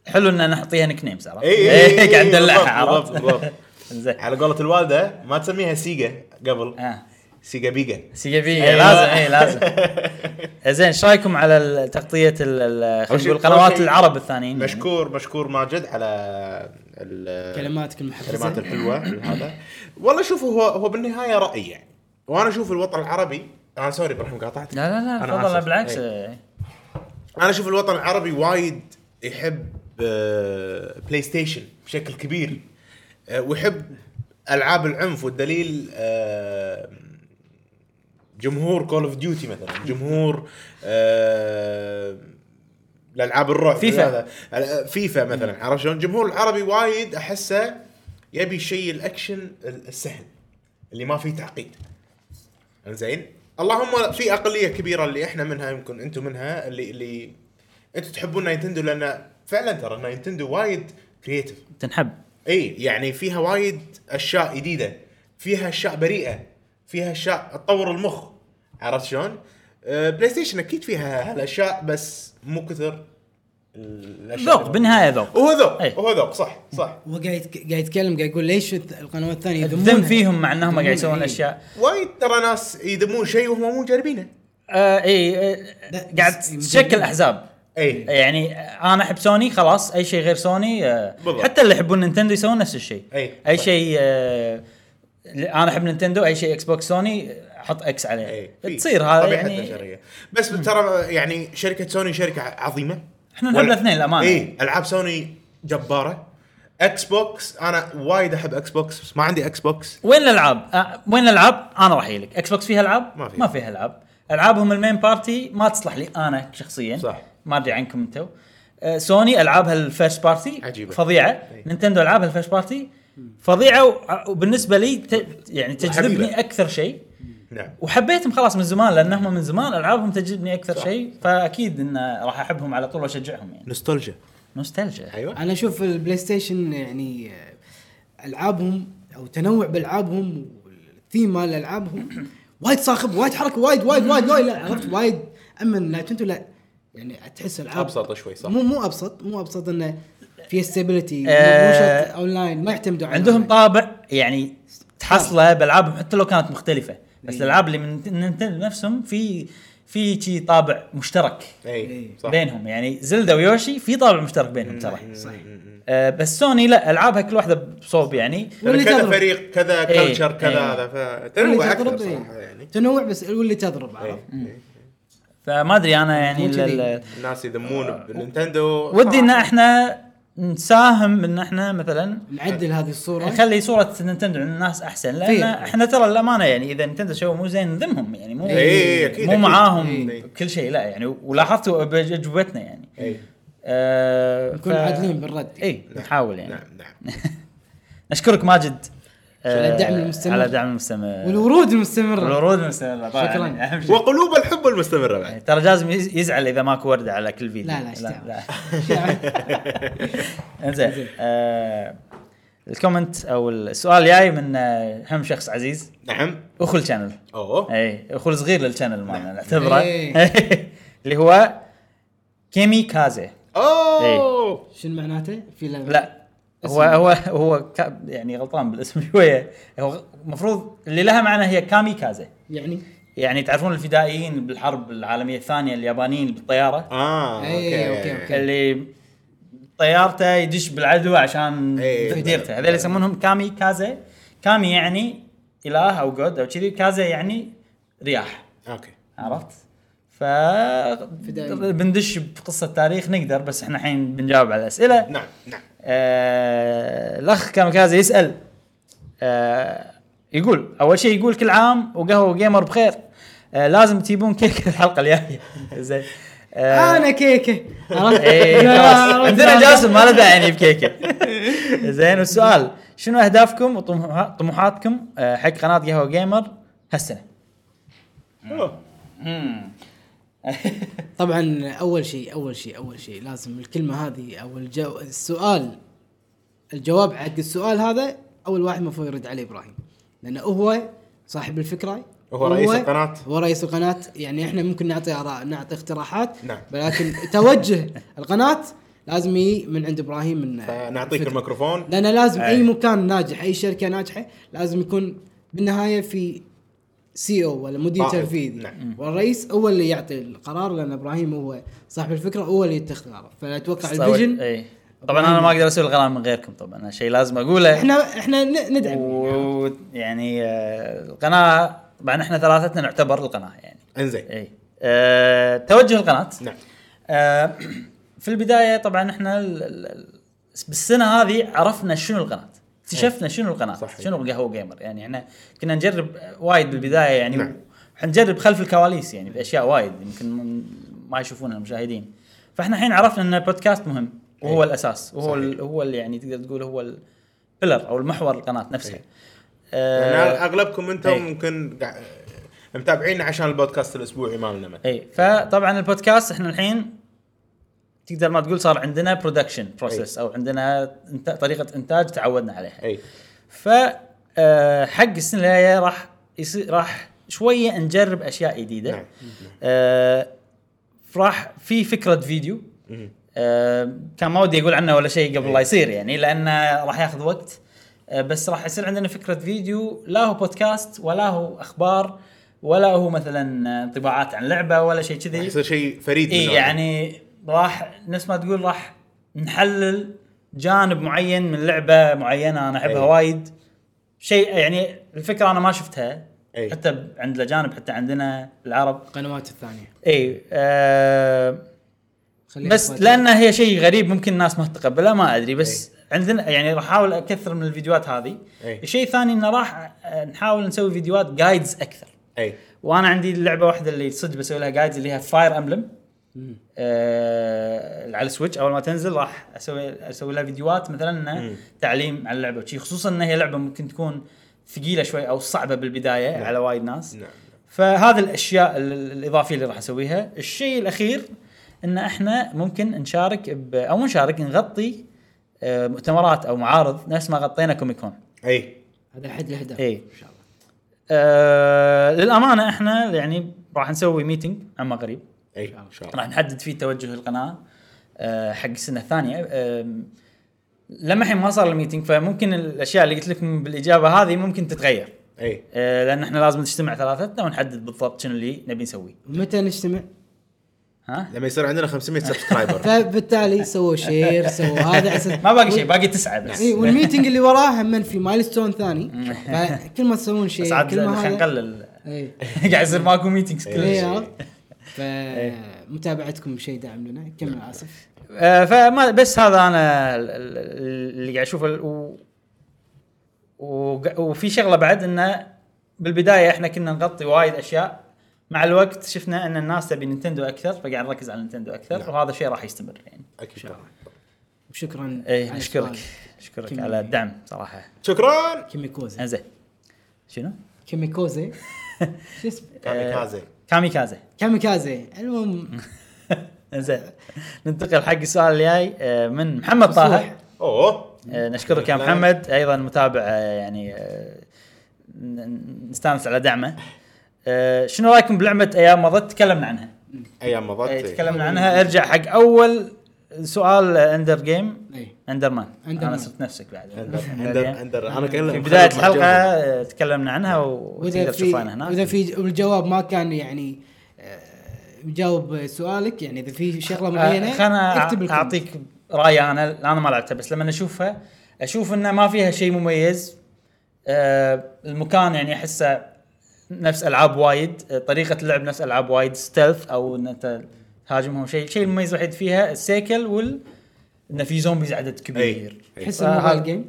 Speaker 1: حلو ان نعطيها نيك نيمز عرفت؟
Speaker 3: إي، إي، إي،
Speaker 1: إيه، قاعد
Speaker 3: إيه، بالضبط،
Speaker 1: ندلعها
Speaker 3: بالضبط،
Speaker 1: عرفت؟
Speaker 3: بالضبط.
Speaker 1: زين
Speaker 3: على قولة الوالدة ما تسميها سيجا قبل
Speaker 1: اه
Speaker 3: سيجا بيجا
Speaker 1: سي بي
Speaker 3: أيوة.
Speaker 1: لازم اي لازم زين ايش رايكم على ال- تغطيه ال- ال-
Speaker 3: أول
Speaker 1: خلينا
Speaker 3: شيء-
Speaker 1: نقول قنوات
Speaker 3: أول شيء
Speaker 1: العرب الثانيين يعني.
Speaker 3: مشكور مشكور ماجد على ال-
Speaker 2: كلماتك المحفزه
Speaker 3: الكلمات الحلوه هذا والله شوف هو هو بالنهايه راي يعني وانا اشوف الوطن العربي انا سوري ابراهيم قاطعتك
Speaker 1: لا لا لا
Speaker 3: أنا
Speaker 1: تفضل لا،
Speaker 3: آسف.
Speaker 1: بالعكس
Speaker 3: إيه.
Speaker 1: إيه.
Speaker 3: انا اشوف الوطن العربي وايد يحب آه، بلاي ستيشن بشكل كبير آه، ويحب العاب العنف والدليل آه، جمهور كول اوف ديوتي مثلا جمهور آه، الالعاب الرعب
Speaker 1: فيفا.
Speaker 3: هذا. آه، فيفا مثلا عرفت شلون الجمهور العربي وايد احسه يبي شيء الاكشن السهل اللي ما فيه تعقيد زين اللهم في اقليه كبيره اللي احنا منها يمكن انتم منها اللي اللي انتم تحبون ناينتندو لان فعلا ترى ناينتندو وايد كرييتيف
Speaker 1: تنحب
Speaker 3: اي يعني فيها وايد اشياء جديده فيها اشياء بريئه فيها اشياء تطور المخ آه، عرفت شلون؟ أه، بلاي ستيشن اكيد فيها هالاشياء بس مو كثر الاشياء
Speaker 1: ذوق بالنهايه ذوق
Speaker 3: هو ذوق
Speaker 1: إيه.
Speaker 3: هو ذوق صح صح
Speaker 2: هو قاعد يتك- قاعد يتكلم قاعد يقول ليش الث- القنوات الثانيه يذمونها؟
Speaker 1: الذم فيهم مع انهم قاعد
Speaker 2: يذمونها،
Speaker 1: يسوون
Speaker 2: إيه.
Speaker 1: اشياء
Speaker 3: وايد ترى ناس يذمون شيء وهم مو مجربينه
Speaker 1: آه اي آه
Speaker 2: لا،
Speaker 1: قاعد
Speaker 2: بس-
Speaker 1: تشكل احزاب
Speaker 3: اي
Speaker 1: يعني آه، انا احب سوني خلاص اي شيء غير سوني آه،
Speaker 3: بالضبط.
Speaker 1: حتى اللي يحبون نينتندو يسوون نفس الشيء
Speaker 3: أي،
Speaker 1: اي
Speaker 3: صح.
Speaker 1: شيء آه، انا احب نينتندو اي شيء اكس بوكس سوني احط اكس عليه
Speaker 3: إيه، في
Speaker 1: تصير هذا
Speaker 3: طبيعة
Speaker 1: يعني
Speaker 3: البشرية. بس ترى يعني شركه سوني شركه عظيمه
Speaker 1: إحنا نحب الاثنين للأمانة.
Speaker 3: اي العاب إيه، سوني جباره اكس بوكس انا وايد احب اكس بوكس بس ما عندي اكس بوكس
Speaker 1: وين الالعاب؟ آه، وين الالعاب؟ انا راح لك اكس بوكس فيها العاب؟
Speaker 3: ما فيها.
Speaker 1: ما فيها العاب العابهم المين بارتي ما تصلح لي انا شخصيا
Speaker 3: صح.
Speaker 1: ما ادري عنكم انتم آه، سوني العابها الفيرست بارتي
Speaker 3: عجيبة.
Speaker 1: فظيعه
Speaker 3: إي.
Speaker 1: نينتندو العابها الفيرست بارتي فظيعه و- وبالنسبه لي ت... يعني تجذبني
Speaker 3: وحبيبة.
Speaker 1: اكثر شيء
Speaker 3: نعم
Speaker 1: وحبيتهم خلاص من زمان لانهم من زمان العابهم تجذبني اكثر شيء فاكيد ان راح احبهم على طول واشجعهم يعني
Speaker 3: نوستالجيا
Speaker 1: نوستالجيا
Speaker 3: ايوه
Speaker 2: انا اشوف البلاي ستيشن يعني آه، العابهم او تنوع بالعابهم والثيم مال العابهم وايد صاخب وايد حركه وايد وايد وايد وايد لا، عرفت وايد اما نايتنتو لا يعني تحس العاب
Speaker 3: أبسط شوي، صح.
Speaker 2: مو مو ابسط مو ابسط انه في ستابيلتي
Speaker 1: آه،
Speaker 2: اون لاين ما يعتمدوا على
Speaker 1: عندهم
Speaker 2: online.
Speaker 1: طابع يعني تحصله بالعابهم حتى لو كانت مختلفه بس الالعاب اللي من نينتندو نفسهم في في شي طابع مشترك
Speaker 3: اي
Speaker 2: إي.
Speaker 3: إيه، صح
Speaker 1: بينهم يعني زلدا ويوشي في طابع مشترك بينهم ترى
Speaker 2: صح
Speaker 1: آه بس سوني لا العابها كل واحده بصوب يعني
Speaker 2: واللي
Speaker 3: يعني كذا
Speaker 2: تضرب.
Speaker 3: فريق كذا
Speaker 1: إيه،
Speaker 3: كلتشر كذا
Speaker 1: إيه.
Speaker 3: هذا فتنوع
Speaker 2: واللي
Speaker 3: اكثر
Speaker 2: تضرب
Speaker 3: صراحه
Speaker 2: إيه.
Speaker 3: يعني
Speaker 2: تنوع بس واللي تضرب عرفت
Speaker 3: إيه.
Speaker 1: فما ادري انا يعني
Speaker 2: مو
Speaker 1: ال-
Speaker 2: كذي.
Speaker 1: ال-
Speaker 3: الناس يذمون بنينتندو
Speaker 1: ودي ان
Speaker 3: صراحة.
Speaker 1: احنا نساهم ان احنا مثلا
Speaker 2: نعدل هذه الصوره
Speaker 1: نخلي صوره نينتندو عند الناس احسن لان
Speaker 2: فيه.
Speaker 1: احنا ترى الامانه يعني اذا نينتندو سووا مو زين نذمهم يعني مو
Speaker 3: إيه، أكيد،
Speaker 1: مو
Speaker 3: أكيد.
Speaker 1: معاهم
Speaker 3: إيه.
Speaker 1: كل شيء لا يعني ولاحظتوا باجوبتنا يعني
Speaker 3: إيه.
Speaker 1: آه
Speaker 2: نكون عادلين بالرد
Speaker 1: اي نحاول يعني
Speaker 3: نعم نعم
Speaker 1: نشكرك ماجد آه،
Speaker 2: على الدعم المستمر.
Speaker 1: على الدعم المستمر
Speaker 2: والورود المستمره
Speaker 1: والورود المستمر طبعاً،
Speaker 2: شكراً.
Speaker 1: يعني أهم شيء.
Speaker 3: وقلوب الحب المستمرة بعد
Speaker 1: يعني ترى جازم يز- يزعل اذا ماكو ورده على كل فيديو
Speaker 2: لا، لا، إيش دعوة.
Speaker 1: لا انزين آه، الكومنت او السؤال جاي من آه، هم شخص عزيز
Speaker 3: نعم
Speaker 1: اخو الشانل
Speaker 3: اوه
Speaker 1: اي اخو الصغير للشانل مالنا نعتبره
Speaker 2: إيه.
Speaker 1: اللي هو كيمي كازي
Speaker 3: اوه
Speaker 2: شنو معناته؟ في لعبة؟
Speaker 1: لا هو هو هو كا- يعني غلطان بالاسم شويه هو المفروض اللي لها معنى هي كامي كازي
Speaker 2: يعني
Speaker 1: يعني تعرفون الفدائيين بالحرب العالميه الثانيه اليابانيين بالطياره
Speaker 3: اه
Speaker 2: إيه، أوكي، أوكي.
Speaker 1: اللي طيارته يدش بالعدو عشان
Speaker 3: إيه.
Speaker 1: تهديرته هذول يسمونهم كامي كازي كامي يعني اله او جود او كذي كازي يعني رياح
Speaker 3: اوكي
Speaker 1: عرفت؟ ف
Speaker 2: فدائي.
Speaker 1: بندش بقصه تاريخ نقدر بس احنا الحين بنجاوب على الاسئله
Speaker 3: نعم نعم
Speaker 1: آه، الاخ كاميكازي يسال آه، يقول اول شيء يقول كل عام وقهوه جيمر بخير آه، لازم تجيبون كيك الحلقه الجايه زين آه،
Speaker 2: انا كيكه عرفت؟
Speaker 1: إيه،
Speaker 2: لا،
Speaker 1: خلاص.
Speaker 2: عرفت؟
Speaker 1: عندنا جاسم ما له داعي يعني بكيكه زين والسؤال شنو اهدافكم وطموحا- طموحاتكم آه، حق قناه قهوه جيمر هالسنه؟
Speaker 3: أوه.
Speaker 2: طبعا اول شيء اول شيء اول شيء لازم الكلمه هذه او الجو... السؤال الجواب حق السؤال هذا اول واحد المفروض يرد عليه ابراهيم لانه هو صاحب الفكره
Speaker 3: وهو رئيس القناة.
Speaker 2: هو رئيس القناه يعني احنا ممكن نعطي اراء نعطي اقتراحات
Speaker 3: نعم.
Speaker 2: ولكن توجه القناه لازم يجي من عند ابراهيم من
Speaker 3: فنعطيك الميكروفون
Speaker 2: لان لازم
Speaker 1: أي.
Speaker 2: اي مكان ناجح اي شركه ناجحه لازم يكون بالنهايه في سي او ولا مدير
Speaker 3: قائد.
Speaker 2: تنفيذي
Speaker 3: نعم.
Speaker 2: والرئيس هو اللي يعطي القرار لان ابراهيم هو صاحب الفكره هو اللي يتخذ القرار فاتوقع الفيجن
Speaker 1: إيه. طبعا انا ما اقدر اسوي القناه من غيركم طبعا هذا شيء لازم اقوله
Speaker 2: احنا احنا ن- ندعم
Speaker 1: ويعني آه، القناه طبعا احنا ثلاثتنا نعتبر القناه يعني
Speaker 3: انزين
Speaker 1: اي أه توجه القناه
Speaker 3: نعم
Speaker 1: أه في البدايه طبعا احنا ال- ال- ال- بالسنه هذه عرفنا شنو القناه اكتشفنا شنو القناه
Speaker 3: صحيح.
Speaker 1: شنو قهوه جيمر يعني احنا كنا نجرب وايد بالبدايه يعني
Speaker 3: نعم.
Speaker 1: احنا نجرب خلف الكواليس يعني باشياء وايد يمكن م- ما يشوفونها المشاهدين فاحنا الحين عرفنا ان البودكاست مهم وهو
Speaker 3: أي.
Speaker 1: الاساس وهو
Speaker 3: إيه. صحيح.
Speaker 1: ال- هو اللي يعني تقدر تقول هو البلر او المحور القناه نفسها
Speaker 3: أي.
Speaker 1: آه،
Speaker 3: أنا اغلبكم
Speaker 1: إيه.
Speaker 3: انتم ممكن قاع- متابعينا عشان البودكاست الاسبوعي مالنا مثلا
Speaker 1: اي فطبعا إيه، البودكاست احنا الحين تقدر ما تقول صار عندنا برودكشن بروسيس او عندنا انت... طريقه انتاج تعودنا عليها
Speaker 3: اي
Speaker 1: ف آه، حق السنه الجايه راح يصير راح شويه نجرب اشياء جديده
Speaker 3: نعم.
Speaker 1: آه، راح في فكره فيديو
Speaker 3: مهم.
Speaker 1: آه، كان ما ودي اقول عنه ولا شيء قبل لا يصير يعني لانه راح ياخذ وقت آه، بس راح يصير عندنا فكره فيديو لا هو بودكاست ولا هو اخبار ولا هو مثلا آه، انطباعات عن لعبه ولا شيء كذي
Speaker 3: يصير شيء فريد من
Speaker 1: اي
Speaker 3: نوعه.
Speaker 1: يعني راح نفس ما تقول راح نحلل جانب معين من لعبه معينه انا احبها
Speaker 3: إي.
Speaker 1: وايد شيء يعني الفكره انا ما شفتها
Speaker 3: إي.
Speaker 1: حتى عند الاجانب حتى عندنا العرب
Speaker 2: القنوات الثانيه
Speaker 1: اي آه
Speaker 2: خليها
Speaker 1: بس
Speaker 2: أخواتي.
Speaker 1: لان هي شيء غريب ممكن الناس ما تتقبله ما ادري بس عندنا يعني راح احاول اكثر من الفيديوهات هذه
Speaker 3: إي.
Speaker 1: الشيء الثاني انه راح آه، نحاول نسوي فيديوهات جايدز اكثر
Speaker 3: اي
Speaker 1: وانا عندي اللعبه واحده اللي صدق بسوي لها جايدز اللي هي فاير امبلم
Speaker 2: مم.
Speaker 1: آه على السويتش اول ما تنزل راح اسوي اسوي لها فيديوهات مثلا إنه
Speaker 3: مم.
Speaker 1: تعليم على اللعبه وشي خصوصا ان هي لعبه ممكن تكون ثقيله شوي او صعبه بالبدايه
Speaker 3: نعم.
Speaker 1: على وايد ناس
Speaker 3: نعم
Speaker 1: فهذا الاشياء ال- ال- الاضافيه اللي راح اسويها الشيء الاخير ان احنا ممكن نشارك ب او مو نشارك نغطي آه، مؤتمرات او معارض نفس ما غطينا كوميكون
Speaker 3: اي
Speaker 2: هذا الحد الاحداث
Speaker 1: إي.
Speaker 2: ان شاء الله
Speaker 1: آه للامانه احنا يعني راح نسوي ميتنج عما قريب
Speaker 3: اي ان إيه. شاء الله
Speaker 1: راح نحدد فيه توجه القناه آه، حق السنه الثانيه آم، لما الحين ما صار الميتنج فممكن الاشياء اللي قلت لكم بالاجابه هذه ممكن تتغير
Speaker 3: اي
Speaker 1: آه، لان احنا لازم نجتمع ثلاثتنا ونحدد بالضبط شنو اللي نبي نسويه
Speaker 2: متى نجتمع؟
Speaker 1: ها
Speaker 3: لما يصير عندنا 500 سبسكرايبر
Speaker 2: فبالتالي سووا شير سووا هذا على أساس-
Speaker 1: ما باقي شيء باقي تسعه بس
Speaker 2: اي والميتنج اللي وراه هم في مايلستون ثاني فكل ما تسوون شيء
Speaker 1: بس عاد
Speaker 2: كل ما
Speaker 1: خلينا
Speaker 2: هذا إيه،
Speaker 1: نقلل
Speaker 2: اي
Speaker 1: قاعد يصير ماكو ميتنجز كل
Speaker 2: إي،
Speaker 1: شيء
Speaker 2: عرفت؟
Speaker 1: إيه.
Speaker 2: فمتابعتكم شيء دعم لنا كمل
Speaker 1: نعم.
Speaker 2: اسف
Speaker 1: آه، فما بس هذا انا ال- ال- اللي قاعد اشوفه ال- و... وق- وفي شغله بعد انه بالبدايه احنا كنا نغطي وايد اشياء مع الوقت شفنا ان الناس تبي نينتندو اكثر فقاعد نركز على نينتندو اكثر
Speaker 3: نعم.
Speaker 1: وهذا الشيء راح يستمر يعني
Speaker 3: اكيد طبعاً.
Speaker 2: وشكرا
Speaker 1: اي
Speaker 2: على
Speaker 1: اشكرك
Speaker 2: سؤالك.
Speaker 1: اشكرك
Speaker 2: كمل.
Speaker 1: على الدعم صراحه
Speaker 3: إيه.
Speaker 2: آه.
Speaker 3: شكرا
Speaker 2: كيميكوزي
Speaker 1: انزين شنو؟
Speaker 2: كيميكوزي شو اسمه
Speaker 3: كاميكازي
Speaker 1: كاميكازي
Speaker 2: كاميكازي المهم
Speaker 1: انزين ننتقل حق السؤال الجاي آه، من محمد طه
Speaker 2: بصوح.
Speaker 3: اوه
Speaker 1: آه، نشكرك يا
Speaker 3: لا.
Speaker 1: محمد ايضا متابع آه، يعني آه، ن- ن- نستانس على دعمه آه، شنو رايكم بلعبه ايام مضت تكلمنا عنها
Speaker 3: ايام مضت
Speaker 1: آه،
Speaker 3: إي.
Speaker 1: تكلمنا عنها ارجع حق اول سؤال آه، اندر جيم
Speaker 2: اي
Speaker 1: اندر مان
Speaker 2: أندر
Speaker 1: انا
Speaker 2: مان.
Speaker 1: صرت نفسك بعد
Speaker 3: اندر
Speaker 1: أندر-
Speaker 3: اندر اندر انا كان
Speaker 1: في بدايه الحلقه آه، تكلمنا عنها
Speaker 2: واذا
Speaker 1: وتقدر
Speaker 2: في
Speaker 1: تشوفها
Speaker 2: واذا
Speaker 1: هناك
Speaker 2: في والجواب ما كان يعني آه، مجاوب سؤالك يعني اذا في شغله معينه
Speaker 1: آه، خلنا
Speaker 2: اكتب الكومنت.
Speaker 1: اعطيك رايي انا انا ما لعبتها بس لما اشوفها اشوف انه ما فيها شيء مميز آه، المكان يعني احسه نفس العاب وايد آه، طريقه اللعب نفس العاب وايد ستيلث او ان انت تهاجمهم شيء الشيء المميز الوحيد فيها السيكل وال انه في زومبيز عدد كبير
Speaker 3: أي.
Speaker 2: تحس
Speaker 1: آه،
Speaker 2: الموبايل
Speaker 1: هذا-
Speaker 2: جيم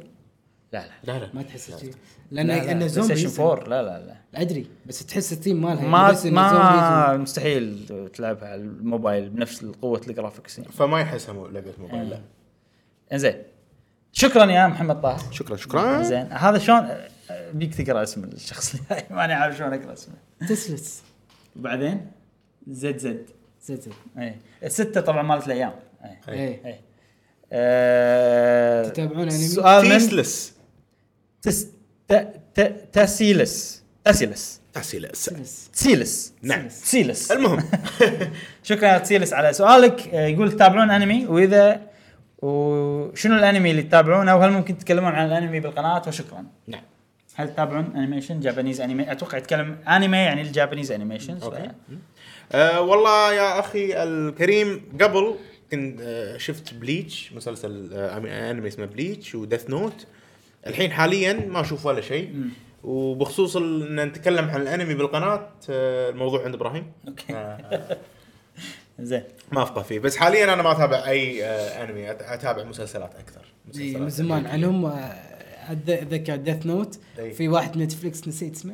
Speaker 1: لا لا
Speaker 3: لا لا
Speaker 2: ما تحس شيء لان
Speaker 1: لا، لا،
Speaker 2: لان
Speaker 1: PlayStation
Speaker 2: الزومبيز
Speaker 1: 4 لا لا لا
Speaker 2: ادري بس تحس الثيم مالها يعني
Speaker 1: ما
Speaker 2: بس إن الزومبيز
Speaker 1: ما مستحيل تلعبها على الموبايل بنفس قوه الجرافكس يعني
Speaker 3: فما يحسها مو- لعبه موبايل لا
Speaker 1: انزين شكرا يا محمد طه
Speaker 3: شكرا شكرا
Speaker 1: زين هذا شلون أه، بيك تقرا اسم الشخص اللي جاي، ماني عارف شلون اقرا اسمه
Speaker 2: تسلس
Speaker 1: وبعدين زد زد
Speaker 2: زين زين
Speaker 1: اي السته طبعا مالت الايام اي
Speaker 2: ايه
Speaker 1: اي أه
Speaker 2: تتابعون أنمي؟
Speaker 1: سؤال من
Speaker 3: تيسلس
Speaker 1: تس ت ت تسيلس تسيلس
Speaker 3: تسلس
Speaker 2: تسلس
Speaker 1: تسيلس
Speaker 3: نعم.
Speaker 1: تسيلس
Speaker 3: المهم
Speaker 1: شكرا يا تسيلس على سؤالك أه، يقول تتابعون انمي واذا وشنو الانمي اللي تتابعونه وهل ممكن تتكلمون عن الانمي بالقناه وشكرا
Speaker 3: نعم
Speaker 1: هل تتابعون انيميشن جابانيز انمي اتوقع يتكلم انمي يعني الجابانيز انيميشن
Speaker 3: اوكي أه، والله يا اخي الكريم قبل كنت أه، شفت بليتش مسلسل أه، أمي- انمي اسمه بليتش وديث نوت الحين حاليا ما اشوف ولا شيء وبخصوص ال- ان نتكلم عن الانمي بالقناه أه، الموضوع عند ابراهيم
Speaker 1: اوكي
Speaker 3: أه،
Speaker 1: زين
Speaker 3: ما افقه فيه بس حاليا انا ما اتابع اي أه، انمي أت- اتابع مسلسلات اكثر
Speaker 2: إيه،
Speaker 3: مسلسلات
Speaker 2: من زمان عنهم آه، أتذ- اتذكر ديث نوت
Speaker 3: إيه.
Speaker 2: في واحد نتفلكس نسيت اسمه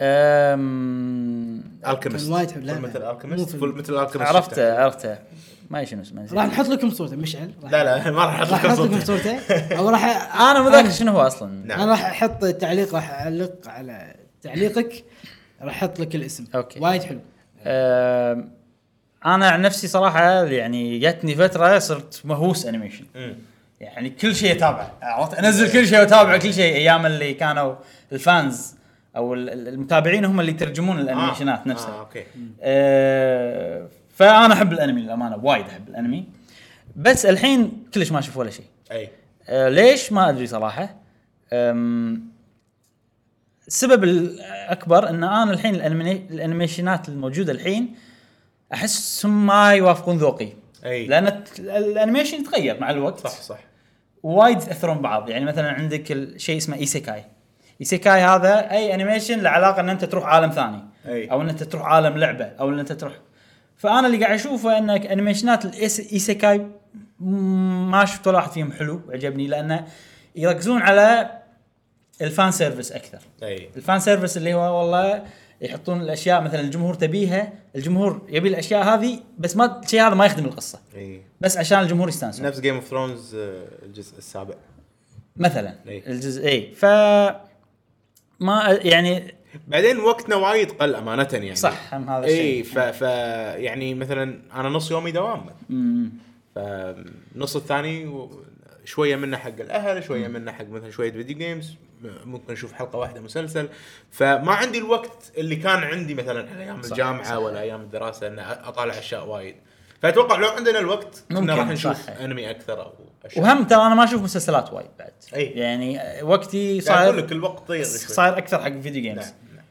Speaker 1: أم...
Speaker 3: الكيمست
Speaker 2: كان وايد حلو. لا، لا.
Speaker 3: مثل
Speaker 2: مو
Speaker 3: الكيمست
Speaker 2: فيلم.
Speaker 3: فول مثل الكيمست
Speaker 1: عرفته عرفته ما أدري شنو اسمه نسيت.
Speaker 2: راح نحط لكم صورته مشعل راح-
Speaker 3: لا لا ما راح
Speaker 2: راح
Speaker 3: احط
Speaker 2: نحط لكم
Speaker 3: لك صوت
Speaker 2: صورته او راح
Speaker 1: انا مو ذاكر شنو هو اصلا
Speaker 2: انا
Speaker 3: نعم
Speaker 2: راح احط تعليق راح اعلق على تعليقك راح احط لك الاسم
Speaker 1: أوكي.
Speaker 2: وايد حلو
Speaker 1: أم... انا عن نفسي صراحه يعني جتني فتره صرت مهووس انيميشن
Speaker 3: مم.
Speaker 1: يعني كل شيء اتابعه عرفت انزل كل شيء واتابع كل شيء ايام اللي كانوا الفانز او ال- ال- المتابعين هم اللي يترجمون الانيميشنات
Speaker 3: آه.
Speaker 1: نفسها
Speaker 3: آه، اوكي
Speaker 1: آه، فانا احب الانمي للامانه وايد احب الانمي بس الحين كلش ما اشوف ولا شيء
Speaker 3: اي
Speaker 1: آه، ليش ما ادري صراحه أم، السبب الاكبر ان انا الحين الأنمي- الانيميشنات الموجوده الحين احسهم ما يوافقون ذوقي
Speaker 3: اي
Speaker 1: لان الت- الانيميشن يتغير مع الوقت
Speaker 3: صح صح
Speaker 1: وايد يتاثرون ببعض يعني مثلا عندك ال- شيء اسمه ايسيكاي ايسيكاي هذا اي انيميشن له علاقه ان انت تروح عالم ثاني
Speaker 3: أي.
Speaker 1: او ان انت تروح عالم لعبه او ان انت تروح فانا اللي قاعد اشوفه ان انيميشنات الايسيكاي ما شفت ولا واحد فيهم حلو عجبني لانه يركزون على الفان سيرفيس اكثر
Speaker 3: اي
Speaker 1: الفان سيرفيس اللي هو والله يحطون الاشياء مثلا الجمهور تبيها الجمهور يبي الاشياء هذه بس ما الشيء هذا ما يخدم القصه
Speaker 3: اي
Speaker 1: بس عشان الجمهور يستانس
Speaker 3: إيه. نفس جيم اوف ثرونز آه، الجزء السابع
Speaker 1: مثلا
Speaker 3: إي.
Speaker 1: الجزء اي ف ما يعني
Speaker 3: بعدين وقتنا وايد قل امانه يعني
Speaker 1: صح هم هذا الشيء
Speaker 3: اي ف, ف يعني مثلا انا نص يومي دوام
Speaker 1: مم.
Speaker 3: فالنص الثاني و- شويه منه حق الاهل شويه منه حق مثلا شويه فيديو جيمز م- ممكن اشوف حلقه واحده مسلسل فما عندي الوقت اللي كان عندي مثلا على ايام
Speaker 1: صح،
Speaker 3: الجامعه
Speaker 1: صح.
Speaker 3: ولا ايام الدراسه ان اطالع اشياء وايد فاتوقع لو عندنا الوقت كنا
Speaker 1: ممكن،
Speaker 3: راح نشوف
Speaker 1: صح.
Speaker 3: انمي اكثر او أشياء.
Speaker 1: وهم ترى انا ما اشوف مسلسلات وايد بعد
Speaker 3: إي.
Speaker 1: يعني وقتي
Speaker 3: إيه. قاعد اقول لك
Speaker 1: صاير
Speaker 3: الوقت طير شوي
Speaker 1: صاير اكثر حق فيديو جيمز
Speaker 3: نعم، نعم.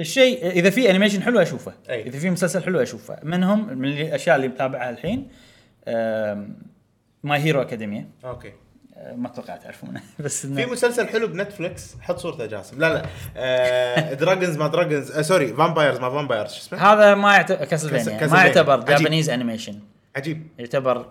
Speaker 1: الشيء اذا في انيميشن حلو اشوفه
Speaker 3: أي.
Speaker 1: اذا في مسلسل حلو اشوفه منهم من الاشياء اللي متابعها الحين ماي هيرو اكاديميا
Speaker 3: اوكي
Speaker 1: آه، ما اتوقع تعرفونه بس إنه-
Speaker 3: في مسلسل حلو بنتفلكس حط صورته جاسم لا لا آه دراجونز ما دراجونز آه سوري فامبايرز ما فامبايرز شو اسمه
Speaker 1: هذا ما يعتبر كاسلفينيا ما
Speaker 3: كاسلفينيا.
Speaker 1: يعتبر
Speaker 3: عجيب.
Speaker 1: جابانيز انيميشن
Speaker 3: عجيب
Speaker 1: يعتبر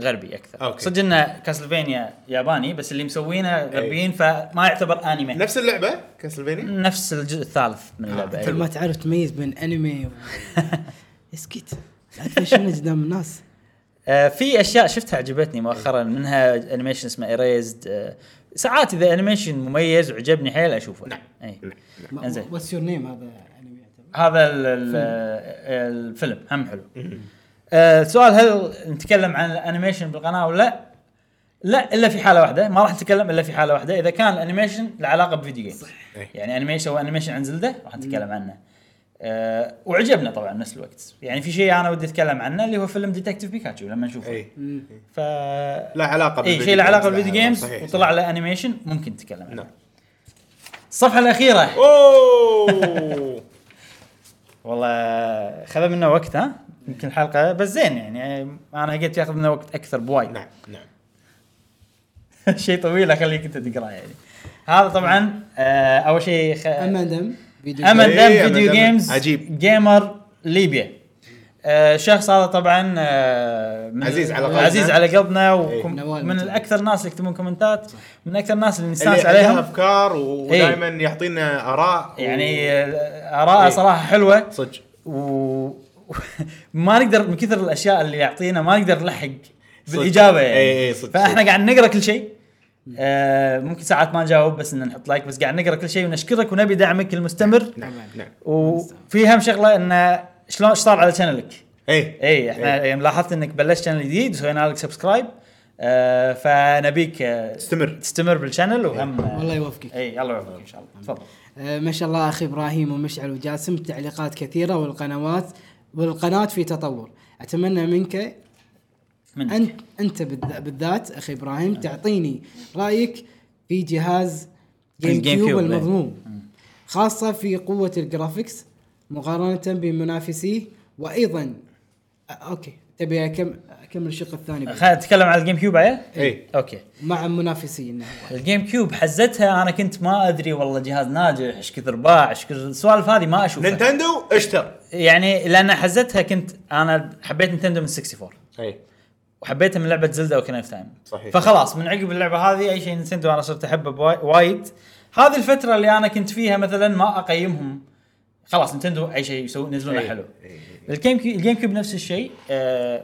Speaker 1: غربي اكثر
Speaker 3: أوكي.
Speaker 1: صدق ان كاسلفينيا ياباني بس اللي مسوينه غربيين فما يعتبر انمي
Speaker 3: نفس اللعبه كاسلفينيا
Speaker 1: نفس الجزء الثالث من اللعبه
Speaker 3: أيوه.
Speaker 2: انت ما
Speaker 1: أيوة.
Speaker 2: تعرف تميز بين انمي و... اسكت لا تفشلنا قدام الناس
Speaker 1: آه في اشياء شفتها عجبتني مؤخرا منها انيميشن اسمه ايريزد آه ساعات اذا انيميشن مميز وعجبني حيل اشوفه نعم انزين.
Speaker 2: واتس يور نيم هذا انمي يعتبر
Speaker 1: هذا ال- ال- الفيلم هم حلو آه، السؤال هل نتكلم عن الانيميشن بالقناه ولا لا؟ لا الا في حاله واحده ما راح نتكلم الا في حاله واحده اذا كان الانيميشن له علاقه بفيديو جيم
Speaker 3: إيه.
Speaker 1: يعني انيميشن وانيميشن عن زلده راح نتكلم عنه أه وعجبنا طبعا نفس الوقت يعني في شيء انا ودي اتكلم عنه اللي هو فيلم ديتكتيف بيكاتشو لما نشوفه
Speaker 3: اي
Speaker 1: ف
Speaker 3: إيه. لا علاقه
Speaker 1: اي
Speaker 3: بالفيديو
Speaker 1: إيه، شيء له علاقه
Speaker 3: لا،
Speaker 1: بالفيديو جيمز
Speaker 3: صحيح،
Speaker 1: وطلع
Speaker 3: صحيح.
Speaker 1: له انيميشن ممكن نتكلم عنه
Speaker 3: نعم
Speaker 1: الصفحه الاخيره
Speaker 3: اوه
Speaker 1: والله خذ منا وقت ها يمكن الحلقه بس زين يعني انا قلت ياخذ منا وقت اكثر بوايد
Speaker 3: نعم نعم
Speaker 1: شيء طويل اخليك انت تقرا يعني هذا طبعا آه اول شيء خ...
Speaker 2: اما دم فيديو
Speaker 1: امل
Speaker 3: إيه،
Speaker 1: دم
Speaker 3: أمل
Speaker 1: فيديو
Speaker 3: دم.
Speaker 1: جيمز
Speaker 3: عجيب.
Speaker 1: جيمر ليبيا آه شخص هذا طبعا آه من
Speaker 3: عزيز على قلبنا.
Speaker 1: عزيز على قلبنا
Speaker 3: إيه.
Speaker 1: وكم
Speaker 2: نوال
Speaker 1: من
Speaker 2: مثل.
Speaker 1: الاكثر الناس اللي يكتبون كومنتات من اكثر الناس اللي
Speaker 3: اللي
Speaker 1: نستانس
Speaker 3: عليها
Speaker 1: عليهم إيه.
Speaker 3: افكار ودائما يعطينا اراء و-
Speaker 1: يعني آه، اراءه
Speaker 3: إيه.
Speaker 1: صراحه حلوه
Speaker 3: صدق
Speaker 1: و ما نقدر من كثر الاشياء اللي يعطينا ما نقدر نلحق
Speaker 3: صدق.
Speaker 1: بالاجابه يعني
Speaker 3: إي إي صدق،
Speaker 1: فاحنا
Speaker 3: صدق.
Speaker 1: قاعد نقرا كل شيء آه ممكن ساعات ما نجاوب بس ان نحط لايك بس قاعد نقرا كل شيء ونشكرك ونبي دعمك المستمر
Speaker 3: نعم نعم
Speaker 1: وفي هم شغله انه شلون ايش صار على شانلك
Speaker 3: اي
Speaker 1: اي احنا
Speaker 3: إيه.
Speaker 1: يعني لاحظت انك بلشت شانل جديد وسوينا لك سبسكرايب آه فنبيك آه
Speaker 3: استمر
Speaker 1: تستمر بالشانل وهم إيه،
Speaker 2: والله
Speaker 3: إيه.
Speaker 2: يوفقك
Speaker 1: اي الله يوفقك ان شاء الله تفضل
Speaker 2: آه، ما شاء الله اخي ابراهيم ومشعل وجاسم تعليقات كثيره والقنوات والقناه في تطور اتمنى منك
Speaker 1: منك.
Speaker 2: انت انت بالذ- بالذات اخي ابراهيم تعطيني رايك في جهاز جيم
Speaker 1: الجيم
Speaker 2: كيوب
Speaker 1: كيوب، إيه.
Speaker 2: المظلوم خاصه في قوه الجرافكس مقارنه بمنافسيه وايضا آه، اوكي تبي أكم- اكمل الشق الثاني بعد.
Speaker 1: خلينا نتكلم على الجيم كيوب عيل
Speaker 3: اي
Speaker 1: اوكي
Speaker 2: مع منافسيه إنه هو.
Speaker 1: الجيم كيوب حزتها انا كنت ما ادري والله جهاز ناجح ايش كثر باع ايش كثر السوالف هذه ما اشوفها
Speaker 3: نينتندو اشتر
Speaker 1: يعني لان حزتها كنت انا حبيت نينتندو من 64
Speaker 3: اي
Speaker 1: وحبيتها من لعبه زلدا وكنا اوف تايم
Speaker 3: صحيح.
Speaker 1: فخلاص من عقب اللعبه هذه اي شيء نينتندو انا صرت احبه بواي- وايد هذه الفتره اللي انا كنت فيها مثلا ما اقيمهم خلاص نينتندو اي شيء يسوون ينزلونه
Speaker 3: أي.
Speaker 1: حلو
Speaker 3: أي.
Speaker 1: الجيم كيوب الجيم كيوب نفس الشيء آه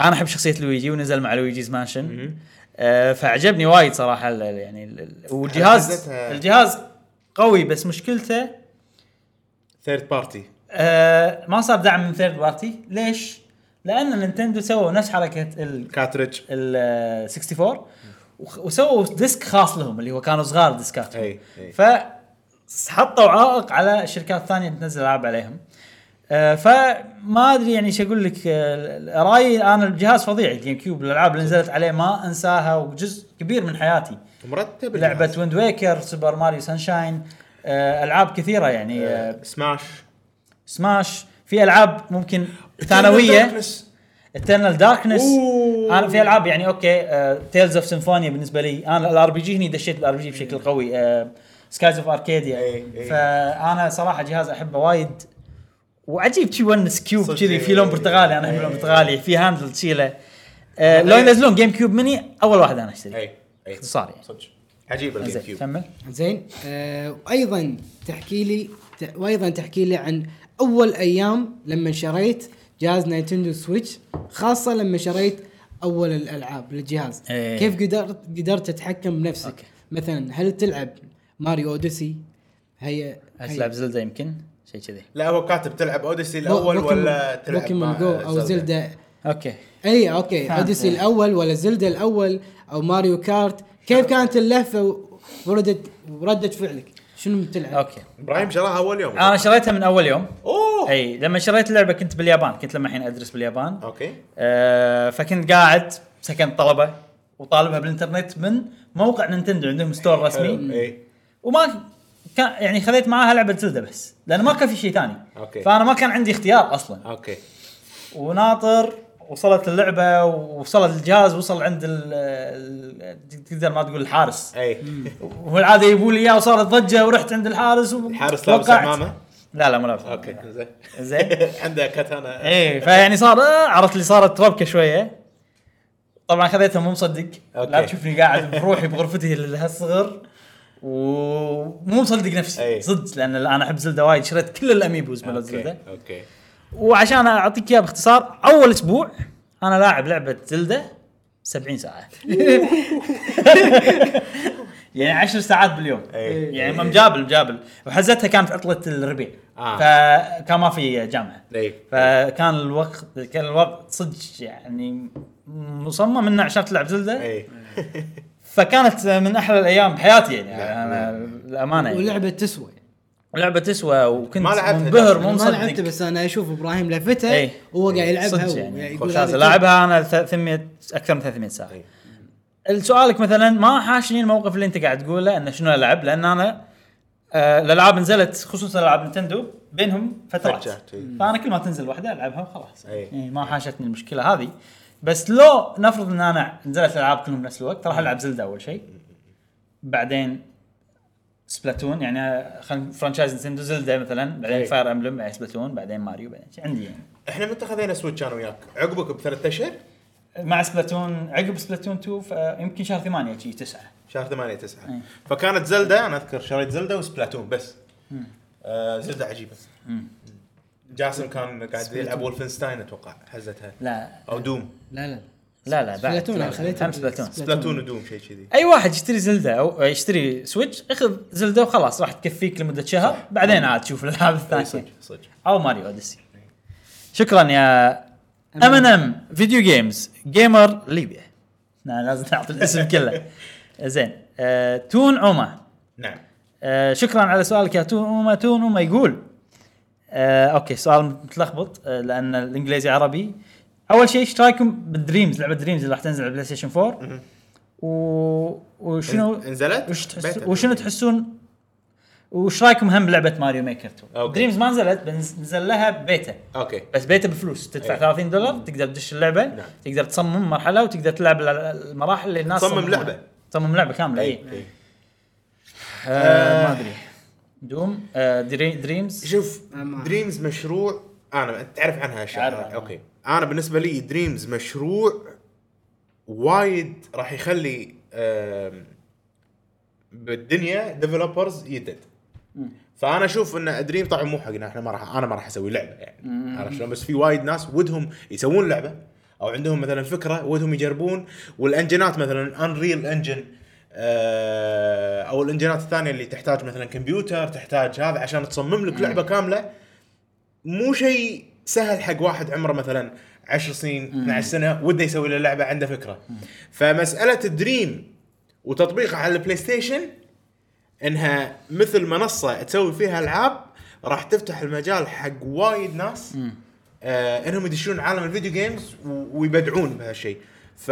Speaker 1: انا احب شخصيه لويجي ونزل مع لويجيز مانشن آه فعجبني وايد صراحه ال- ال- يعني ال- ال- والجهاز
Speaker 3: حزتها.
Speaker 1: الجهاز قوي بس مشكلته
Speaker 3: ثيرد بارتي
Speaker 1: آه ما صار دعم من ثيرد بارتي ليش؟ لان نينتندو سووا نفس حركه ال
Speaker 3: كاترج
Speaker 1: ال 64 وخ- وسووا ديسك خاص لهم اللي هو كانوا صغار ديسكاتهم
Speaker 3: اي اي
Speaker 1: ف حطوا عائق على الشركات الثانيه اللي تنزل العاب عليهم آه، فما ادري يعني ايش اقول لك آه، رايي انا الجهاز فظيع الجيم كيوب الالعاب اللي نزلت عليه ما انساها وجزء كبير من حياتي
Speaker 3: مرتب الجهاز.
Speaker 1: لعبه ويند ويكر سوبر ماريو سانشاين آه، العاب كثيره يعني آه،
Speaker 3: سماش
Speaker 1: سماش في العاب ممكن ثانويه اترنال داركنس
Speaker 3: أوه.
Speaker 1: انا في العاب يعني اوكي تيلز اوف سيمفونيا بالنسبه لي انا الار بي جي هني دشيت بالار بي جي بشكل قوي آه، سكايز اوف اركيديا
Speaker 3: إيه، إيه.
Speaker 1: فانا صراحه جهاز احبه وايد وعجيب شي ونس كيوب
Speaker 3: صدق،
Speaker 1: كذي
Speaker 3: إيه،
Speaker 1: في لون برتقالي انا احب
Speaker 3: إيه.
Speaker 1: لون برتقالي في هاندل تشيله آه، لو ينزلون جيم كيوب مني اول واحد انا اشتري
Speaker 3: اي اي
Speaker 1: اختصار يعني
Speaker 3: إيه، صدق عجيب الجيم
Speaker 1: زين
Speaker 3: كيوب
Speaker 1: كمل
Speaker 2: إيه. زين آه وايضا تحكي لي ت- وايضا تحكي لي عن اول ايام لما شريت جهاز نينتندو سويتش خاصه لما شريت اول الالعاب للجهاز
Speaker 1: إيه.
Speaker 2: كيف قدرت قدرت تتحكم بنفسك
Speaker 1: أوكي.
Speaker 2: أوكي. مثلا هل تلعب ماريو اوديسي هي
Speaker 1: اسلاب زلده يمكن شيء كذي
Speaker 3: لا هو كاتب تلعب اوديسي الاول ولا تلعب
Speaker 2: بوكيمون
Speaker 3: مع
Speaker 2: جو إيه، او زلدا
Speaker 1: اوكي
Speaker 3: إيه.
Speaker 2: اي اوكي
Speaker 1: فهمت.
Speaker 2: اوديسي الاول ولا زلدا الاول او ماريو كارت كيف كانت اللهفه وردت وردت فعلك شنو بتلعب؟
Speaker 1: اوكي
Speaker 3: ابراهيم شراها اول يوم
Speaker 1: انا شريتها من اول يوم
Speaker 3: اوه
Speaker 1: اي لما شريت اللعبه كنت باليابان كنت لما الحين ادرس باليابان
Speaker 3: اوكي
Speaker 1: آه، فكنت قاعد سكن طلبه وطالبها بالانترنت من موقع نينتندو عندهم ستور
Speaker 3: حلو. إيه.
Speaker 1: رسمي
Speaker 3: اي
Speaker 1: وما كان يعني خذيت معاها لعبه زلده بس لان ما كان في شيء ثاني
Speaker 3: أوكي.
Speaker 1: فانا ما كان عندي اختيار اصلا
Speaker 3: اوكي
Speaker 1: وناطر وصلت اللعبه ووصلت الجهاز وصل عند ال- ال- تقدر ما تقول الحارس
Speaker 3: اي
Speaker 1: وهو العاده يبوا لي اياه وصارت ضجه ورحت عند الحارس و...
Speaker 3: الحارس لابس
Speaker 1: وقعت.
Speaker 3: عمامه
Speaker 1: لا لا مو لابس
Speaker 3: اوكي زين
Speaker 1: زين
Speaker 3: عنده كتانا
Speaker 1: ايه فيعني صار آه، عرفت اللي صارت ربكه شويه طبعا خذيتها مو مصدق
Speaker 3: أوكي.
Speaker 1: لا تشوفني قاعد بروحي بغرفتي لهالصغر ومو مصدق نفسي
Speaker 3: أي.
Speaker 1: صدق لان انا احب زلده وايد شريت كل الاميبوز مال زلده
Speaker 3: اوكي اوكي
Speaker 1: وعشان اعطيك اياها باختصار اول اسبوع انا لاعب لعبه زلده 70 ساعه يعني 10 ساعات باليوم
Speaker 3: أي.
Speaker 1: يعني مجابل مجابل وحزتها كان في عطله الربيع
Speaker 3: آه.
Speaker 1: فكان ما في جامعه
Speaker 3: اي
Speaker 1: فكان الوقت كان الوقت صدق يعني مصمم انه عشان تلعب زلده
Speaker 3: اي
Speaker 1: فكانت من احلى الايام بحياتي يعني
Speaker 3: نعم،
Speaker 1: انا الامانه يعني
Speaker 2: ولعبه تسوى
Speaker 1: لعبه تسوى وكنت
Speaker 3: ما لعبتها
Speaker 1: منبهر
Speaker 3: للأسف.
Speaker 1: مو
Speaker 2: انا ما لعبته
Speaker 1: مصدق
Speaker 2: بس انا اشوف ابراهيم لفتها
Speaker 1: إيه.
Speaker 2: وهو قاعد
Speaker 1: إيه،
Speaker 2: يلعبها
Speaker 1: صدق
Speaker 2: ويقول
Speaker 1: يعني
Speaker 2: هذا إيه.
Speaker 1: خوش هذا
Speaker 2: كيف.
Speaker 1: لاعبها انا 300 اكثر من 300 ساعه
Speaker 3: أي.
Speaker 1: سؤالك مثلا ما حاشني الموقف اللي انت قاعد تقوله انه شنو العب لان انا آه الالعاب نزلت خصوصا العاب نينتندو بينهم فترات
Speaker 3: فجأت، إي.
Speaker 1: فانا كل ما تنزل واحده العبها وخلاص
Speaker 3: إي.
Speaker 1: يعني ما حاشتني المشكله هذه بس لو نفرض ان انا نزلت الالعاب كلهم بنفس الوقت راح العب زلده اول شيء بعدين سبلاتون يعني خل- فرانشايز نينتندو زلده مثلا بعدين
Speaker 3: إي.
Speaker 1: فاير امبلم بعدين سبلاتون بعدين ماريو بعدين شي عندي يعني
Speaker 3: احنا متى خذينا سويتش انا وياك؟ عقبك بثلاث اشهر
Speaker 1: مع سبلاتون عقب سبلاتون 2 ف- يمكن شهر 8 شي 9
Speaker 3: شهر 8 9
Speaker 1: أي.
Speaker 3: فكانت زلدة انا اذكر شريت زلدة وسبلاتون بس آه زلدة عجيبة جاسم كان قاعد يلعب ولفنستاين اتوقع حزتها
Speaker 1: لا
Speaker 3: او دوم
Speaker 2: لا لا
Speaker 1: لا لا بعد
Speaker 2: سبلاتون،
Speaker 1: لا،
Speaker 2: أنا خليته
Speaker 1: هم سبلاتون
Speaker 2: سبلاتون.
Speaker 3: سبلاتون ودوم شيء كذي
Speaker 1: اي واحد يشتري زلده او يشتري سويتش اخذ زلده وخلاص راح تكفيك لمده شهر صح. بعدين عاد تشوف الالعاب
Speaker 3: أي،
Speaker 1: الثانيه
Speaker 3: صدق صدق
Speaker 1: او ماريو اوديسي شكرا يا ام ان ام فيديو جيمز جيمر ليبيا لا، لازم نعطي الاسم كله زين آه، تون عمر
Speaker 3: نعم
Speaker 1: آه، شكرا على سؤالك يا توما توما يقول آه اوكي سؤال متلخبط آه لان الانجليزي عربي اول شيء ايش رايكم بالدريمز لعبه دريمز اللي راح تنزل على بلاي ستيشن 4 و... وشنو
Speaker 3: إن- نزلت؟
Speaker 1: وش تحس...
Speaker 3: بيتها.
Speaker 1: وشنو تحسون وش رايكم هم بلعبه ماريو ميكر 2
Speaker 3: أوكي.
Speaker 1: دريمز ما نزلت بس نزل لها بيتا
Speaker 3: اوكي
Speaker 1: بس بيتا بفلوس تدفع
Speaker 3: أي.
Speaker 1: 30 دولار تقدر تدش اللعبه
Speaker 3: إيه. نعم.
Speaker 1: تقدر تصمم مرحله وتقدر تلعب ال- المراحل اللي الناس
Speaker 3: تصمم
Speaker 1: صمموها.
Speaker 3: لعبة. إيه.
Speaker 1: تصمم إيه. لعبه كامله اي
Speaker 3: اي أي.
Speaker 1: آه، ما ادري دوم آه دري دريمز
Speaker 3: شوف
Speaker 2: أما-
Speaker 3: دريمز مشروع انا انت تعرف عنها اشياء
Speaker 1: أعرف عنها.
Speaker 3: اوكي انا بالنسبه لي دريمز مشروع وايد راح يخلي آم، بالدنيا ديفلوبرز يدد فانا اشوف ان دريم طبعا مو حقنا احنا ما راح انا ما راح اسوي لعبه يعني عرفت شلون بس في وايد ناس ودهم يسوون لعبه او عندهم مثلا فكره ودهم يجربون والانجنات مثلا انريل انجن او الانجنات الثانيه اللي تحتاج مثلا كمبيوتر تحتاج هذا عشان تصمم لك لعبه كامله مو شيء سهل حق واحد عمره مثلا 10 سنين 12 سنه وده يسوي له لعبه عنده فكره فمساله الدريم وتطبيقها على البلاي ستيشن انها مثل منصه تسوي فيها العاب راح تفتح المجال حق وايد ناس
Speaker 1: مم.
Speaker 3: آه انهم يدشون عالم الفيديو جيمز و- ويبدعون بهالشيء ف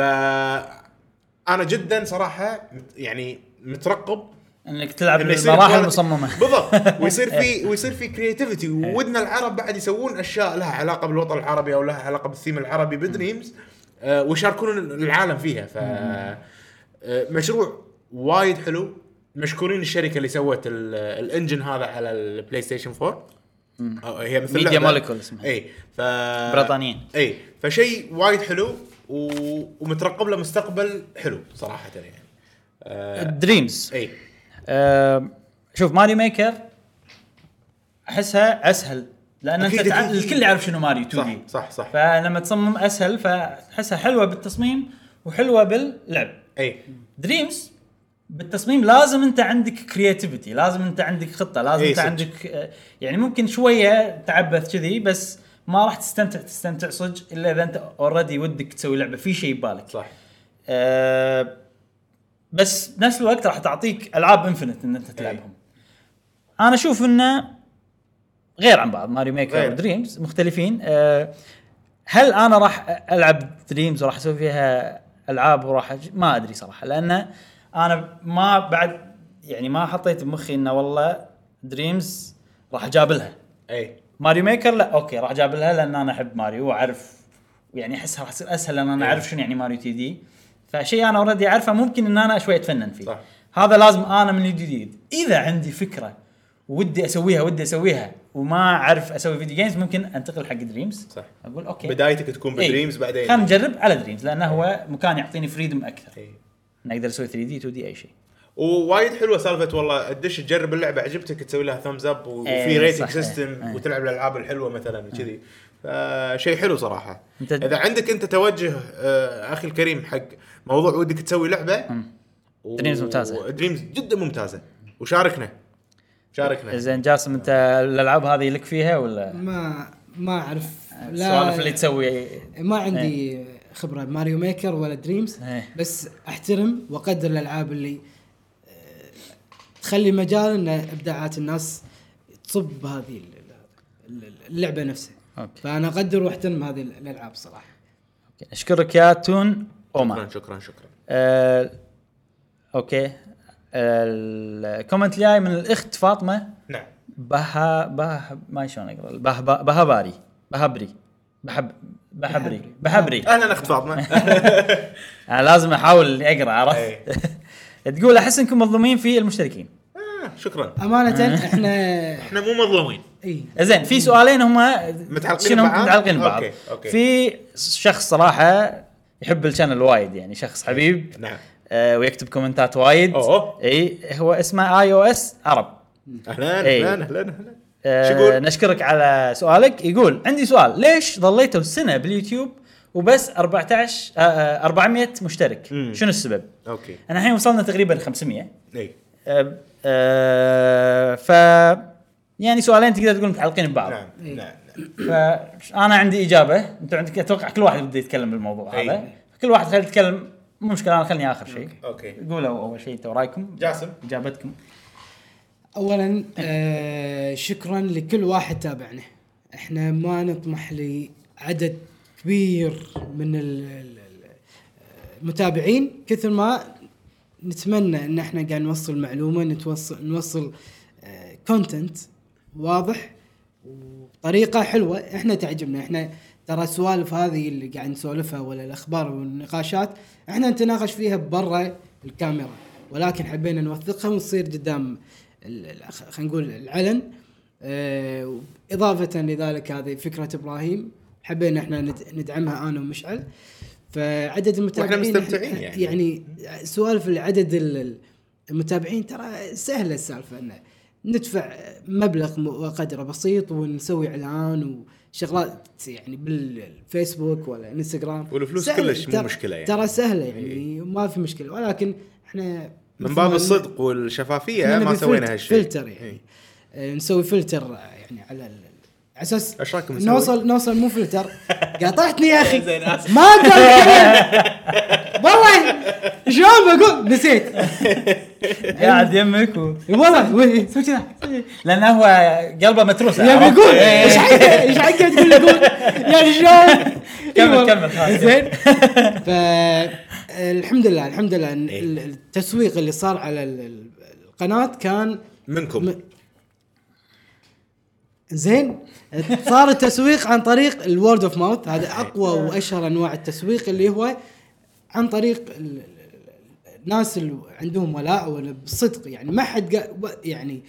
Speaker 3: انا جدا صراحه مت- يعني مترقب
Speaker 1: انك تلعب
Speaker 3: إنه يصير
Speaker 1: بالمراحل
Speaker 3: كواليتي-
Speaker 1: المصممه
Speaker 3: بالضبط ويصير في ويصير في كرياتيفيتي
Speaker 1: إيه.
Speaker 3: وودنا العرب بعد يسوون اشياء لها علاقه بالوطن العربي او لها علاقه بالثيم العربي بدريمز آه، ويشاركون العالم فيها ف آه، مشروع وايد حلو مشكورين الشركه اللي سوت ال- الانجن هذا على البلاي ستيشن 4 آه، هي مثل
Speaker 1: ميديا
Speaker 3: لعبة.
Speaker 1: موليكول اسمها.
Speaker 3: اي ف
Speaker 1: بريطانيين
Speaker 3: اي فشيء وايد حلو و... ومترقب له مستقبل حلو صراحه يعني آه،
Speaker 1: دريمز
Speaker 3: اي
Speaker 1: أم، شوف ماري ميكر احسها اسهل لان انت
Speaker 3: أكيد،
Speaker 1: تع...
Speaker 3: أكيد.
Speaker 1: الكل يعرف شنو ماري 2
Speaker 3: صح
Speaker 1: دي
Speaker 3: صح صح
Speaker 1: فلما تصمم اسهل فتحسها حلوه بالتصميم وحلوه باللعب
Speaker 3: اي
Speaker 1: دريمز بالتصميم لازم انت عندك كرياتيفيتي لازم انت عندك خطه لازم
Speaker 3: إي
Speaker 1: انت
Speaker 3: صدق.
Speaker 1: عندك آه، يعني ممكن شويه تعبث كذي بس ما راح تستمتع تستمتع صدق الا اذا انت اوريدي ودك تسوي لعبه في شيء ببالك
Speaker 3: صح
Speaker 1: آه، بس بنفس الوقت راح تعطيك العاب انفنت ان انت تلعبهم. انا اشوف انه غير عن بعض ماريو ميكر
Speaker 3: غير.
Speaker 1: ودريمز مختلفين آه، هل انا راح العب دريمز وراح اسوي فيها العاب وراح أج- ما ادري صراحه لان انا ما بعد يعني ما حطيت بمخي انه والله دريمز راح اجابلها
Speaker 3: اي
Speaker 1: ماريو ميكر لا اوكي راح جاب لها لان انا احب ماريو واعرف يعني احسها راح تصير اسهل لان انا
Speaker 3: إيه.
Speaker 1: اعرف شنو يعني ماريو تي دي فشيء انا اوريدي اعرفه ممكن ان انا شوي اتفنن فيه
Speaker 3: صح.
Speaker 1: هذا لازم انا من جديد اذا عندي فكره ودي اسويها ودي اسويها وما اعرف اسوي فيديو جيمز ممكن انتقل حق دريمز
Speaker 3: صح.
Speaker 1: اقول اوكي
Speaker 3: بدايتك تكون
Speaker 1: إيه.
Speaker 3: بدريمز بعدين
Speaker 1: خلينا نجرب على دريمز لانه هو مكان يعطيني فريدم اكثر
Speaker 3: إيه.
Speaker 1: نقدر اسوي 3 دي 2 دي اي شيء
Speaker 3: ووايد حلوه سالفه والله تدش تجرب اللعبه عجبتك تسوي لها ثامز اب وفي
Speaker 1: إيه،
Speaker 3: ريتنج
Speaker 1: صح، إيه،
Speaker 3: سيستم
Speaker 1: إيه.
Speaker 3: وتلعب الالعاب الحلوه مثلا كذي فشيء حلو صراحه
Speaker 1: أنت-
Speaker 3: اذا عندك انت توجه آه، اخي الكريم حق موضوع ودك تسوي لعبه و-
Speaker 1: دريمز ممتازة.
Speaker 3: دريمز جدا ممتازه وشاركنا شاركنا
Speaker 1: زين جاسم انت الالعاب هذه لك فيها ولا
Speaker 2: ما ما اعرف
Speaker 1: السوالف اللي تسوي
Speaker 2: ما عندي خبره ماريو ميكر ولا دريمز
Speaker 1: إيه.
Speaker 2: بس احترم واقدر الالعاب اللي آه، تخلي مجال ان ابداعات الناس تصب بهذه ال- ال- اللعبه نفسها
Speaker 1: أوكي.
Speaker 2: فانا اقدر واحترم هذه ال- الالعاب صراحه
Speaker 1: اشكرك يا تون اوما
Speaker 3: شكرا شكرا شكرا
Speaker 1: آه، اوكي الكومنت اللي جاي من الاخت فاطمه
Speaker 3: نعم
Speaker 1: بها بها ما شلون اقرا بها بهباري بهبري بحب بحبري بحبري
Speaker 3: اهلا اخت فاطمه
Speaker 1: انا لازم احاول إني اقرا عرفت
Speaker 3: إيه.
Speaker 1: تقول احس انكم مظلومين في المشتركين
Speaker 3: آه، شكرا
Speaker 1: إيه.
Speaker 2: امانه احنا
Speaker 3: احنا مو مظلومين
Speaker 2: اي
Speaker 1: زين في سؤالين هما
Speaker 3: متعلقين
Speaker 1: شنو
Speaker 3: ببعض؟
Speaker 1: متعلقين ببعض
Speaker 3: أوكي، أوكي.
Speaker 1: في شخص صراحه يحب الشانل وايد يعني شخص حبيب
Speaker 3: نعم
Speaker 1: آه، ويكتب كومنتات وايد
Speaker 3: أوه.
Speaker 1: اي هو اسمه اي او اس عرب
Speaker 3: اهلا
Speaker 1: إيه.
Speaker 3: اهلا اهلا اهلا
Speaker 1: آه،
Speaker 3: شو يقول؟
Speaker 1: نشكرك على سؤالك يقول عندي سؤال ليش ظليتوا سنه باليوتيوب وبس 14 آه، آه، 400 مشترك
Speaker 3: مم.
Speaker 1: شنو السبب
Speaker 3: اوكي
Speaker 1: انا الحين وصلنا تقريبا 500
Speaker 3: اي
Speaker 1: آه، آه، ف يعني سؤالين تقدر تقول متعلقين ببعض
Speaker 3: نعم
Speaker 2: إيه.
Speaker 3: نعم نعم.
Speaker 1: فانا عندي اجابه انت عندك اتوقع كل واحد بده يتكلم بالموضوع
Speaker 3: أي.
Speaker 1: هذا كل واحد خليه يتكلم مو مشكله انا خلني اخر شيء
Speaker 3: اوكي
Speaker 1: قولوا اول شيء انتوا رايكم
Speaker 3: جاسم.
Speaker 1: اجابتكم
Speaker 2: اولا آه شكرا لكل واحد تابعنا احنا ما نطمح لعدد كبير من ال- ال- ال- المتابعين كثر ما نتمنى ان احنا قاعد نوصل معلومه نتوصل نوصل كونتنت آه، واضح وبطريقه حلوه احنا تعجبنا احنا ترى السوالف هذه اللي قاعد نسولفها ولا الاخبار والنقاشات احنا نتناقش فيها برا الكاميرا ولكن حبينا نوثقها ونصير قدام ال- ال- خ- خلينا نقول العلن آه، اضافه لذلك هذه فكره ابراهيم حبينا احنا ند- ندعمها انا ومشعل فعدد المتابعين
Speaker 3: مستمتعين يعني.
Speaker 2: يعني سوالف العدد ال- ال- المتابعين ترى سهله السالفه انه ندفع مبلغ م- وقدره بسيط ونسوي اعلان وشغلات يعني بالفيسبوك ولا انستغرام
Speaker 3: والفلوس
Speaker 2: سهلة،
Speaker 3: كلش مو
Speaker 2: ترى-
Speaker 3: مشكلة يعني. إيه.
Speaker 2: ترى سهله يعني ما في مشكله ولكن احنا
Speaker 3: من
Speaker 2: مثل
Speaker 3: باب
Speaker 2: ما-
Speaker 3: الصدق والشفافيه
Speaker 2: إحنا
Speaker 3: ما
Speaker 2: نبي
Speaker 3: سوينا
Speaker 2: فلت-
Speaker 3: هالشيء
Speaker 2: فلتر يعني
Speaker 3: إيه.
Speaker 2: آه، نسوي فلتر آه، يعني على ال- على اساس
Speaker 3: إيش رأيكم نسوي؟
Speaker 2: نوصل نوصل مو فلتر قاطعتني يا اخي
Speaker 3: زين، آسف.
Speaker 2: ما اقدر أتكلم. والله شلون بقول نسيت
Speaker 1: قاعد يمك و...
Speaker 2: والله وي- سوي كذا
Speaker 1: لان هو قلبه متروس
Speaker 2: يبي
Speaker 1: عرفت؟
Speaker 2: يقول
Speaker 1: إيه.
Speaker 2: ايش حقه ايش حقه تقول يقول يعني شلون
Speaker 1: كمل-
Speaker 2: إيوه.
Speaker 1: كمل، خلاص.
Speaker 2: زين فالحمد لله الحمد لله إن ال- التسويق اللي صار على ال- ال- القناه كان
Speaker 3: منكم
Speaker 2: م- زين صار التسويق عن طريق الورد اوف ماوث هذا اقوى واشهر انواع التسويق اللي هو عن طريق ال- ال- الناس اللي عندهم ولاء ولا بالصدق يعني ما حد قا- و- يعني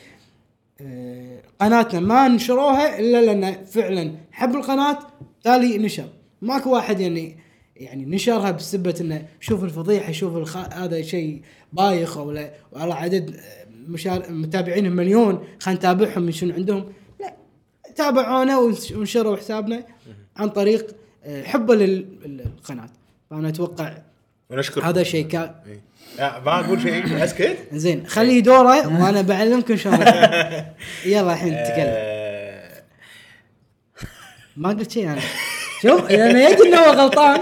Speaker 2: آه، قناتنا ما نشروها الا لان فعلا حب القناه تالي نشر ماكو واحد يعني يعني نشرها بسبه انه شوف الفضيحه شوف الخ... هذا شيء بايخ او لا والله عدد آه، مشار... متابعينهم مليون خلينا نتابعهم شنو عندهم لا تابعونا ونش- ونشروا حسابنا عن طريق آه، حبه للقناه فانا اتوقع
Speaker 3: ونشكر
Speaker 2: هذا شيء كان
Speaker 3: إيه. لا، ما اقول شيء اسكت
Speaker 2: زين خليه دوره وانا بعلمكم شلون يلا الحين تكلم
Speaker 3: آه،
Speaker 2: ما قلت شيء انا شوف انا يدري انه هو غلطان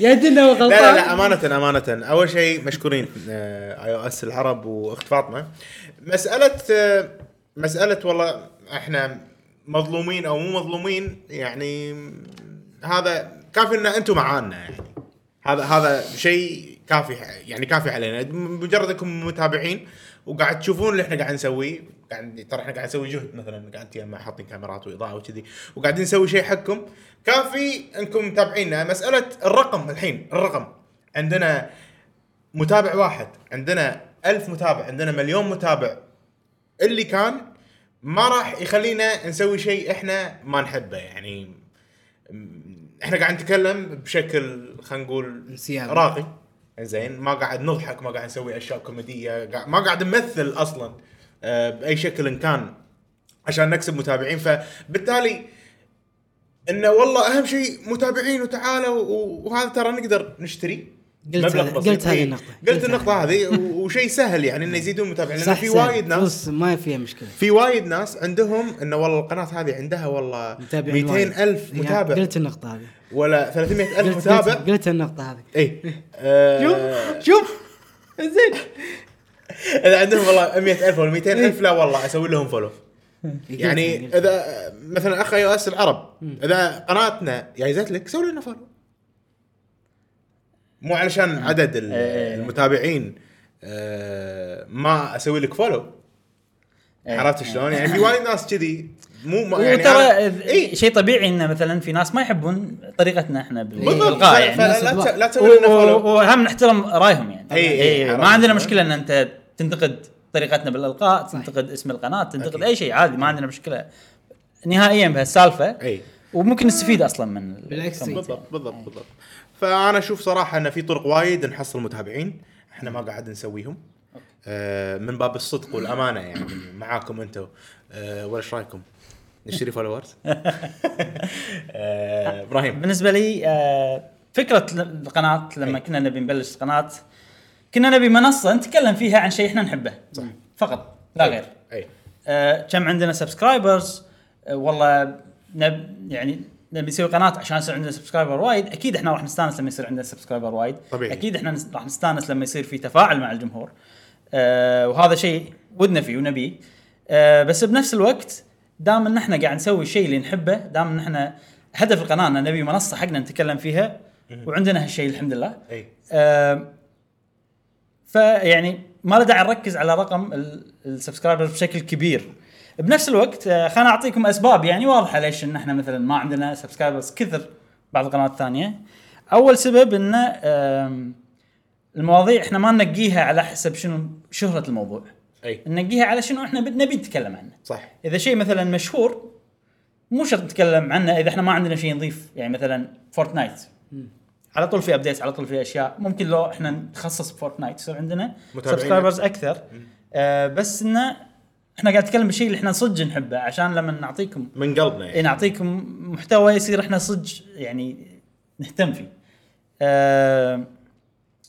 Speaker 2: يدري انه هو غلطان
Speaker 3: لا لا لا امانه امانه اول شيء مشكورين آه، اي او اس العرب واخت فاطمه مساله آه، مساله والله احنا مظلومين او مو مظلومين يعني هذا كافي ان انتم معانا يعني هذا هذا شيء كافي يعني كافي علينا مجرد انكم متابعين وقاعد تشوفون اللي احنا قاعد نسويه قاعد ترى احنا قاعد نسوي جهد مثلا قاعد نتجمع حاطين كاميرات واضاءه وكذي وقاعدين نسوي شيء حقكم كافي انكم متابعينا مساله الرقم الحين الرقم عندنا متابع واحد عندنا ألف متابع عندنا مليون متابع اللي كان ما راح يخلينا نسوي شيء احنا ما نحبه يعني م- احنا قاعد نتكلم بشكل خلينا نقول
Speaker 2: انسيابي.
Speaker 3: راقي زين ما قاعد نضحك ما قاعد نسوي اشياء كوميديه قاعد- ما قاعد نمثل اصلا آه، باي شكل إن كان عشان نكسب متابعين فبالتالي انه والله اهم شيء متابعين وتعالوا و- وهذا ترى نقدر نشتري
Speaker 2: قلت
Speaker 3: مبلغ
Speaker 2: هذا-
Speaker 3: بسيط.
Speaker 2: قلت هذه
Speaker 3: إيه،
Speaker 2: النقطة.
Speaker 3: قلت
Speaker 2: قلت
Speaker 3: النقطه هذه و- وشيء سهل يعني انه يزيدون متابعين لانه
Speaker 2: صح
Speaker 3: في
Speaker 2: صح.
Speaker 3: وايد ناس
Speaker 2: بص، ما فيها مشكله
Speaker 3: في وايد ناس عندهم انه والله القناه هذه عندها والله
Speaker 2: متابعين
Speaker 3: 200 الف
Speaker 2: وايد. يعني
Speaker 3: متابع
Speaker 2: قلت النقطه هذه
Speaker 3: ولا 300
Speaker 2: قلت-
Speaker 3: الف متابع
Speaker 2: قلت- قلت النقطه هذه
Speaker 3: اي
Speaker 2: شوف
Speaker 3: آه،
Speaker 2: شوف زين
Speaker 3: اذا عندهم والله 100 الف ولا 200
Speaker 1: إيه.
Speaker 3: الف لا والله اسوي لهم فولو يعني
Speaker 2: قلت-
Speaker 3: اذا مثلا اخ اي اس العرب اذا قناتنا جايزت لك سوي لنا فولو مو علشان عدد ال-
Speaker 1: إيه.
Speaker 3: المتابعين آه، ما اسوي لك فولو
Speaker 1: إيه.
Speaker 3: عرفت شلون؟ يعني في وايد ناس كذي مو ما- يعني
Speaker 1: وترى
Speaker 3: أنا- إيه.
Speaker 1: شيء طبيعي انه مثلا في ناس ما يحبون طريقتنا احنا بال-
Speaker 3: بالضبط
Speaker 1: بالالقاء
Speaker 3: ف-
Speaker 1: يعني
Speaker 3: فلا ت- لا
Speaker 1: و-
Speaker 3: تسوي لنا
Speaker 1: و-
Speaker 3: فولو
Speaker 1: واهم نحترم رايهم يعني
Speaker 3: إي، إي،
Speaker 1: إي، ما
Speaker 3: إيه، عرفت.
Speaker 1: عندنا مشكله ان انت تنتقد طريقتنا بالالقاء تنتقد اسم القناه تنتقد
Speaker 3: أكيد.
Speaker 1: اي شيء عادي ما عندنا مشكله نهائيا بهالسالفه
Speaker 3: اي
Speaker 1: وممكن نستفيد اصلا من
Speaker 2: بالعكس.
Speaker 1: الكومنت.
Speaker 3: بالضبط بالضبط بالضبط فانا اشوف صراحه ان في طرق وايد نحصل متابعين احنا ما قاعد نسويهم آه، من باب الصدق والامانه يعني معاكم انتم آه، ولا ايش رايكم؟ نشتري آه، فولورز؟ ابراهيم
Speaker 1: بالنسبه طيب، لي آه، فكره ل- القناه لما كنا نبي نبلش القناه كنا نبي منصه نتكلم فيها عن شيء احنا نحبه صح فقط لا غير
Speaker 3: اي
Speaker 1: آه، كم عندنا سبسكرايبرز والله نب يعني نبي نسوي قناه عشان يصير عندنا سبسكرايبر وايد اكيد احنا راح نستانس لما يصير عندنا سبسكرايبر وايد
Speaker 3: طبيعي.
Speaker 1: اكيد احنا نس- راح نستانس لما يصير في تفاعل مع الجمهور آه وهذا شيء ودنا فيه ونبيه آه بس بنفس الوقت دام ان احنا قاعد نسوي الشيء اللي نحبه دام ان احنا هدف القناه ان نبي منصه حقنا نتكلم فيها وعندنا هالشيء الحمد لله
Speaker 3: اي
Speaker 1: آم، فيعني ما له داعي نركز على رقم ال- السبسكرايبرز بشكل كبير بنفس الوقت آه، خلنا اعطيكم اسباب يعني واضحه ليش ان احنا مثلا ما عندنا سبسكرايبرز كثر بعض القنوات الثانيه اول سبب انه آم، المواضيع احنا ما ننقيها على حسب شنو شهره الموضوع
Speaker 3: اي
Speaker 1: ننقيها على شنو احنا بد- نبي نتكلم عنه
Speaker 3: صح
Speaker 1: اذا شيء مثلا مشهور مو شرط نتكلم عنه اذا احنا ما عندنا شيء نضيف يعني مثلا فورتنايت على طول في ابديتس على طول في اشياء ممكن لو احنا نتخصص بفورتنايت يصير عندنا
Speaker 3: متابعين
Speaker 1: سبسكرايبرز اكثر آه بس انه احنا قاعد نتكلم بالشيء اللي احنا صدق نحبه عشان لما نعطيكم
Speaker 3: من قلبنا
Speaker 1: إيه
Speaker 3: يعني
Speaker 1: نعطيكم محتوى يصير احنا صدق يعني نهتم فيه. آه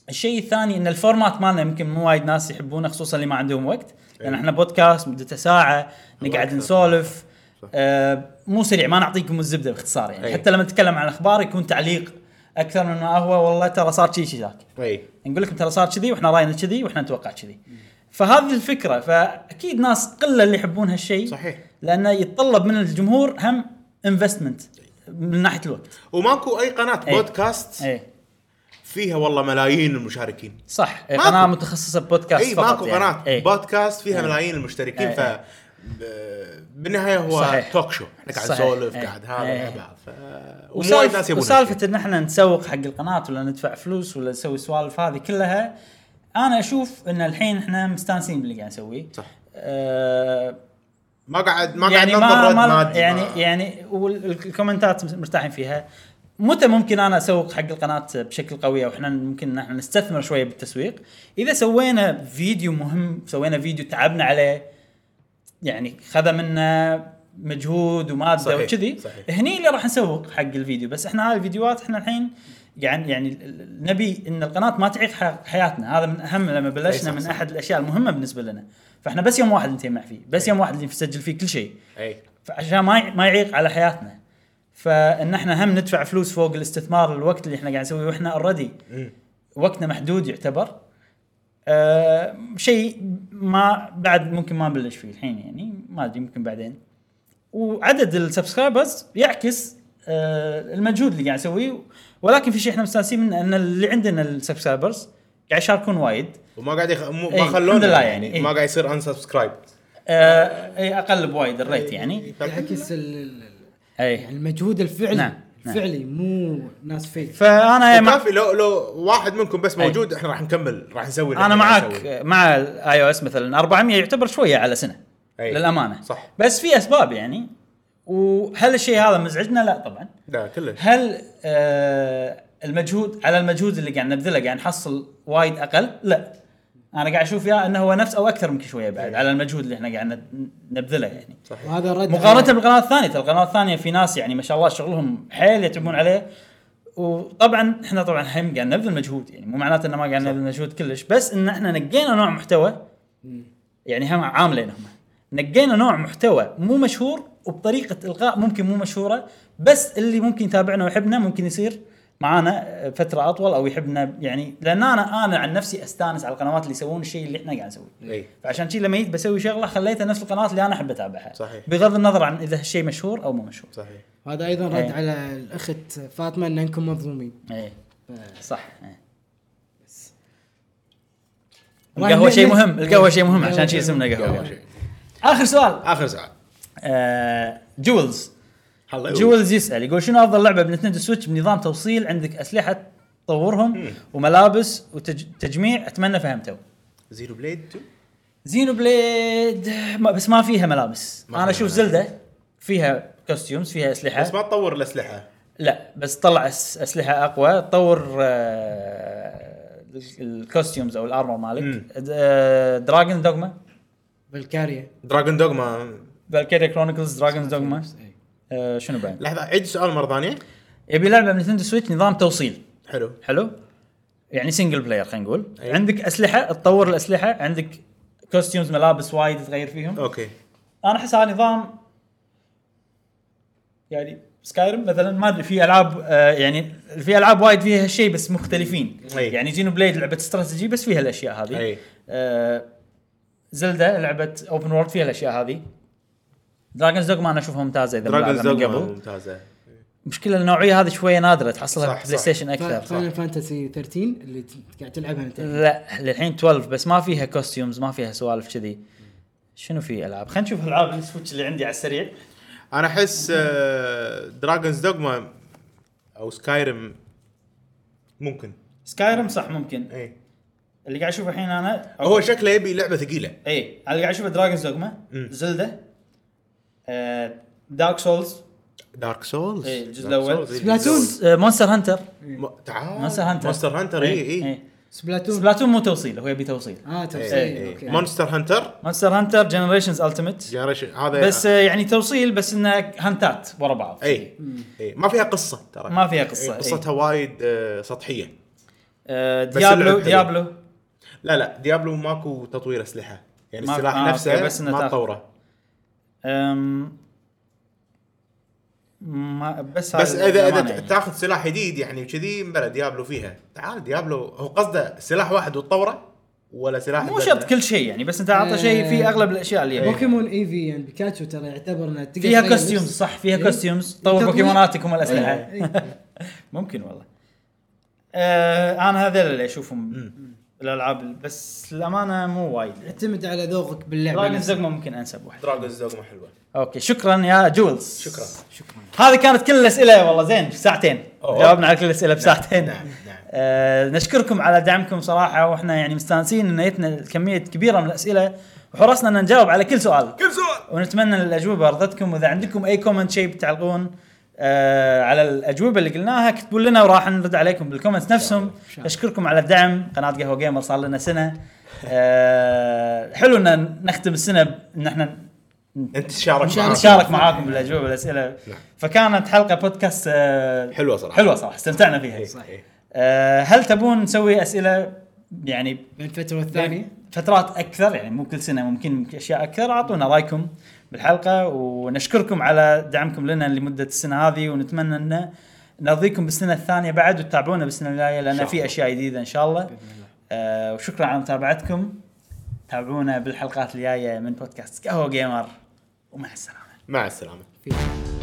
Speaker 1: الشيء الثاني ان الفورمات مالنا يمكن مو وايد ناس يحبونه خصوصا اللي ما عندهم وقت لان
Speaker 3: إيه.
Speaker 1: احنا بودكاست مدته ساعه نقعد
Speaker 3: أكثر.
Speaker 1: نسولف
Speaker 3: صح.
Speaker 1: آه مو سريع ما نعطيكم الزبده باختصار يعني
Speaker 3: إيه.
Speaker 1: حتى لما نتكلم عن الاخبار يكون تعليق اكثر من ما هو والله ترى صار شي شي ذاك
Speaker 3: اي
Speaker 1: نقول لكم ترى صار كذي واحنا راينا كذي واحنا نتوقع كذي فهذه الفكره فاكيد ناس قله اللي يحبون هالشيء
Speaker 3: صحيح.
Speaker 1: لانه يتطلب من الجمهور هم انفستمنت من ناحيه الوقت
Speaker 3: وماكو اي قناه
Speaker 1: إيه.
Speaker 3: بودكاست
Speaker 1: اي
Speaker 3: فيها والله ملايين المشاركين
Speaker 1: صح إيه
Speaker 3: ماكو.
Speaker 1: قناه متخصصه ببودكاست
Speaker 3: اي
Speaker 1: فقط
Speaker 3: ماكو
Speaker 1: يعني.
Speaker 3: قناه
Speaker 1: إيه.
Speaker 3: بودكاست فيها ملايين المشتركين
Speaker 1: إيه.
Speaker 3: ف ب- بالنهايه هو
Speaker 1: صحيح.
Speaker 3: توك شو احنا قاعد
Speaker 1: صحيح.
Speaker 3: نسولف
Speaker 1: إيه.
Speaker 3: قاعد هذا
Speaker 1: إيه.
Speaker 3: مع بعض ف ومو وايد
Speaker 1: وسالفه
Speaker 3: ناس يبون
Speaker 1: وسالفه
Speaker 3: هالشيء.
Speaker 1: ان احنا نسوق حق القناه ولا ندفع فلوس ولا نسوي سوالف هذه كلها انا اشوف ان الحين احنا مستانسين باللي قاعد نسويه
Speaker 3: صح
Speaker 1: أه
Speaker 3: ما قاعد ما قاعد
Speaker 1: يعني
Speaker 3: ننظر
Speaker 1: ما,
Speaker 3: رد
Speaker 1: ما
Speaker 3: مادي،
Speaker 1: يعني
Speaker 3: ما-
Speaker 1: يعني والكومنتات مرتاحين فيها متى ممكن انا اسوق حق القناه بشكل قوي او احنا ممكن إن احنا نستثمر شويه بالتسويق اذا سوينا فيديو مهم سوينا فيديو تعبنا عليه يعني خذ منا مجهود وماده
Speaker 3: صحيح،
Speaker 1: وكذي
Speaker 3: صحيح.
Speaker 1: إيه، هني اللي راح نسوق حق الفيديو بس احنا هاي الفيديوهات احنا الحين يعني يعني نبي ان القناه ما تعيق ح- حياتنا هذا من اهم لما بلشنا
Speaker 3: صح،
Speaker 1: من
Speaker 3: صح.
Speaker 1: احد الاشياء المهمه بالنسبه لنا فاحنا بس يوم واحد نتجمع فيه بس يوم واحد نسجل فيه كل شيء
Speaker 3: اي
Speaker 1: فعشان ما ي- ما يعيق على حياتنا فان احنا هم ندفع فلوس فوق الاستثمار الوقت اللي احنا قاعد نسويه واحنا اوريدي وقتنا محدود يعتبر أه شيء ما بعد ممكن ما نبلش فيه الحين يعني ما ادري ممكن بعدين وعدد السبسكرايبرز يعكس أه المجهود اللي قاعد نسويه ولكن في شيء احنا مستانسين منه ان اللي عندنا السبسكرايبرز قاعد يشاركون وايد
Speaker 3: وما قاعد يخ... مو-
Speaker 1: إيه،
Speaker 3: ما
Speaker 1: الحمد لله
Speaker 3: خلونا
Speaker 1: يعني، إيه.
Speaker 3: يعني ما قاعد يصير ان سبسكرايب
Speaker 1: أه إي، اقل بوايد الريت يعني
Speaker 2: يعكس ال- ال- ال- يعني
Speaker 1: اي
Speaker 2: المجهود الفعلي
Speaker 1: نعم، نعم.
Speaker 2: الفعلي مو ناس فيك
Speaker 1: فانا مع
Speaker 3: وكافي لو لو واحد منكم
Speaker 1: إيه.
Speaker 3: بس موجود احنا راح نكمل راح نسوي اللي
Speaker 1: انا
Speaker 3: إحنا قاعد
Speaker 1: معك
Speaker 3: نسويه.
Speaker 1: مع الاي او اس مثلا 400 يعتبر شويه على سنه
Speaker 3: أي.
Speaker 1: للامانه
Speaker 3: صح.
Speaker 1: بس في اسباب يعني وهل الشيء هذا مزعجنا لا طبعا
Speaker 3: لا كله
Speaker 1: هل آه المجهود على المجهود اللي قاعد نبذله قاعد نحصل وايد اقل لا انا قاعد اشوف يا انه هو نفس او اكثر يمكن شويه بعد
Speaker 3: أي.
Speaker 1: على المجهود اللي احنا قاعد نبذله يعني
Speaker 2: وهذا رد
Speaker 1: مقارنه
Speaker 2: على-
Speaker 1: بالقناه الثانيه ترى القناه الثانيه في ناس يعني ما شاء الله شغلهم حيل يتعبون عليه وطبعا احنا طبعا هم قاعد نبذل مجهود يعني مو معناته ان ما قاعد نبذل مجهود كلش بس ان احنا نقينا نوع محتوى يعني هم عاملين هم نقينا نوع محتوى مو مشهور وبطريقه الغاء ممكن مو مشهوره بس اللي ممكن يتابعنا ويحبنا ممكن يصير معانا فتره اطول او يحبنا يعني لان انا انا عن نفسي استانس على القنوات اللي يسوون الشيء اللي احنا قاعد نسويه
Speaker 3: اي
Speaker 1: فعشان كذي لما جيت بسوي شغله خليتها نفس القناه اللي انا احب اتابعها
Speaker 3: صحيح.
Speaker 1: بغض النظر عن اذا هالشيء مشهور او مو مشهور
Speaker 3: صحيح
Speaker 2: هذا ايضا رد
Speaker 1: إيه.
Speaker 2: على الاخت فاطمه ان انكم مظلومين
Speaker 1: اي
Speaker 2: ف-
Speaker 1: صح إيه.
Speaker 2: راح
Speaker 1: القهوه شيء
Speaker 2: ننزل-
Speaker 1: مهم القهوه شيء مهم
Speaker 2: القهوة
Speaker 1: عشان شيء اسمنا
Speaker 3: قهوة
Speaker 1: قهوه
Speaker 3: شيء.
Speaker 1: اخر سؤال
Speaker 3: اخر سؤال
Speaker 1: آه، جولز
Speaker 3: الله يقويك.
Speaker 1: جولز يسال يقول شنو افضل لعبه بنتندو سويتش بنظام توصيل عندك اسلحه تطورهم وملابس وتجميع اتمنى فهمتوا
Speaker 3: زيرو بليد 2
Speaker 1: زينو بليد ما بس ما فيها ملابس
Speaker 3: ما
Speaker 1: انا
Speaker 3: فيها
Speaker 1: اشوف
Speaker 3: ملابس.
Speaker 1: زلده فيها كوستيومز فيها اسلحه
Speaker 3: بس ما تطور الاسلحه
Speaker 1: لا بس طلع أس- اسلحه اقوى تطور آه، الكوستيومز او الارمر
Speaker 3: مم.
Speaker 1: مالك د- آه، دراجون دوغما
Speaker 2: بالكاريا
Speaker 3: دراجون دوغما
Speaker 1: فالكيريا كرونيكلز دراجون دوغما
Speaker 2: إيه.
Speaker 1: آه، شنو بعد؟
Speaker 3: لحظه عيد السؤال مره ثانيه
Speaker 1: يبي لعبه من نتندو سويتش نظام توصيل
Speaker 3: حلو
Speaker 1: حلو؟ يعني سنجل بلاير خلينا نقول
Speaker 3: أي.
Speaker 1: عندك اسلحه تطور الاسلحه عندك كوستيومز ملابس وايد تغير فيهم
Speaker 3: اوكي
Speaker 1: انا احسها نظام يعني سكايرم مثلا ما ادري في العاب آه يعني في العاب وايد فيها هالشيء بس مختلفين
Speaker 3: أي.
Speaker 1: يعني جينو بليد لعبه استراتيجي بس فيها الاشياء هذه
Speaker 3: أي.
Speaker 1: آه زلدا لعبه اوبن وورلد فيها الاشياء هذه دراجونز دوغما انا اشوفها ممتازه اذا ما
Speaker 3: دراجون
Speaker 1: لعبها من
Speaker 3: دوغما
Speaker 1: قبل
Speaker 3: ممتازه
Speaker 1: المشكله النوعيه هذه شويه نادره تحصلها
Speaker 3: صح،
Speaker 1: بلاي
Speaker 3: صح.
Speaker 1: ستيشن اكثر
Speaker 2: فاينل فانتسي 13 اللي ت- قاعد تلعبها انت
Speaker 1: لا للحين 12 بس ما فيها كوستيومز ما فيها سوالف كذي شنو في العاب خلينا نشوف العاب السويتش اللي عندي على السريع
Speaker 3: انا احس دراجونز دوغما او سكايرم ممكن
Speaker 1: سكايرم صح ممكن
Speaker 3: اي
Speaker 1: اللي قاعد اشوفه الحين انا
Speaker 3: هو شكله يبي لعبه ثقيله
Speaker 1: اي اللي قاعد اشوفه دراجونز دوغما
Speaker 3: مم.
Speaker 1: زلده آه دارك سولز
Speaker 3: دارك سولز
Speaker 1: إيه، الجزء الأول.
Speaker 2: سبلاتون.
Speaker 1: مونستر هانتر
Speaker 3: تعال إيه،
Speaker 1: مونستر هانتر
Speaker 3: مونستر هانتر اي اي
Speaker 2: سبلاتون
Speaker 1: سبلاتون إيه، مو توصيل هو يبي توصيل
Speaker 2: اه
Speaker 1: إيه،
Speaker 2: تفصيل
Speaker 3: إي.
Speaker 2: اوكي
Speaker 3: مونستر هانتر
Speaker 1: مونستر هانتر جنريشنز التيمت
Speaker 3: جنريشن هذا
Speaker 1: بس آه، يعني توصيل بس انه هانتات ورا بعض
Speaker 3: اي اي ما فيها قصه ترى
Speaker 1: ما إيه. فيها قصة،
Speaker 3: إي، إيه. قصتها وايد آه، سطحيه
Speaker 1: آه،
Speaker 3: بس اللعب
Speaker 1: ديابلو
Speaker 3: حلو.
Speaker 1: ديابلو
Speaker 3: لا لا ديابلو ماكو تطوير اسلحه يعني
Speaker 1: ماكو-
Speaker 3: السلاح
Speaker 1: آه، أوكي،
Speaker 3: نفسه
Speaker 1: بس
Speaker 3: بس
Speaker 1: إنه
Speaker 3: ما
Speaker 1: تاخذ.
Speaker 3: تطوره
Speaker 1: أم، ما بس
Speaker 3: بس
Speaker 1: هاي
Speaker 3: اذا
Speaker 1: الأمانة
Speaker 3: اذا
Speaker 1: يعني.
Speaker 3: تاخذ سلاح جديد يعني وكذي بلا ديابلو فيها تعال ديابلو هو قصده سلاح واحد وتطوره ولا سلاح
Speaker 1: مو
Speaker 3: بدلة.
Speaker 1: شرط كل شيء يعني بس انت اعطى شيء فيه اغلب الاشياء اللي يبيها.
Speaker 2: بوكيمون اي في يعني بيكاتشو ترى يعتبر انه تقدر
Speaker 1: إيه. فيها
Speaker 2: تغير
Speaker 1: كوستيومز
Speaker 2: لبس.
Speaker 1: صح فيها
Speaker 2: إيه.
Speaker 1: كوستيومز طور
Speaker 2: تطوير.
Speaker 1: بوكيموناتكم والاسلحه
Speaker 2: إيه، إيه.
Speaker 1: ممكن والله آه انا هذول اللي اشوفهم الالعاب بس الامانه مو
Speaker 3: إيه،
Speaker 1: وايد
Speaker 2: يعتمد على ذوقك باللعبه
Speaker 1: دراجون
Speaker 2: نفسها.
Speaker 1: زوجما ممكن انسب واحد
Speaker 3: دراجونز دوغما حلوه
Speaker 1: اوكي شكرا يا جولز
Speaker 3: شكرا
Speaker 2: شكرا
Speaker 1: هذه كانت كل الاسئله والله زين ساعتين
Speaker 3: أوه.
Speaker 1: جاوبنا على كل الاسئله بساعتين
Speaker 3: نعم نعم
Speaker 1: آه نشكركم على دعمكم صراحه واحنا يعني مستانسين ان جتنا كميه كبيره من الاسئله وحرصنا ان نجاوب على كل سؤال
Speaker 3: كل سؤال
Speaker 1: ونتمنى ان الاجوبه رضتكم واذا عندكم اي كومنت شيء بتعلقون آه على الاجوبه اللي قلناها اكتبوا لنا وراح نرد عليكم بالكومنتس نفسهم
Speaker 2: إن شاء الله.
Speaker 1: اشكركم على الدعم قناه قهوه جيمر صار لنا سنه آه حلو ان نختم السنه ب- ان احنا
Speaker 3: انت تشارك معنا.
Speaker 1: نشارك معاكم بالاجوبه والاسئله فكانت حلقه بودكاست آه
Speaker 3: حلوه صراحه
Speaker 1: حلوه صراحه استمتعنا فيها
Speaker 3: إيه،
Speaker 2: صح.
Speaker 3: إيه.
Speaker 1: آه هل تبون نسوي اسئله يعني
Speaker 2: بين فتره
Speaker 1: إيه.
Speaker 2: والثانيه
Speaker 1: فترات اكثر يعني مو كل سنه ممكن اشياء اكثر اعطونا رايكم بالحلقه ونشكركم على دعمكم لنا لمده السنه هذه ونتمنى ان نرضيكم بالسنه الثانيه بعد وتتابعونا بالسنه الجايه
Speaker 3: إن شاء
Speaker 1: لان
Speaker 3: الله.
Speaker 1: في اشياء جديده ان شاء الله
Speaker 2: باذن الله
Speaker 1: آه وشكرا على متابعتكم تابعونا بالحلقات الجايه من بودكاست قهوه جيمر ومع السلامه
Speaker 3: مع السلامه
Speaker 2: في